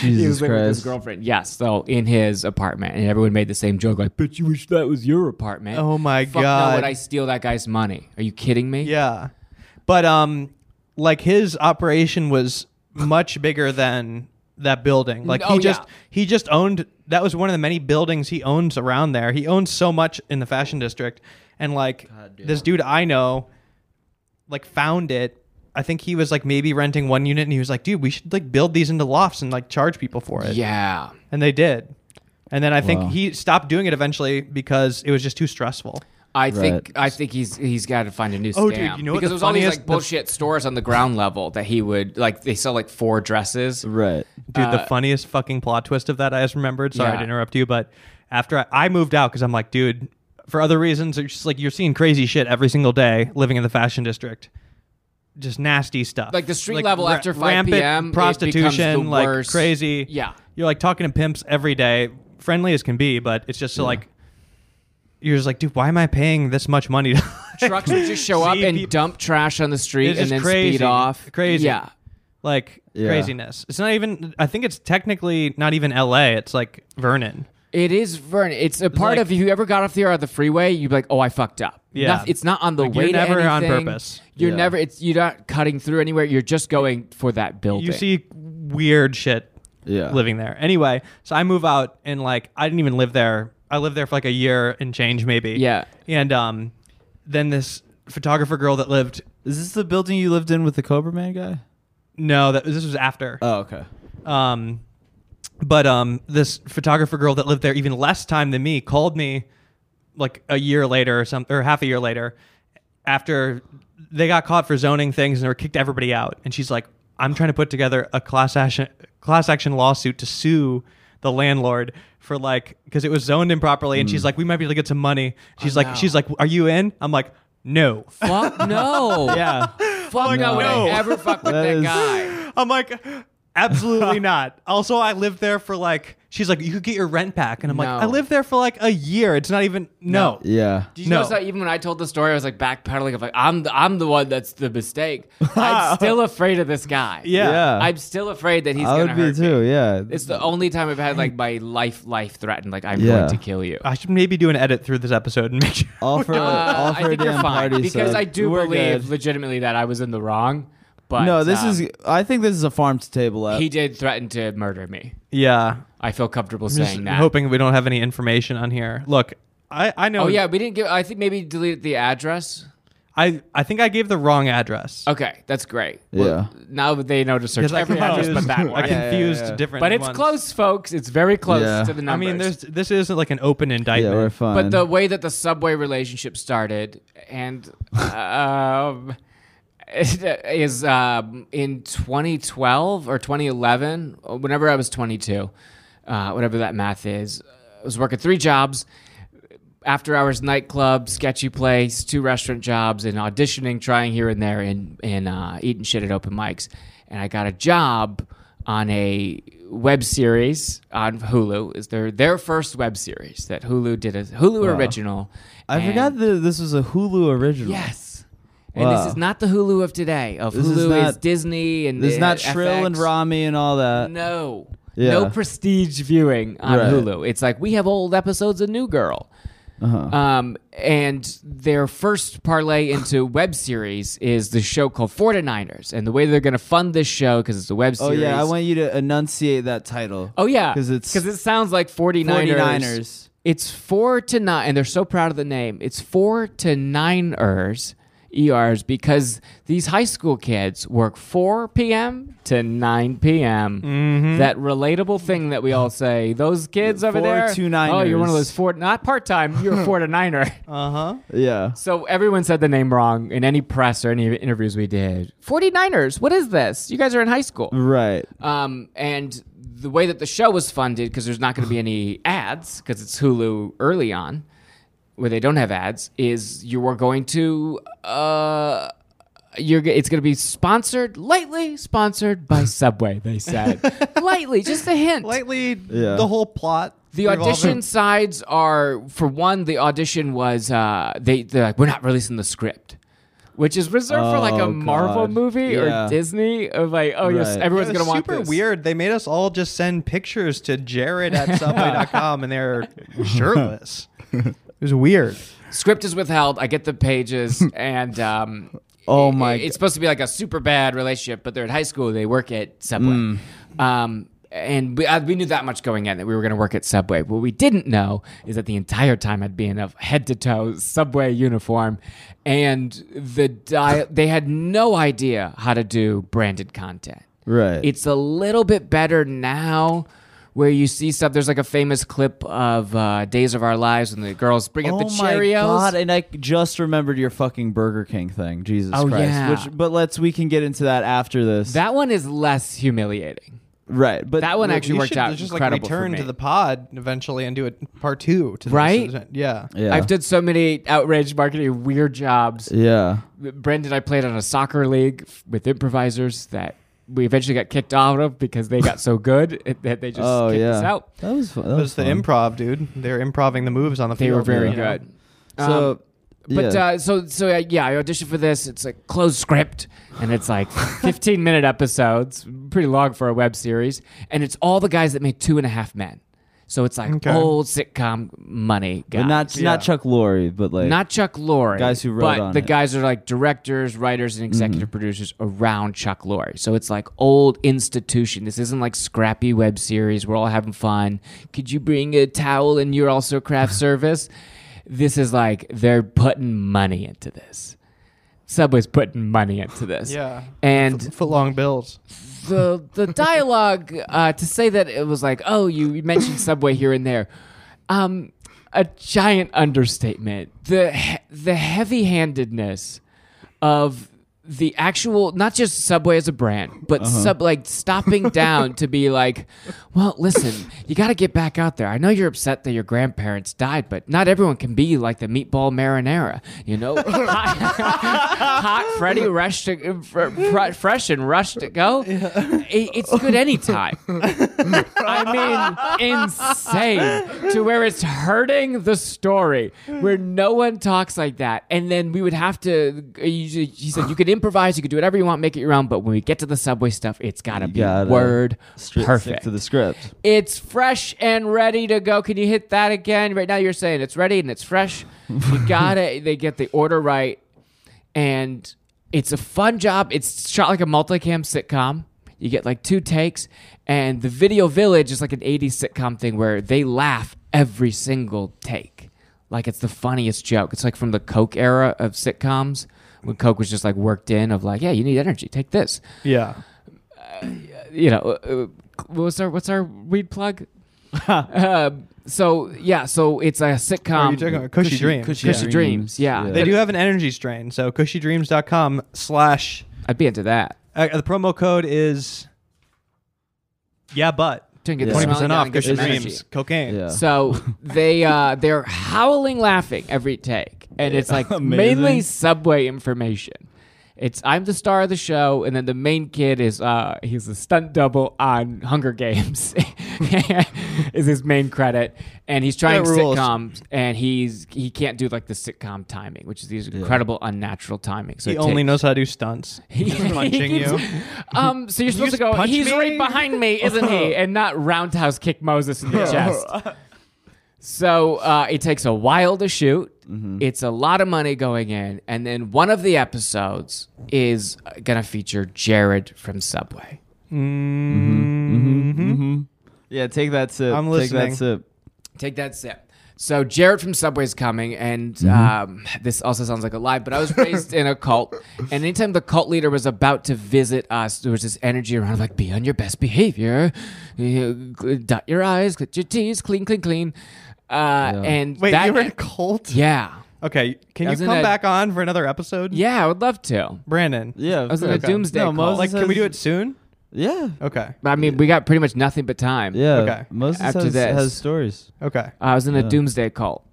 S2: Jesus
S3: <laughs> he was living with his
S2: Christ.
S3: girlfriend. Yes, so in his apartment, and everyone made the same joke, like, "But you wish that was your apartment."
S1: Oh my
S3: Fuck No,
S1: God.
S3: would I steal that guy's money? Are you kidding me?
S1: Yeah. But um like his operation was much bigger than that building. Like
S3: Oh,
S1: he just
S3: yeah.
S1: he just owned that was one of the many buildings he owns around there. He owns so much in the fashion district and like this dude I know like found it. I think he was like maybe renting one unit and he was like, "Dude, we should like build these into lofts and like charge people for it."
S3: Yeah.
S1: And they did. And then I think
S2: Wow.
S1: he stopped doing it eventually because it was just too stressful.
S3: I think
S2: Right.
S3: I think he's he's got to find a new
S1: Oh,
S3: scam
S1: dude, you know what
S3: because
S1: the
S3: there's all these
S1: funniest-
S3: like
S1: the-
S3: bullshit stores on the ground level that he would like they sell like four dresses.
S2: Right.
S1: Dude, the funniest fucking plot twist of that I just remembered. Sorry
S3: Uh, Yeah.
S1: to interrupt you, but after I, I moved out because I'm like, dude, for other reasons, it's just like you're seeing crazy shit every single day living in the fashion district. Just nasty stuff.
S3: Like the street level after 5
S1: rampant
S3: p.m., it becomes
S1: prostitution,
S3: the
S1: like
S3: worst.
S1: crazy. <laughs>
S3: Yeah.
S1: You're like talking to pimps every day, friendly as can be, but it's just so like, you're just like, dude, why am I paying this much money?
S3: <laughs>
S1: to
S3: Trucks would just show up
S1: See
S3: and
S1: people-
S3: dump trash on the street
S1: It's
S3: and
S1: just
S3: then speed
S1: crazy.
S3: off.
S1: Crazy.
S3: Yeah.
S1: <laughs> like
S2: Yeah.
S1: craziness. It's not even. I think it's technically not even L.A. It's like Vernon.
S3: It is Vernon. It's a part
S1: like-
S3: of if you ever got off the air on the freeway, you'd be like, "Oh, I fucked up."
S1: Yeah.
S3: Noth- it's not on the
S1: Like,
S3: way.
S1: you're
S3: to
S1: never on
S3: anything.
S1: purpose.
S3: You're
S2: Yeah.
S3: never. It's you're not cutting through anywhere. You're just going for that building.
S1: You see weird shit
S2: Yeah.
S1: living there. Anyway, so I move out and like I didn't even live there. I lived there for like a year and change maybe.
S3: Yeah.
S1: And um then this photographer girl that lived
S2: Is this the building you lived in with the Cobra Man guy?
S1: no, that this was after.
S2: Oh, okay.
S1: Um, but um, this photographer girl that lived there even less time than me called me like a year later or something, or half a year later, after they got caught for zoning things and they were kicked everybody out. And she's like, "I'm trying to put together a class action class action lawsuit to sue." The landlord for like because it was zoned improperly, and she's like, "We might be able to get some money." She's like,
S3: no.
S1: "She's like, are you in?" I'm like, "No." <laughs>
S3: Fuck no.
S2: <laughs> Yeah.
S3: Fuck no. Would
S1: Oh no.
S3: I ever fuck with
S2: That
S3: that,
S2: is-
S3: guy?
S1: I'm like,
S3: <laughs>
S1: absolutely not. Also, I lived there for like. She's like, you could get your rent back, and I'm
S3: No.
S1: like, I lived there for like a year. It's not even no.
S2: yeah.
S3: Did you
S1: No.
S3: notice that even when I told the story, I was like backpedaling of like I'm the, I'm the one that's the mistake.
S2: <laughs>
S3: I'm still afraid of this guy.
S1: Yeah.
S2: Yeah.
S3: I'm still afraid that he's
S2: I
S3: gonna
S2: would be
S3: hurt me.
S2: too. Yeah. <laughs>
S3: It's the only time I've had like my life life threatened. Like I'm
S2: Yeah. Uh,
S3: going to kill you.
S1: I should maybe do an edit through this episode and make
S3: <laughs>
S1: sure.
S2: all for,
S3: Uh,
S2: all for
S3: I think
S2: a damn
S3: you're fine
S2: party.
S3: because
S2: so
S3: I do
S2: we're
S3: believe
S2: good.
S3: legitimately that I was in the wrong. But
S2: No, this
S3: um,
S2: is. I think this is a farm to table app.
S3: he did threaten to murder me.
S1: Yeah,
S3: I feel comfortable
S1: just
S3: saying that.
S1: hoping we don't have any information on here. Look, I I know.
S3: oh yeah, we didn't give. I think maybe deleted the address.
S1: I I think I gave the wrong address.
S3: Okay, that's great.
S2: Yeah.
S3: now that they know to search
S1: Because I
S3: every address
S1: confused,
S2: <laughs>
S3: but
S1: <laughs>
S3: that
S1: I
S3: one.
S2: yeah,
S1: confused
S2: yeah.
S1: different.
S3: But it's
S1: ones.
S3: close, folks. It's very close
S2: Yeah.
S3: to the
S1: I
S3: numbers.
S1: mean, there's this isn't like an open
S2: yeah,
S1: indictment.
S2: we're fine.
S3: But the way that the subway relationship started and um, <laughs> is um, in 2012 or 2011, whenever I was 22, uh, whatever that math is, I was working three jobs after hours nightclub, sketchy place, two restaurant jobs, and auditioning, trying here and there, and, and uh, eating shit at open mics. And I got a job on a web series on Hulu. Is their their first web series that Hulu did a Hulu original.
S2: I
S3: And-
S2: forgot that this was a Hulu original.
S3: Yes. And
S2: Wow.
S3: this is not the Hulu of today. Of
S2: This
S3: Hulu
S2: is
S3: is,
S2: not-
S3: Disney and
S2: This is
S3: uh,
S2: not Shrill and
S3: FX.
S2: Rami and all that.
S3: No.
S2: Yeah.
S3: No prestige viewing on
S2: Right.
S3: Hulu. It's like we have old episodes of New Girl.
S2: Uh-huh.
S3: Um, and their first
S2: <sighs>
S3: parlay into web series is the show called 49ers. And the way they're going to fund this show, because it's a web
S2: Oh
S3: series.
S2: yeah, I want you to enunciate that title.
S3: Oh, yeah.
S2: 'Cause it's
S3: Because it sounds like 49ers.
S2: 49ers.
S3: It's four to nine. And they're so proud of the name. It's four to nine-ers, ERs, because these high school kids work 4 p.m. to 9 p.m. That relatable thing that we all say. Those kids over
S2: Four
S3: there.
S2: to
S3: Oh, you're one
S2: niners.
S3: of those four, not part time, you're a four to <laughs> niner.
S1: Uh huh.
S2: Yeah.
S3: So everyone said the name wrong in any press or any interviews we did. 49ers, what is this? You guys are in high school.
S2: Right.
S3: Um, and the way that the show was funded, because there's not going to be any ads, because it's Hulu early on, where they don't have ads, is you are going to. Uh, you're, g- it's going to be sponsored, lightly sponsored by Subway, they said. lightly, just a hint.
S1: Lately,
S2: Yeah.
S1: the whole plot.
S3: The
S1: revolving-
S3: audition sides are, for one, the audition was uh, they they're like we're not releasing the script. which is reserved for like a
S2: Oh,
S3: Marvel
S2: God.
S3: movie
S2: Yeah.
S3: or Disney of like, oh yes,
S2: Right.
S1: It
S3: everyone's
S1: was
S3: gonna want
S1: super
S3: this.
S1: weird. They made us all just send pictures to Jared <laughs> at Subway.com, and they're shirtless. It was weird.
S3: Script is withheld. I get
S2: <laughs>
S3: the pages, and um,
S2: Oh
S3: it-
S2: my
S3: It's supposed to be like a super bad relationship, but they're in high school. They work at Subway,
S2: Hmm.
S3: um, and we, uh, we knew that much going in that we were going to work at Subway. What we didn't know is that the entire time I'd be in a head to toe Subway uniform, and the di- they had no idea how to do branded content.
S2: Right.
S3: It's a little bit better now. Where you see stuff, there's like a famous clip of uh, Days of Our Lives when the girls bring up the
S1: Oh
S3: Cheerios.
S2: Oh My God, and I just remembered your fucking Burger King thing. Jesus
S3: Oh,
S2: Christ.
S3: yeah.
S2: Which but let's we can get into that after this.
S3: That one is less humiliating.
S2: right. But
S3: That one actually
S1: You
S3: worked
S1: should
S3: out
S1: just like
S3: incredible for
S1: return
S3: me.
S1: to the pod eventually and do a part two. To this. uh,
S3: Right?
S1: Yeah.
S2: Yeah.
S3: I've done so many outrage marketing weird jobs.
S2: yeah.
S3: Brendan, I played on a soccer league f- with improvisers that we eventually got kicked out of because they got so good <laughs> it- that they just
S2: oh
S3: kicked
S2: yeah.
S3: us out.
S2: That was fun. That
S1: It
S2: was
S1: was the
S2: fun.
S1: improv, dude. They're improving the moves on the
S3: They
S1: field.
S3: were very
S1: you know?
S3: good.
S2: So
S3: Um, But
S2: yeah.
S3: uh, so so uh, yeah, I auditioned for this. It's a closed script, and
S2: <laughs>
S3: it's like fifteen minute episodes, pretty long for a web series, and it's all the guys that made Two and a Half Men. So it's like
S1: Okay.
S3: old sitcom money guys.
S2: but not
S1: Yeah.
S2: not Chuck Lorre, but like
S3: not Chuck Lorre,
S2: Guys who wrote
S3: but
S2: on
S3: the
S2: it. Mm-hmm.
S3: guys are like directors, writers, and executive producers around Chuck Lorre. So it's like old institution. This isn't like scrappy web series. We're all having fun. Could you bring a towel and you're
S2: <laughs>
S3: also craft service? This is like they're putting money into this. Subway's putting money into this.
S1: Yeah.
S3: And
S1: Footlong bills.
S3: the the dialogue uh, to say that it was like, oh, you, you mentioned Subway here and there, um, a giant understatement. The he- the heavy handedness of the actual, not just Subway as a brand, but sub like stopping down to be like, well, listen, you got to get back out there. I know you're upset that your grandparents died, but not everyone can be like the meatball marinara, you know. hot Freddy rush to uh, fr- fr- fresh and rush to go. I- it's good anytime. I mean, insane to where it's hurting the story where no one talks like that. And then we would have to. He he said you could improvise, you could do whatever you want, make it your own. But when we get to the subway stuff, it's gotta
S2: You
S3: be
S2: gotta
S3: word
S2: Stri-
S3: perfect.
S2: Stick to the script.
S3: It's fresh and ready to go. Can you hit that again? Right now you're saying it's ready and it's fresh. You gotta they get the order right. And it's a fun job. It's shot like a multicam sitcom. You get like two takes. And the video village is like an 80s sitcom thing where they laugh every single take. Like it's the funniest joke. It's like from the Coke era of sitcoms when Coke was just like worked in of like, yeah, you need energy. Take this
S1: Yeah. <laughs>
S3: you know, uh, what's our what's our weed plug? uh, so yeah, so it's a sitcom.
S1: Are Oh, you talking about Cushy, Dreams?
S2: Cushy
S3: Um, Cushy Dreams,
S2: Dreams,
S3: yeah.
S2: yeah.
S1: They do have an energy strain. So cushydreams.com slash.
S3: I'd be into that.
S1: Uh, the promo code is. Yeah, but.
S3: Trying to get
S2: Yeah.
S3: the
S1: 20%
S3: smelling down
S1: off
S3: and get
S1: Cushy
S3: some energy.
S1: Dreams. Cocaine.
S2: Yeah.
S3: So
S1: <laughs>
S3: they uh, they're howling laughing every take, and it's like
S2: Amazing.
S3: mainly subway information. It's I'm the star of the show, and then the main kid is uh, he's a stunt double on Hunger Games, <laughs> is his main credit, and he's trying
S1: That rules.
S3: sitcoms, and he's he can't do like the sitcom timing, which is these incredible unnatural timing. So
S1: He
S3: it
S1: only
S3: takes-
S1: knows how to do stunts. He's
S3: <laughs> he
S1: punching
S3: keeps-
S1: you.
S3: Um, so you're supposed to
S1: just
S3: go.
S1: punch
S3: He's
S1: me?"
S3: right behind me, isn't
S1: <laughs>
S3: he? And not roundhouse kick Moses in the chest. So uh, it takes a while to shoot.
S1: Mm-hmm.
S3: It's a lot of money going in, and then one of the episodes is gonna feature Jared from Subway.
S2: Yeah, take that sip.
S1: I'm
S2: Take
S1: listening.
S2: that sip.
S3: Take that sip. So Jared from Subway's coming, and
S2: Mm-hmm.
S3: um, this also sounds like a lie, but I was raised in
S2: <laughs>
S3: a cult, and anytime the cult leader was about to visit us, there was this energy around like, be on your best behavior, You know, dot your I's, click your T's, clean, clean, clean. Uh, And
S1: Wait,
S3: that,
S1: you were in a cult?
S3: yeah,
S1: Okay. Can you
S3: Doesn't
S1: come
S3: that-
S1: back on for another episode?
S3: yeah, I would love to.
S1: Brandon.
S2: Yeah. of
S3: was in a
S2: course.
S3: doomsday
S2: No,
S3: cult.
S2: Moses
S1: Like, can we
S2: has-
S1: do it soon?
S2: Yeah.
S1: Okay.
S3: I mean, we got pretty much nothing but time.
S2: Yeah.
S1: Okay.
S2: Moses
S3: After
S2: has,
S3: this.
S2: has stories.
S1: Okay.
S3: I was in a
S2: Yeah.
S3: doomsday cult.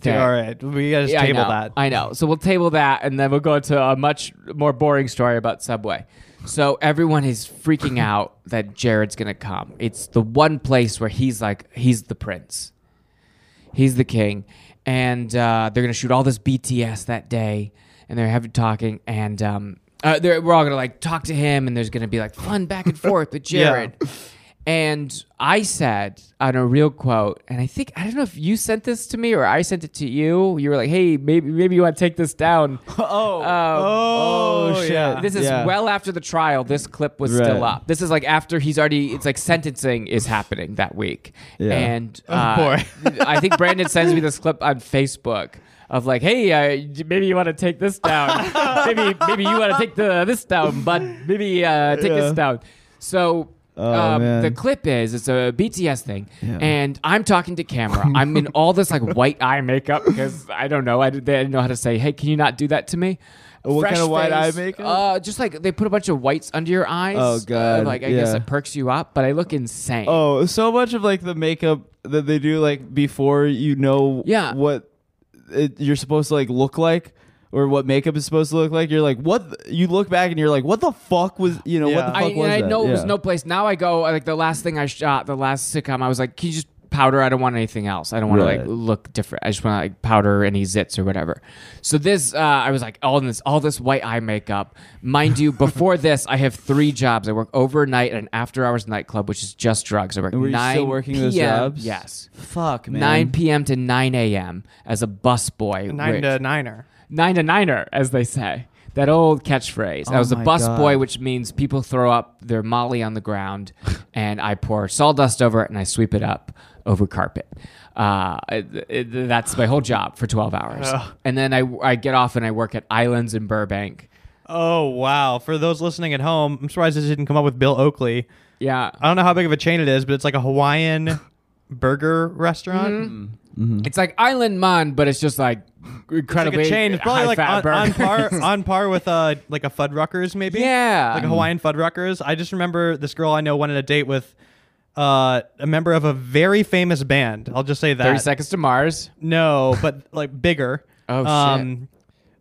S1: Dude,
S3: Okay.
S1: all right. We gotta just
S3: Yeah,
S1: table
S3: I know.
S1: that. <laughs>
S3: I know. So we'll table that, and then we'll go to a much more boring story about Subway. So everyone is freaking out that Jared's gonna come. It's the one place where he's like, he's the prince, he's the king, and uh, they're gonna shoot all this BTS that day. and they're having talking, and um, uh, they're, we're all gonna like talk to him, and there's gonna be like fun back and forth with
S1: Yeah.
S3: Jared. And I said on a real quote, and I think I don't know if you sent this to me or I sent it to you. You were like, "Hey, maybe maybe you want to take this down."
S2: Oh.
S1: Oh,
S2: shit.
S1: yeah.
S3: Um, This is
S2: Yeah.
S3: well after the trial. This clip was
S2: Right.
S3: still up. This is like after he's already. It's like sentencing is happening that week.
S2: Yeah.
S3: And
S1: Oh,
S3: uh,
S1: boy.
S3: <laughs> I think Brandon sends me this clip on Facebook of like, hey, uh, maybe you want to take
S1: <laughs>
S3: this down. maybe maybe you want to take the this down, but maybe uh, take
S2: Yeah.
S3: this down. So.
S2: Oh,
S3: um,
S2: man.
S3: the clip is it's a BTS thing,
S2: Yeah.
S3: and I'm talking to
S2: <laughs>
S3: camera. I'm in all this like white eye makeup because I don't know. I didn't, I didn't know how to say, "Hey, can you not do that to me?"
S2: What
S3: Fresh
S2: kind of white eye
S3: face.
S2: makeup?
S3: Uh, just like they put a bunch of whites under your eyes.
S2: Oh, God.
S3: Uh, like I guess
S2: Yeah.
S3: it perks you up, but I look insane.
S2: Oh, so much of like the makeup that they do like before you know
S3: Yeah.
S2: what it, you're supposed to like look like or what makeup is supposed to look like. You're like, what? th- you look back and you're like, what the fuck was you know what
S1: Yeah.
S2: the fuck
S3: I,
S2: was
S3: and I
S2: that?
S3: know it was
S2: Yeah.
S3: no place. Now I go like the last thing I shot, the last sitcom. I was like, can you just powder? I don't want anything else. I don't want
S2: Right.
S3: to like look different. I just want to like powder any zits or whatever. So this, uh, I was like, all this, all this white eye makeup,
S2: <laughs>
S3: mind you. Before this, I have three jobs. I work overnight at an after-hours nightclub, which is just drugs. I work
S2: And were you
S3: nine
S2: still working
S3: PM,
S2: those jobs?
S3: Yes.
S2: Fuck man.
S3: 9 p.m. to 9 a.m. as a busboy.
S1: Nine
S3: which-
S1: to niner.
S3: nine to niner, as they say. That old catchphrase. I
S2: Oh
S3: was a
S2: my
S3: busboy,
S2: God.
S3: which means people throw up their molly on
S1: <laughs>
S3: the ground, and I pour sawdust over it and I sweep it up over carpet. Uh, it- it- that's my whole job for 12 hours. And then I, I get off and I work at Islands in Burbank.
S1: Oh wow! For those listening at home, I'm surprised this didn't come up with Bill Oakley.
S3: Yeah.
S1: I don't know how big of a chain it is, but it's like a
S3: <laughs>
S1: Hawaiian burger restaurant.
S3: Mm-hmm. It's like Island Man, but it's just like
S1: Mm-hmm. It's
S3: incredibly
S1: like a chain. It's probably like
S3: high-fat
S1: on, on
S3: burgers. <laughs>
S1: par on par with uh like a Fuddruckers maybe.
S3: Yeah.
S1: Like a Hawaiian Fuddruckers. I just remember this girl I know went on a date with uh, a member of a very famous band. I'll just say that.
S3: 30 Seconds to Mars.
S1: No, but like bigger.
S3: <laughs>
S1: Um,
S3: Oh, shit.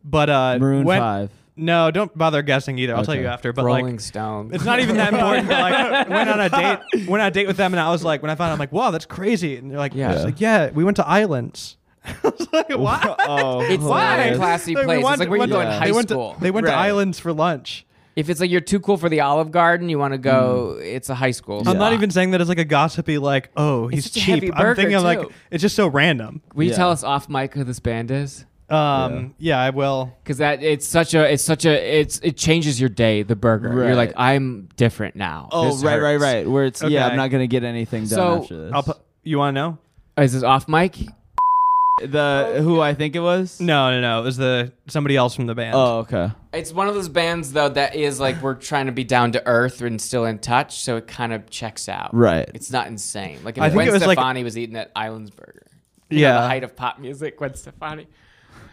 S1: But uh,
S2: Maroon
S1: went- <laughs>
S2: Five.
S1: No, don't bother guessing either. I'll tell
S2: Okay.
S1: you after. But
S3: Rolling
S1: like,
S3: Stone.
S1: it's not even that important. But
S3: <laughs>
S1: like, went on a date. Went on a date with them, and I was like, when I found, out, I'm like, wow, that's crazy. And they're like,
S3: Yeah.
S1: yeah, like, yeah, we went to islands. <laughs> I was like, what?
S2: Oh,
S3: It's not a
S2: hilarious.
S3: classy
S1: Like, we
S3: place.
S1: went-
S3: it's like where you
S1: went-
S3: go in
S2: yeah.
S3: high
S1: they went
S3: school.
S1: To, they went to
S2: Right.
S1: islands for lunch.
S3: <laughs> If it's like you're too cool for the Olive Garden, you want to go. It's a high school.
S1: Mm. I'm not
S3: spot.
S1: even saying that it's like a gossipy, like, oh, he's
S3: such a heavy
S1: cheap.
S3: burger,
S1: I'm thinking of like,
S3: too.
S1: it's just so random.
S3: Will you
S2: Yeah.
S3: tell us off mic who this band is?
S1: Um, yeah. I will.
S3: Because that it's such a it's such a it's it changes your day. The burger. You're like
S2: Right.
S3: I'm different now.
S2: Oh
S3: This
S2: right, right,
S3: hurts."
S2: right. Where it's yeah,
S1: Okay.
S2: I'm not gonna get anything done
S3: So,
S2: after this.
S1: I'll. Pu- you want to know?
S3: Is this off mic?
S2: the who I think it was.
S1: No, no, no. It was the somebody else from the band.
S2: Oh okay.
S3: It's one of those bands though that is like we're trying to be down to earth and still in touch, so it kind of checks out.
S2: Right.
S3: It's not insane. Like if
S1: I think
S3: Gwen
S1: it was like-
S3: Stefani was eating at Islands Burger. You know,
S1: yeah.
S3: the height of pop music, Gwen Stefani.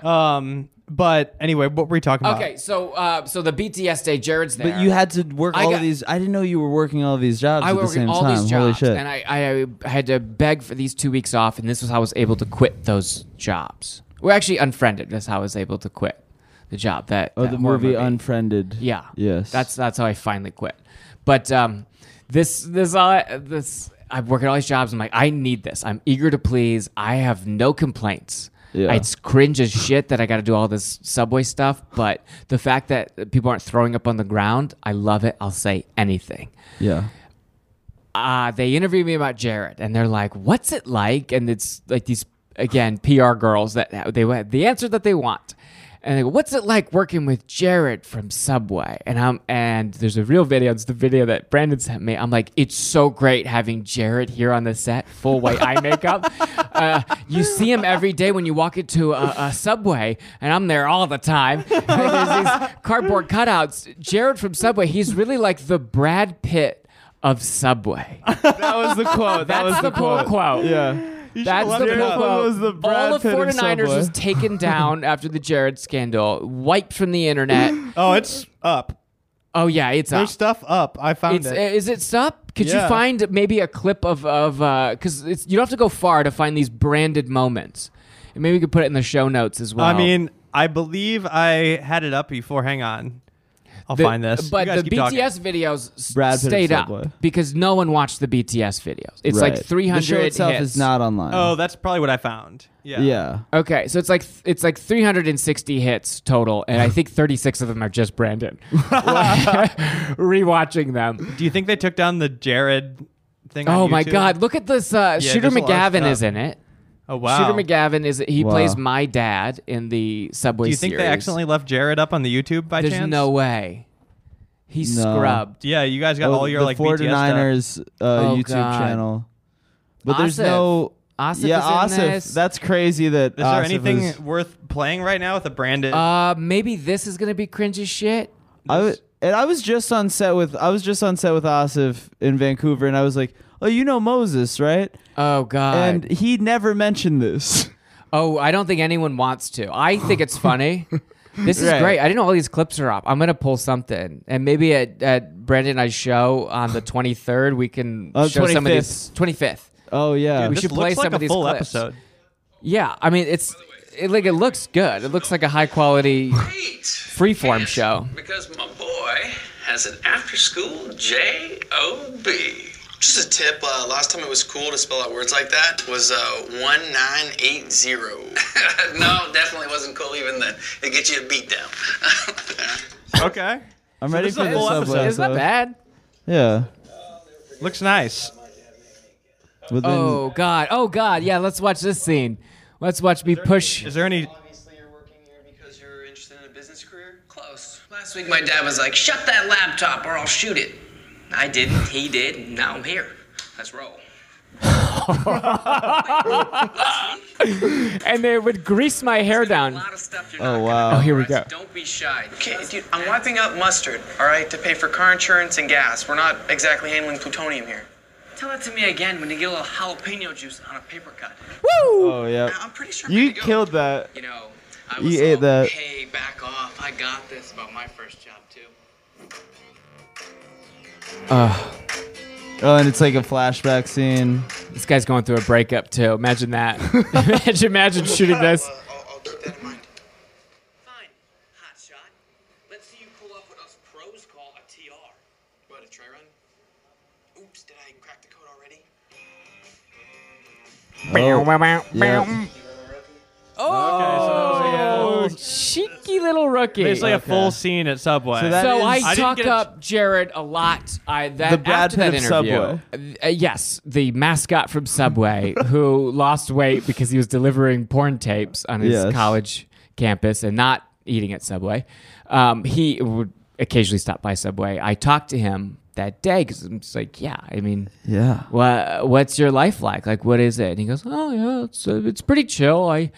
S1: Um, but anyway, what were we talking about?
S3: Okay, so uh, so the BTS day, Jared's there.
S2: But you had to work
S3: I
S2: all
S3: got-
S2: of these. I didn't know you were working all of these jobs
S3: I
S2: at the
S3: worked
S2: same
S3: all
S2: time.
S3: these
S2: Holy
S3: jobs,
S2: shit!
S3: and I, I I had to beg for these two weeks off, and this was how I was able to quit those jobs. We're actually unfriended. That's how I was able to quit the job. That
S2: oh,
S3: that
S2: the
S3: horror
S2: movie, Unfriended.
S3: yeah.
S2: Yes.
S3: That's that's how I finally quit. But um, this this all this I'm working all these jobs. I'm like, I need this. I'm eager to please. I have no complaints.
S2: Yeah.
S3: It's cringe as shit that I got to do all this subway stuff, but the fact that people aren't throwing up on the ground, I love it. I'll say anything
S2: yeah.
S3: uh, they interviewed me about Jared, and they're like, "What's it like?" And it's like these again PR girls that they want the answer that they want, and they go, "What's it like working with Jared from Subway?" And I'm and there's a real video. It's the video that Brandon sent me. I'm like, "It's so great having Jared here on the set, full white eye makeup. Uh, you see him every day when you walk into a, a Subway, and I'm there all the time. <laughs> And there's these cardboard cutouts. Jared from Subway. He's really like the Brad Pitt." of Subway.
S2: that was the quote.
S3: That's the, cool quote.
S2: Yeah.
S3: That's
S1: should've left
S3: the
S1: it
S3: cool
S1: up.
S3: quote.
S2: It was the Brad
S3: All of
S2: Pitt of
S3: 49ers was
S2: <laughs> Subway.
S3: taken down after the Jared scandal, wiped from
S2: <gasps>
S3: the internet.
S1: Oh, it's up.
S3: Oh yeah, it's up.
S1: There's stuff up. I found
S3: It's
S1: it.
S3: is it up? Could you
S1: Yeah.
S3: find maybe a clip of of because it's you don't have to go far to find these branded moments. And maybe we could put it in the show notes as well.
S1: I mean, I believe I had it up before. Hang on. I'll
S3: The-
S1: find this.
S3: But
S1: You guys
S3: the
S1: keep talking.
S3: BTS videos s-
S2: Brad Pitt of
S3: stayed up
S2: Subway.
S3: because no one watched the BTS videos. It's
S2: Right.
S3: like 300
S2: The show itself
S3: hits.
S2: is not online.
S1: Oh, that's probably what I found. Yeah.
S2: yeah.
S3: Okay, so it's like it's like 360 hits total, and I
S1: <laughs>
S3: think 36 of them are just Brandon rewatching them.
S1: Do you think they took down the Jared thing? on
S3: Oh my
S1: YouTube?
S3: God! Look at this. Uh, Shooter
S1: there's a lot of
S3: McGavin
S1: stuff.
S3: is in it.
S1: Oh wow.
S3: Shooter McGavin is he
S2: Wow.
S3: plays my dad in the Subway
S1: Do you think
S3: series.
S1: they accidentally left Jared up on the YouTube by
S3: There's
S1: chance?
S3: no Oh, way. He's
S2: No.
S3: scrubbed.
S1: Yeah, you guys got all your
S2: Oh, the
S1: like BTS
S2: 49ers Uh,
S3: Oh,
S2: YouTube
S3: God.
S2: channel. But there's
S3: Asif.
S2: no
S3: Asif
S2: yeah,
S3: is in
S2: Asif.
S3: this.
S2: That's crazy. That
S1: Is
S2: Asif
S1: there anything
S2: is-
S1: worth playing right now with a branded?
S3: Uh, maybe this is gonna be cringe as shit.
S2: I w- and I was just on set with I was just on set with Asif in Vancouver, and I was like, "Oh, you know Moses, right?"
S3: Oh God.
S2: and he never mentioned this.
S3: Oh, I don't think anyone wants to. I think
S1: <laughs>
S3: it's funny. this is
S2: Right.
S3: great. I didn't know all these clips are up. I'm gonna pull something, and maybe at, at Brandon and I's show on
S1: <sighs>
S3: the 23rd we can
S1: Oh,
S2: On
S3: show some of
S2: 25th.
S3: these. 25th.
S2: <laughs> Oh yeah,
S1: Dude,
S3: we
S1: this
S3: should
S1: looks
S3: play
S1: like
S3: some
S1: a
S3: of these
S1: full
S3: clips.
S1: episode.
S3: Yeah, I mean it's it, like it looks good. It looks like a high quality.
S4: Great.
S3: Freeform
S4: Yes,
S3: show.
S4: Because my boy has an after school J O B.
S5: Just a tip. Uh, last time it was cool to spell out words like that was uh, <laughs> 1980.
S4: no, definitely wasn't cool even then. It gets you a
S5: <laughs>
S4: beat down.
S1: Okay.
S2: I'm ready
S1: this is
S2: for
S1: a
S2: this
S1: full episode.
S2: upload,
S3: It's not
S2: so-
S3: bad.
S2: Yeah.
S1: Looks nice.
S2: But then,
S3: Oh God. Oh God. Yeah. Let's watch this scene. Let's watch me push.
S1: Is there any?
S5: Obviously, you're working here because you're interested in a business career.
S4: Close. Last week my dad was like, shut that laptop or I'll shoot it. I didn't, he did, now I'm here. Let's roll.
S3: And they would grease my hair
S4: A
S3: down.
S4: lot of stuff you're
S2: Oh,
S4: not gonna
S2: wow. Oh,
S3: here we go.
S4: memorize. Don't be shy.
S5: Okay, dude, I'm wiping up mustard, all right, to pay for car insurance and gas. We're not exactly handling plutonium here.
S4: Tell that to me again when you get a little jalapeno juice on a paper cut.
S2: oh yeah.
S5: I'm pretty sure.
S2: You killed that.
S4: You know, I
S2: You
S4: was
S2: ate
S4: all,
S2: that.
S4: Hey, back off. I got this about my first job too.
S2: Oh, and it's like a flashback scene.
S3: This guy's going through a breakup too.
S2: <laughs>
S3: Imagine that. imagine, imagine shooting this.
S5: I'll, I'll keep that in mind.
S4: Fine, hot shot. Let's see you pull off what us pros call a TR.
S5: What a try run? Oops, did I crack the code already?
S2: Oh, yeah.
S3: Oh, cheeky little rookie.
S1: Basically,
S2: Okay.
S1: a full scene at Subway.
S2: So that-
S3: so
S2: is-
S3: I
S1: I didn't
S3: talk
S1: get a-
S3: up Jared a lot. I that
S2: The Brad
S3: after that
S2: Pitt of
S3: interview. uh, yes, the mascot
S2: <laughs>
S3: from Subway who lost weight because he was delivering porn tapes on his
S2: Yes.
S3: college campus and not eating at Subway. Um, he would occasionally stop by Subway. I talked to him that day because I'm just like, yeah, I mean,
S2: yeah.
S3: what what's your life like? Like, what is it? And he goes, oh yeah, it's uh, it's pretty chill. I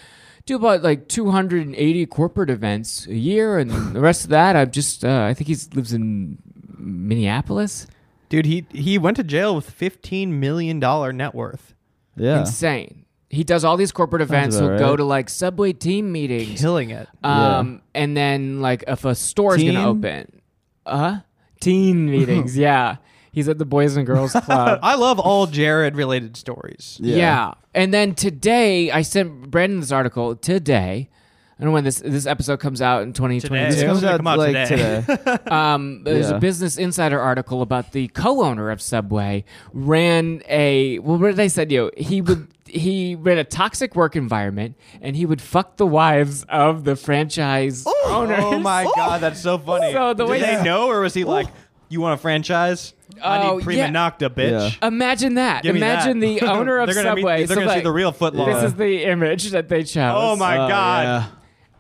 S3: do about like 280 corporate events a year, and the rest of that, I'm just uh, I think he lives in Minneapolis.
S1: dude, he he went to jail with fifteen million dollar net worth,
S2: Yeah.
S3: Insane. He does all these corporate events. He'll
S2: about
S3: go
S2: right.
S3: to like subway team meetings.
S1: killing it.
S3: Um, and then like if a store is
S2: Teen?
S3: gonna open, uh, teen
S2: <laughs>
S3: meetings. yeah, he's at the Boys and Girls Club.
S1: I love all Jared related stories.
S3: Yeah. And then today, I sent Brandon this article today. I don't know when this this episode comes out in
S1: Today.
S2: This
S3: 2022.
S1: It's
S2: comes
S1: gonna
S2: out
S1: come out
S2: like
S1: today.
S2: today. <laughs>
S3: Um, there's
S2: Yeah.
S3: a Business Insider article about the co-owner of Subway ran a well. What did I send you? He would he ran a toxic work environment and he would fuck the wives of the franchise owners.
S1: Oh my god, that's so funny.
S3: So the
S1: Did
S3: way-
S1: they know, or was he like, "You want a franchise? I
S3: Oh,
S1: need prima
S3: yeah.
S1: nocta, bitch."
S2: Yeah.
S3: Imagine that.
S1: Give me that.
S3: Imagine the owner of
S1: <laughs> They're gonna meet-
S3: Subway.
S1: they're gonna see
S3: Subway.
S1: the real footlong.
S3: This is the image that they chose.
S1: Oh my
S2: Oh,
S1: god.
S2: yeah.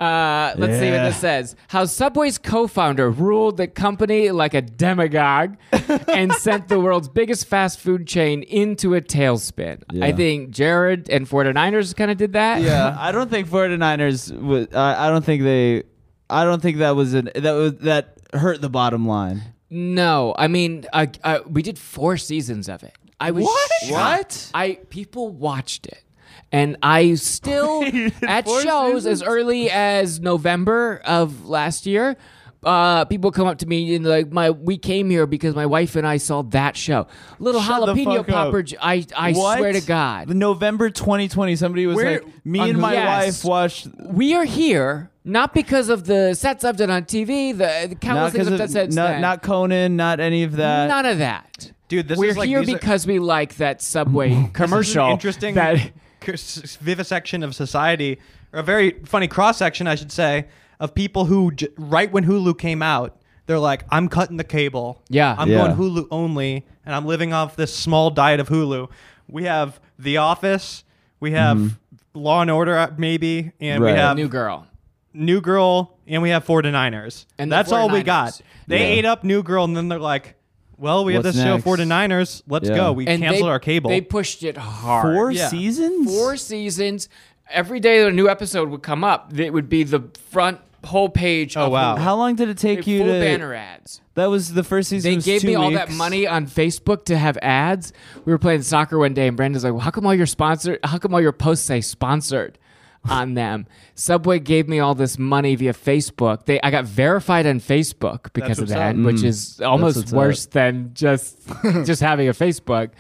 S3: Uh, let's see what
S2: Yeah.
S3: this says. How Subway's co-founder ruled the company like
S2: <laughs>
S3: a demagogue and sent the world's biggest fast food chain into a tailspin.
S2: Yeah.
S3: I think Jared and 49ers kind of did that.
S2: Yeah, I don't think 49ers was I I don't think they I don't think that was an that was that hurt the bottom line.
S3: No, I mean, uh, uh, we did four seasons of it. I was shocked.
S2: What?
S3: I people watched it. And
S2: <laughs>
S3: I still at shows as early as November of last year. Uh, people come up to me and they're like, my we came here because my wife and I saw that show. Little
S2: Shut the
S3: jalapeno
S2: fuck up.
S3: popper. j- I I
S2: What?
S3: swear to God,
S2: November 2020 somebody was
S3: Where-
S2: like me
S3: on
S2: and my
S3: who?
S2: wife
S3: Yes.
S2: watched
S3: we are here Not because of the sets I've done on TV, the, the
S2: Not
S3: countless things I've done
S2: of
S3: since
S2: not,
S3: then.
S2: not uh, Conan, not any of that.
S3: None of that.
S1: Dude, this
S3: We're
S1: is like
S3: here
S1: these are-
S3: because we like
S2: <laughs>
S3: that Subway
S1: This is an
S3: commercial.
S1: interesting
S3: That,
S1: c- s- vivisection of society, or a very funny cross section, I should say, of people who j- right when Hulu came out, they're like, "I'm cutting the cable.
S3: Yeah.
S1: I'm
S2: Yeah.
S1: going Hulu only, and I'm living off this small diet of Hulu." We have The Office, we have Law and Order, uh, maybe, and
S2: Mm-hmm. Right.
S1: we have
S3: new girl.
S1: New Girl, and we have 49ers.
S3: And
S1: And
S3: the
S1: that's all we
S3: 49ers.
S1: got. They
S2: Yeah.
S1: ate up New Girl, and then they're like, "Well, we
S2: What's
S1: have this
S2: next?
S1: show 49ers. Let's
S2: Yeah.
S1: go. We
S3: And
S1: canceled
S3: they-
S1: our cable."
S3: They pushed it hard.
S2: Four
S1: Yeah.
S2: seasons.
S3: four seasons. Every day that a new episode would come up, it would be the front whole page.
S1: Oh,
S3: of
S1: wow.
S3: Hulu.
S2: How long did it
S3: They
S2: take you
S3: full
S2: to?
S3: banner ads.
S2: That was the first season.
S3: They
S2: was
S3: gave
S2: two
S3: me all that
S2: weeks.
S3: money on Facebook to have ads. We were playing soccer one day, and Brandon's like, well, "How come all your sponsor? How come all your posts say sponsored?" on them. Subway gave me all this money via Facebook. They I got verified on Facebook because
S1: That's
S3: of
S1: what's
S3: that,
S1: up.
S3: which is almost
S2: Mm. what's
S3: worse than
S2: <laughs>
S3: just just having a Facebook.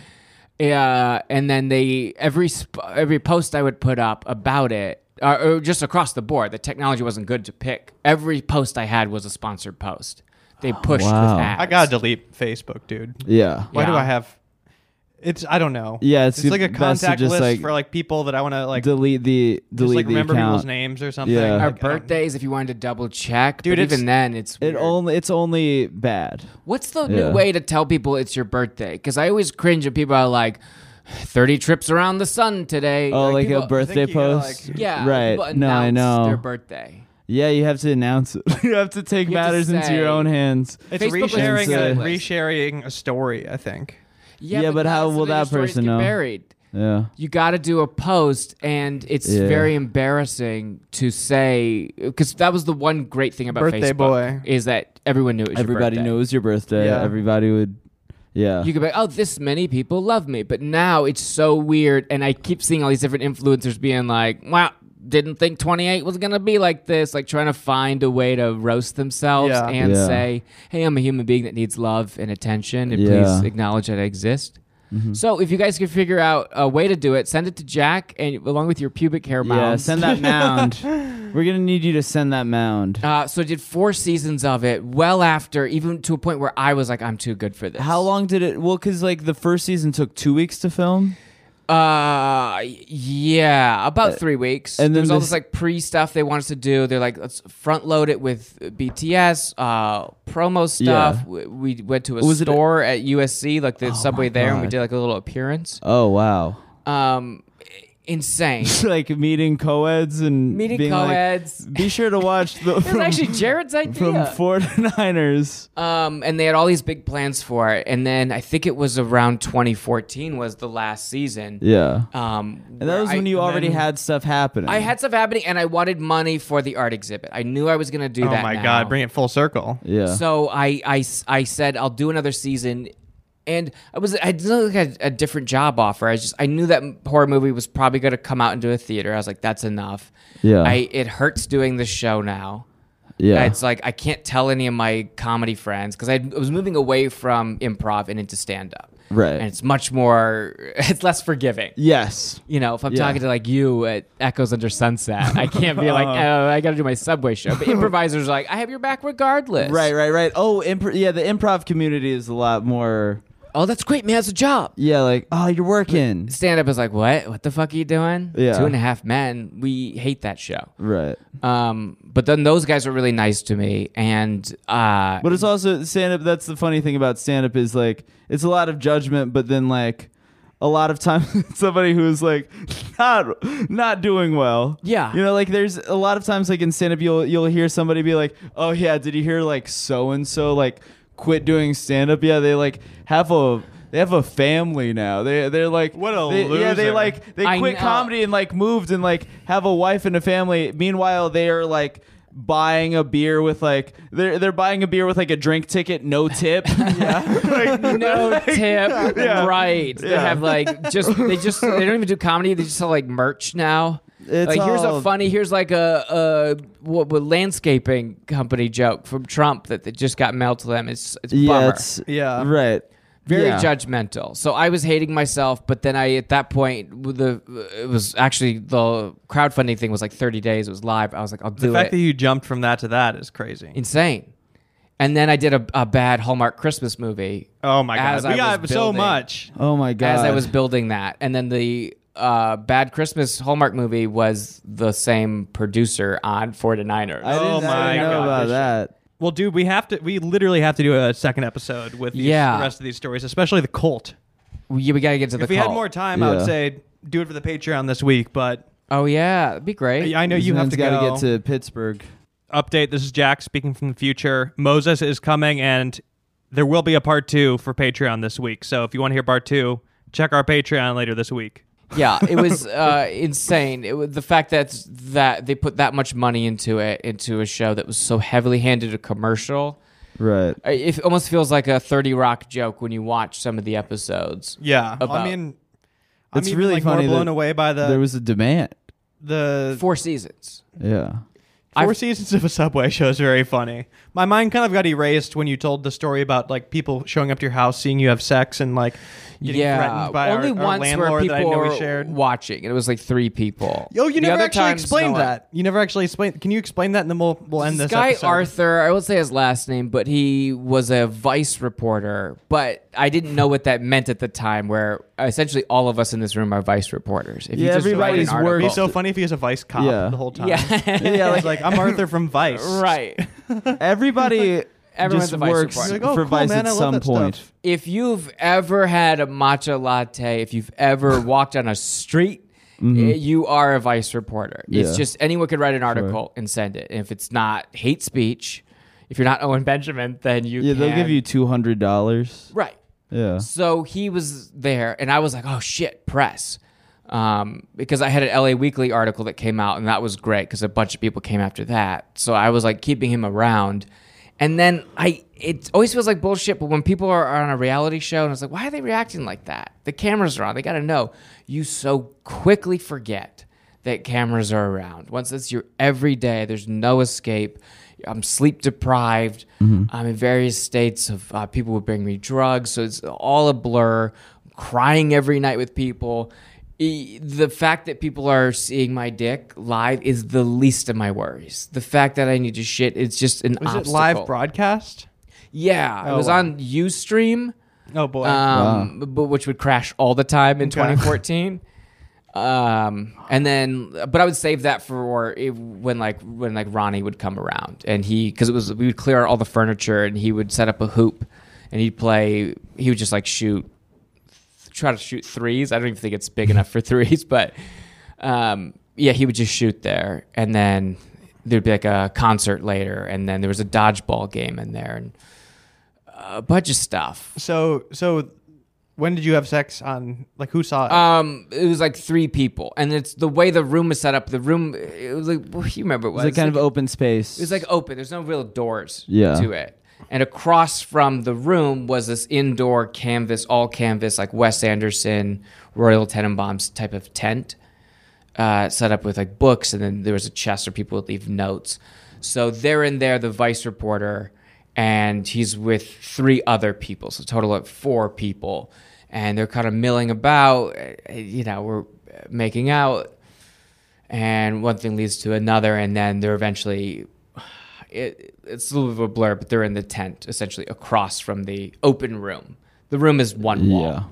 S3: Uh, and then they every sp- every post I would put up about it or, or just across the board, the technology wasn't good to pick. Every post I had was a sponsored post. They pushed
S2: Oh, Wow.
S3: with ads.
S1: I gotta delete Facebook, dude.
S2: Yeah.
S1: Why do
S3: Yeah.
S1: I have? It's I don't know.
S2: Yeah, it's
S1: like a
S2: best to
S1: contact
S2: just,
S1: list
S2: like,
S1: for like people that I want to like just
S2: Delete the delete
S1: like
S2: the
S1: remember
S2: account.
S1: people's names or something.
S2: Yeah.
S3: Our
S1: Like, uh, I don't-
S3: birthdays, if you wanted to double check,
S1: Dude,
S3: but
S1: it's-
S3: even then, it's
S2: uh, It
S3: weird.
S2: only it's only bad.
S3: What's the
S2: Yeah.
S3: new way to tell people it's your birthday? Because I always cringe when people are like, 30 trips around the sun today.
S2: Oh, like,
S3: people-
S2: a birthday
S1: you gotta,
S2: post.
S1: like-
S3: Yeah. people
S2: <laughs> Right. No, I
S3: announce
S2: know.
S3: Their birthday.
S2: Yeah, you have to announce <laughs> it. you have to take
S3: You have to
S2: matters into
S3: say-
S2: your own hands.
S1: It's
S3: Facebook was
S1: resharing a,
S3: insane.
S1: resharing a story. I think.
S2: Yeah, but
S3: not
S2: how
S3: so
S2: will
S3: then your
S2: that
S3: stories
S2: person
S3: get
S2: know?
S3: Buried.
S2: Yeah.
S3: You got to do a post, and it's
S2: Yeah.
S3: very embarrassing to say because that was the one great thing about
S1: Birthday
S3: Facebook
S1: boy.
S3: is that everyone knew it was
S2: Everybody
S3: your birthday.
S2: knew it was your birthday.
S1: Yeah.
S2: Everybody would. Yeah.
S3: you could be like, oh, this many people love me. But now it's so weird. And I keep seeing all these different influencers being like, wow, didn't think 28 was going to be like this. Like trying to find a way to roast themselves
S1: Yeah.
S3: and
S2: Yeah.
S3: say, hey, I'm a human being that needs love and attention. And
S2: Yeah. Mm-hmm.
S3: please acknowledge that I exist. So if you guys can figure out a way to do it, send it to Jack and along with your pubic hair
S2: yeah.
S3: mounds.
S2: Send that mound. We're gonna need you to send that mound.
S3: <laughs> Uh, so I did four seasons of it well after, even to a point where I was like, I'm too good for this.
S2: How long did it? Well, because like the first season took two weeks to film.
S3: Uh, yeah, about three weeks.
S2: Uh, and
S3: And
S2: then
S3: there was all
S2: this-
S3: this like pre stuff they want us to do. They're like, let's front load it with BTS, uh, promo stuff.
S2: Yeah.
S3: W- We, went to a
S2: Was it a- Oh
S3: store at USC, like the subway there, and we
S2: God.
S3: did like a little appearance.
S2: Oh wow! <laughs>
S3: Um, insane.
S2: like meeting co-eds and
S3: Meeting
S2: being like,
S3: co-eds.
S2: be sure to watch the.
S3: <laughs> It was
S2: from,
S3: actually
S2: <laughs>
S3: Jared's
S2: from
S3: idea.
S2: <laughs> 49ers.
S3: Um, and they had all these big plans for it. And then I think it was around 2014 was the last season.
S2: Yeah.
S3: Um,
S2: And that was when you already had stuff happening.
S3: I had stuff happening, and I wanted money for the art exhibit. I knew I was going to do
S1: Oh
S3: that.
S1: my
S3: now.
S1: god, bring it full circle.
S2: Yeah.
S3: So I, I s- I said I'll do another season, and I was I didn't look at a different job offer. I was just I knew that horror movie was probably going to come out into a theater. I was like, that's enough.
S2: Yeah.
S3: I it hurts doing this show now.
S2: yeah.
S3: It's like I can't tell any of my comedy friends because I was moving away from improv and into stand up.
S2: Right.
S3: And it's much more, <laughs> it's less forgiving.
S2: yes.
S3: You know, if I'm
S2: Yeah.
S3: talking to like you at Echoes Under Sunset, I can't be
S2: <laughs>
S3: like,
S2: Uh-huh.
S3: oh, I got to do my subway show. But improvisers are like, I have your back regardless.
S2: Right, right, right. Oh, impro- yeah, the improv community is a lot more.
S3: Oh, that's great, man. It's a job.
S2: Yeah, like, oh, you're working.
S3: Stand up is like, what? What the fuck are you doing?
S2: Yeah.
S3: Two and a half men. We hate that show.
S2: Right.
S3: Um, but then those guys were really nice to me, and uh,
S2: But it's also stand up. That's the funny thing about stand up is like, it's a lot of judgment, but then like, a lot of times <laughs> somebody who's like not not doing well.
S3: Yeah.
S2: You know, like there's a lot of times like in stand up you'll you'll hear somebody be like, "Oh yeah, did you hear like so and so like quit doing stand up? Yeah, they like have a they have a family now. They they're like
S1: What a
S2: they- Yeah, they
S1: loser.
S2: like they
S3: I
S2: quit
S3: know.
S2: comedy and like moved and like have a wife and a family. Meanwhile, they are like buying a beer with like they're they're buying a beer with like a drink ticket, no
S3: <laughs>
S2: tip. yeah. <laughs> Like,
S3: no tip
S2: Yeah.
S3: right they
S2: Yeah.
S3: have like
S2: <laughs>
S3: just they just they don't even do comedy they just sell like merch now
S2: It's
S3: like here's
S2: all-
S3: a funny here's like a, a what, what landscaping company joke from trump that they just got mailed to them it's it's
S2: yeah,
S3: bummer
S2: it's
S1: Yeah.
S2: right.
S3: very
S2: Yeah.
S3: judgmental. So I was hating myself, but then I at that point with the it was actually the crowdfunding thing was like 30 days. It was live. I was like, I'll do
S1: The fact
S3: it.
S1: that you jumped from that to that is crazy.
S3: Insane. And then I did a, a bad Hallmark Christmas movie.
S1: oh my god,
S3: as
S1: we
S3: I
S1: got
S3: was
S1: so
S3: building-
S1: much.
S2: Oh my god!
S3: As I was building that, and then the uh, bad Christmas Hallmark movie was the same producer on 49ers.
S2: I didn't,
S1: Oh
S2: I
S1: my
S2: didn't know
S1: God,
S2: about
S1: this-
S2: that.
S1: Well, dude, we have to. We literally have to do a second episode with these,
S3: Yeah.
S1: the rest of these stories, especially the cult.
S3: we, we gotta get to the
S1: if we had
S3: cult.
S1: more time, I
S2: Yeah.
S1: would say do it for the Patreon this week. But
S3: Oh yeah, it'd be great.
S1: I know
S2: This
S1: you have
S2: man's
S1: to
S2: gotta
S1: go.
S2: get to Pittsburgh.
S1: update. This is Jack speaking from the future. Moses is coming, and there will be a part two for Patreon this week. So if you want to hear part two, check our Patreon later this week.
S3: yeah,
S1: <laughs>
S3: it was uh, insane. It was, the fact that that they put that much money into it into a show that was so heavily handed a commercial.
S2: Right.
S3: I- It almost feels like a Thirty Rock joke when you watch some of the episodes.
S1: Yeah,
S3: About-
S1: I mean,
S2: It's
S1: I'm even,
S2: really
S1: like,
S2: funny that
S1: more blown away by the
S2: there was a demand.
S1: the
S3: Four seasons.
S2: Yeah.
S1: 4
S3: I've-
S1: seasons of a subway show is very funny. My mind kind of got erased when you told the story about like people showing up to your house, seeing you have sex, and like getting
S3: yeah,
S1: threatened by
S3: only
S1: our, our
S3: once where
S1: landlord
S3: people
S1: that I know
S3: were
S1: we shared.
S3: watching, and it was like three people.
S1: Yo, you
S3: The
S1: never
S3: other
S1: actually
S3: times, no
S1: explained
S3: one.
S1: that. You never actually explained. Can you explain that, and then we'll we'll end
S3: this
S1: this
S3: guy
S1: episode.
S3: Arthur, I will say his last name, but he was a vice reporter. But I didn't know what that meant at the time. Where essentially all of us in this room are vice reporters. If you
S2: Yeah,
S3: just write an
S2: everybody's
S3: article-
S1: It'd be
S2: worked.
S1: so funny if he was a Vice cop
S2: Yeah.
S1: the whole time.
S3: Yeah.
S1: <laughs> yeah like, like I'm Arthur from Vice.
S3: <laughs> right.
S2: <laughs> Everybody
S3: Everyone's
S2: just
S3: a Vice
S2: works
S3: reporter.
S1: You're like, oh,
S2: for
S1: cool,
S2: Vice
S1: man, I
S2: at
S1: love
S2: some
S1: that
S2: point.
S1: stuff.
S3: If you've ever had a matcha latte, if you've
S2: <laughs>
S3: ever walked on a street, eh, you are a Vice reporter.
S2: Mm-hmm. Yeah.
S3: It's just anyone could write an article and send it. And if it's not hate speech, if you're not Owen Benjamin, then you
S2: Yeah, they'll
S3: can-
S2: give you two hundred dollars.
S3: right.
S2: Yeah.
S3: So he was there, and I was like, "Oh shit, press," um, because I had an LA Weekly article that came out, and that was great because a bunch of people came after that. So I was like keeping him around, and then I it always feels like bullshit. But when people are, are on a reality show, and it's like, why are they reacting like that? The cameras are on; they got to know. You so quickly forget that cameras are around. Once it's your everyday, there's no escape. I'm sleep deprived. I'm in various states of uh, people would bring me drugs, so it's all a blur. I'm crying every night with people. E- The fact that people are seeing my dick live is the least of my worries. The fact that I need to shit, it's just an
S1: Was
S3: obstacle.
S1: it live broadcast?
S3: Yeah, it was
S1: wow.
S3: on UStream
S1: Oh boy.
S3: um, but which would crash all the time in
S1: Okay.
S3: 2014. um, and then, but I would save that for if, when like when like Ronnie would come around, and he because it was we would clear out all the furniture, and he would set up a hoop, and he'd play. He would just like shoot, try to shoot threes. I don't even think it's big enough for <laughs> threes, but um, yeah, he would just shoot there, and then. There'd be like a concert later, and then there was a dodgeball game in there, and uh, a bunch of stuff.
S1: so so when did you have sex on like who saw it?
S3: Um, it was like three people, and it's the way the room was set up. The room, it was like well, you remember what
S2: It's like kind of open space.
S3: it was like open. There's no real doors
S2: Yeah.
S3: to it. And across from the room was this indoor canvas, all canvas, like Wes Anderson, Royal Tenenbaums type of tent uh, set up with like books. And then there was a chest where people would leave notes. So they're in there, the vice reporter, and he's with three other people. So total of four people. And they're kind of milling about, uh, you know, we're eh, making out and one thing leads to another, and then they're eventually. It, it's a little bit of a blur, but they're in the tent essentially across from the open room. The room is one wall.
S2: Yeah.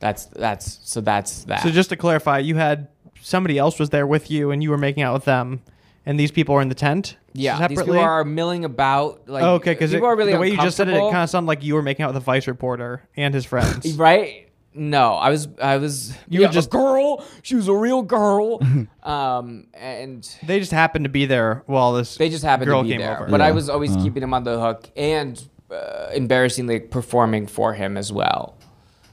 S3: That's that's so that's that.
S1: so just to clarify, you had somebody else was there with you, and you were making out with them, and these people were in the tent.
S3: yeah, these
S1: separately.
S3: people are milling about. Like
S1: oh, okay, because
S3: people are really
S1: the way you just said it, it
S3: uncomfortable.
S1: kind of sounded like you were making out with a Vice reporter and his
S3: <laughs>
S1: friends.
S3: right? No, I was I was you
S1: were
S3: just
S1: just-
S3: a girl. She was a real girl. <laughs> um, and
S1: they just happened to be there while this
S3: They just happened
S1: girl
S3: to be
S1: came
S3: there.
S1: over.
S3: But I was always
S2: Uh-huh.
S3: keeping him on the hook and uh, embarrassingly performing for him as well.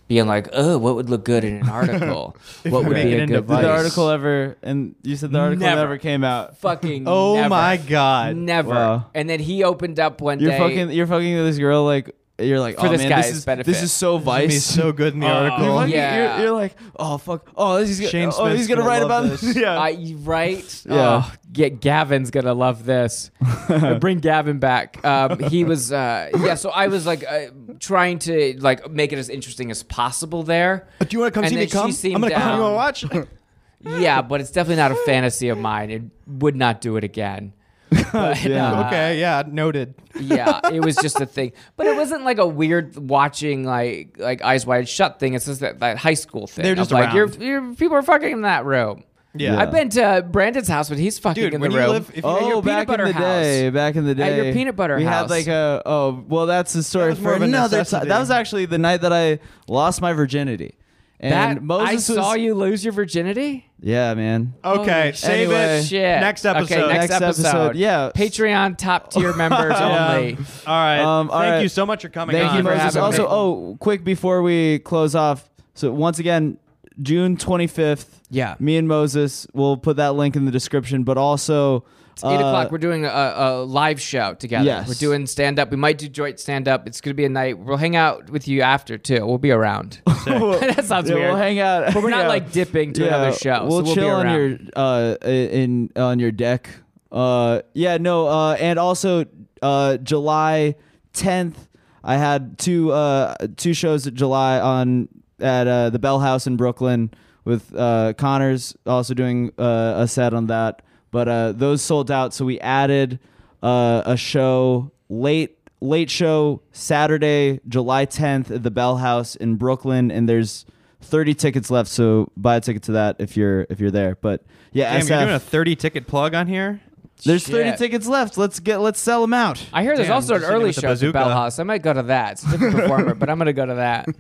S3: Being like, oh, what would look good
S1: <laughs>
S3: in an article? what would
S1: we
S3: be
S1: make
S3: a
S1: it into
S3: good
S2: Did
S1: Vice.
S2: the
S3: vice?
S2: article ever? And you said the article
S3: Never.
S2: never, came out.
S3: fucking
S1: Oh
S3: never.
S1: my God.
S3: Never.
S2: Wow.
S3: And then he opened up one
S2: You're
S3: day.
S2: fucking. You're fucking this girl like you're like,
S3: For
S2: oh
S3: this
S2: man,
S3: guy's
S2: this is
S3: benefit. Oh.
S2: this is so
S1: He's
S2: vice.
S1: so good
S3: <laughs>
S1: in the
S2: You're,
S1: article.
S2: like-
S3: Yeah.
S2: you're- you're like, oh fuck, oh this is gonna,
S1: Shane
S2: oh
S1: Smith's
S2: he's gonna,
S1: gonna
S2: write
S1: love
S2: about
S1: this.
S2: this. <laughs> yeah.
S3: Uh, you- right?
S2: <laughs> Yeah.
S3: Oh, yeah. Gavin's gonna
S2: <laughs>
S3: love this. Uh, Bring Gavin back. Um, he was. Uh, yeah. So I was like uh, trying to like make it as interesting as possible there.
S6: Do you want to come
S3: And
S6: see me
S3: then she
S6: come?
S3: seemed
S6: I'm gonna come. You
S3: down.
S6: want to watch?
S3: <laughs> Yeah, but it's definitely not a fantasy of mine. It would not do
S1: <laughs>
S3: it again. But, uh,
S1: okay, yeah, noted.
S3: yeah, it was just a thing, but it wasn't like a weird watching like like eyes wide shut thing. It's just that, that high school thing.
S1: They're
S3: of,
S1: just
S3: like
S1: around.
S3: You're, you're, people are fucking in that room.
S1: Yeah.
S3: I've been to Brandon's house, but he's fucking
S1: Dude,
S3: in
S1: when
S3: the
S1: you
S3: room.
S1: live, if you
S2: Oh,
S1: your peanut
S2: back in
S1: butter
S2: the
S1: house.
S2: day, back in the day,
S3: At your peanut butter
S2: we
S3: house.
S2: had like a oh well, that's the story
S1: was
S2: for
S1: more of a
S2: another
S1: necessity.
S2: time. That was actually the night that I lost my virginity, and
S3: that
S2: Moses
S3: I saw
S2: was,
S3: you lose your virginity.
S2: Yeah, man.
S1: Okay,
S3: Holy
S1: save
S2: anyway.
S1: it.
S3: Shit.
S1: Next
S3: Okay,
S1: episode.
S3: next,
S2: Next
S3: episode.
S2: episode, yeah.
S3: Patreon
S1: <laughs>
S3: top tier members
S1: Yeah.
S3: only.
S1: All right.
S2: Um, all
S1: Thank
S2: right.
S1: you so much for coming
S2: Thank
S1: on.
S2: you,
S3: for
S2: Moses.
S3: having
S2: Also,
S3: me.
S2: oh, quick before we close off. So once again, June 25th.
S3: Yeah.
S2: Me and Moses. We'll put that link in the description, but also
S3: Eight
S2: uh,
S3: o'clock. We're doing a, a live show together.
S2: Yes.
S3: We're doing stand up. We might do joint stand up. It's gonna be a night. We'll hang out with you after too. We'll
S2: <laughs>
S3: be around.
S2: uh,
S3: that <laughs> sounds
S2: yeah,
S3: weird.
S2: we'll hang out.
S3: but we're
S2: <laughs>
S3: not
S2: Yeah.
S3: like dipping to another show.
S2: We'll
S3: so we'll
S2: chill
S3: be
S2: on
S3: around.
S2: your uh in on your deck. Uh yeah, no, uh and also uh July 10th I had two uh two shows at July on at uh, the Bell House in Brooklyn with uh Connors also doing uh, a set on that. But uh those sold out so we added uh a show late late show Saturday, July 10th at the Bell House in Brooklyn and there's 30 tickets left so buy a ticket to that if you're if you're there but yeah
S1: Damn,
S2: SF,
S1: you're doing a 30 ticket plug on here?
S2: there's 30
S3: Shit.
S2: tickets left let's get let's sell them out
S3: I hear there's
S1: Damn,
S3: also an
S1: just hit it
S3: early
S1: with the
S3: show at the Bell
S1: bazooka.
S3: House. I might go to that. It's a
S2: <laughs>
S3: different performer, but I'm gonna go to that.
S1: And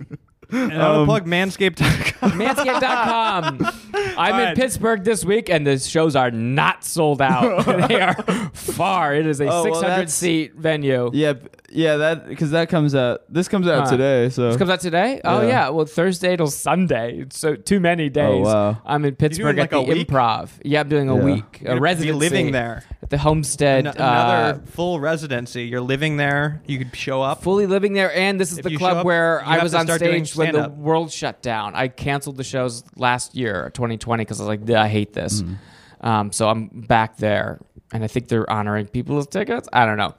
S1: I'm
S2: Um,
S1: going to plug manscaped.com.
S3: Manscaped.com.
S2: <laughs>
S3: I'm in
S1: right.
S3: Pittsburgh this week, and the shows are not
S2: <laughs>
S3: sold out. they are far. It is a
S2: Oh, well,
S3: 600
S2: that's-
S3: seat venue.
S2: yeah b- yeah that because that comes out this comes out
S3: Huh.
S2: today so
S3: This comes out today. Oh yeah.
S2: Yeah. Oh,
S3: Well, Thursday till Sunday. It's so too many days.
S2: wow.
S3: I'm in Pittsburgh
S1: like,
S3: at
S1: a
S3: the
S1: week?
S3: Improv. Yeah, I'm doing a
S2: Yeah.
S3: week.
S1: You're
S3: a
S1: gonna be
S3: residency.
S1: living there.
S3: at the Homestead.
S1: An-
S3: uh,
S1: another full residency. You're living there. You could show up.
S3: fully living there and this is
S1: If
S3: the
S1: you
S3: club
S1: show up,
S3: where
S1: you
S3: i
S1: have
S3: was
S1: to
S3: on
S1: start doing
S3: stage when the
S1: stand-up.
S3: world shut down i canceled the shows last year 2020 because i was like "Duh, i hate this
S2: Mm.
S3: um, so i'm back there and i think they're honoring people's tickets
S1: <laughs>
S3: i don't know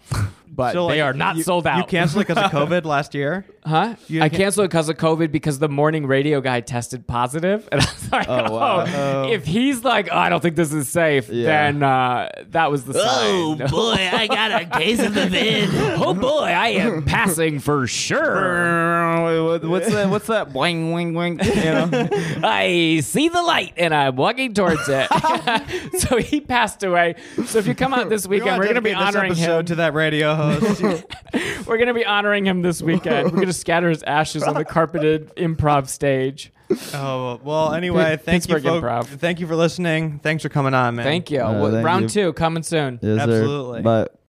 S3: but
S1: So,
S3: they
S1: like,
S3: are not
S1: you-
S3: sold out
S1: You canceled because
S3: <laughs>
S1: of COVID last year?
S3: huh
S1: you
S3: i
S1: can't-
S3: canceled because of covid because the morning radio guy tested positive and <laughs> i was like oh,
S2: wow.
S3: if he's like oh, i don't think this is safe
S2: Yeah.
S3: then uh, that was the sign
S7: Oh, boy, I got a case
S3: <laughs>
S7: of the vid.
S3: oh boy i am passing for sure
S1: <laughs>
S2: What- what's that what's that boing wing wing you know
S3: I see the light and I'm walking towards it. <laughs> so he passed away. So if you come out this weekend,
S1: wanna
S3: we're going to be
S1: dedicate this
S3: honoring
S1: episode
S3: him.
S1: to that radio host.
S3: <laughs> we're going to be honoring him this weekend. We're going to scatter his ashes
S1: <laughs>
S3: on the carpeted improv stage.
S1: oh, well, anyway,
S3: Pit-
S1: thank you,
S3: Pittsburgh
S1: folk,
S3: Improv.
S1: thank you for listening. Thanks for coming on, man.
S3: Thank you.
S2: Uh, thank
S3: Round
S2: you.
S3: two coming soon.
S2: Yes, sir.
S1: Absolutely.
S2: but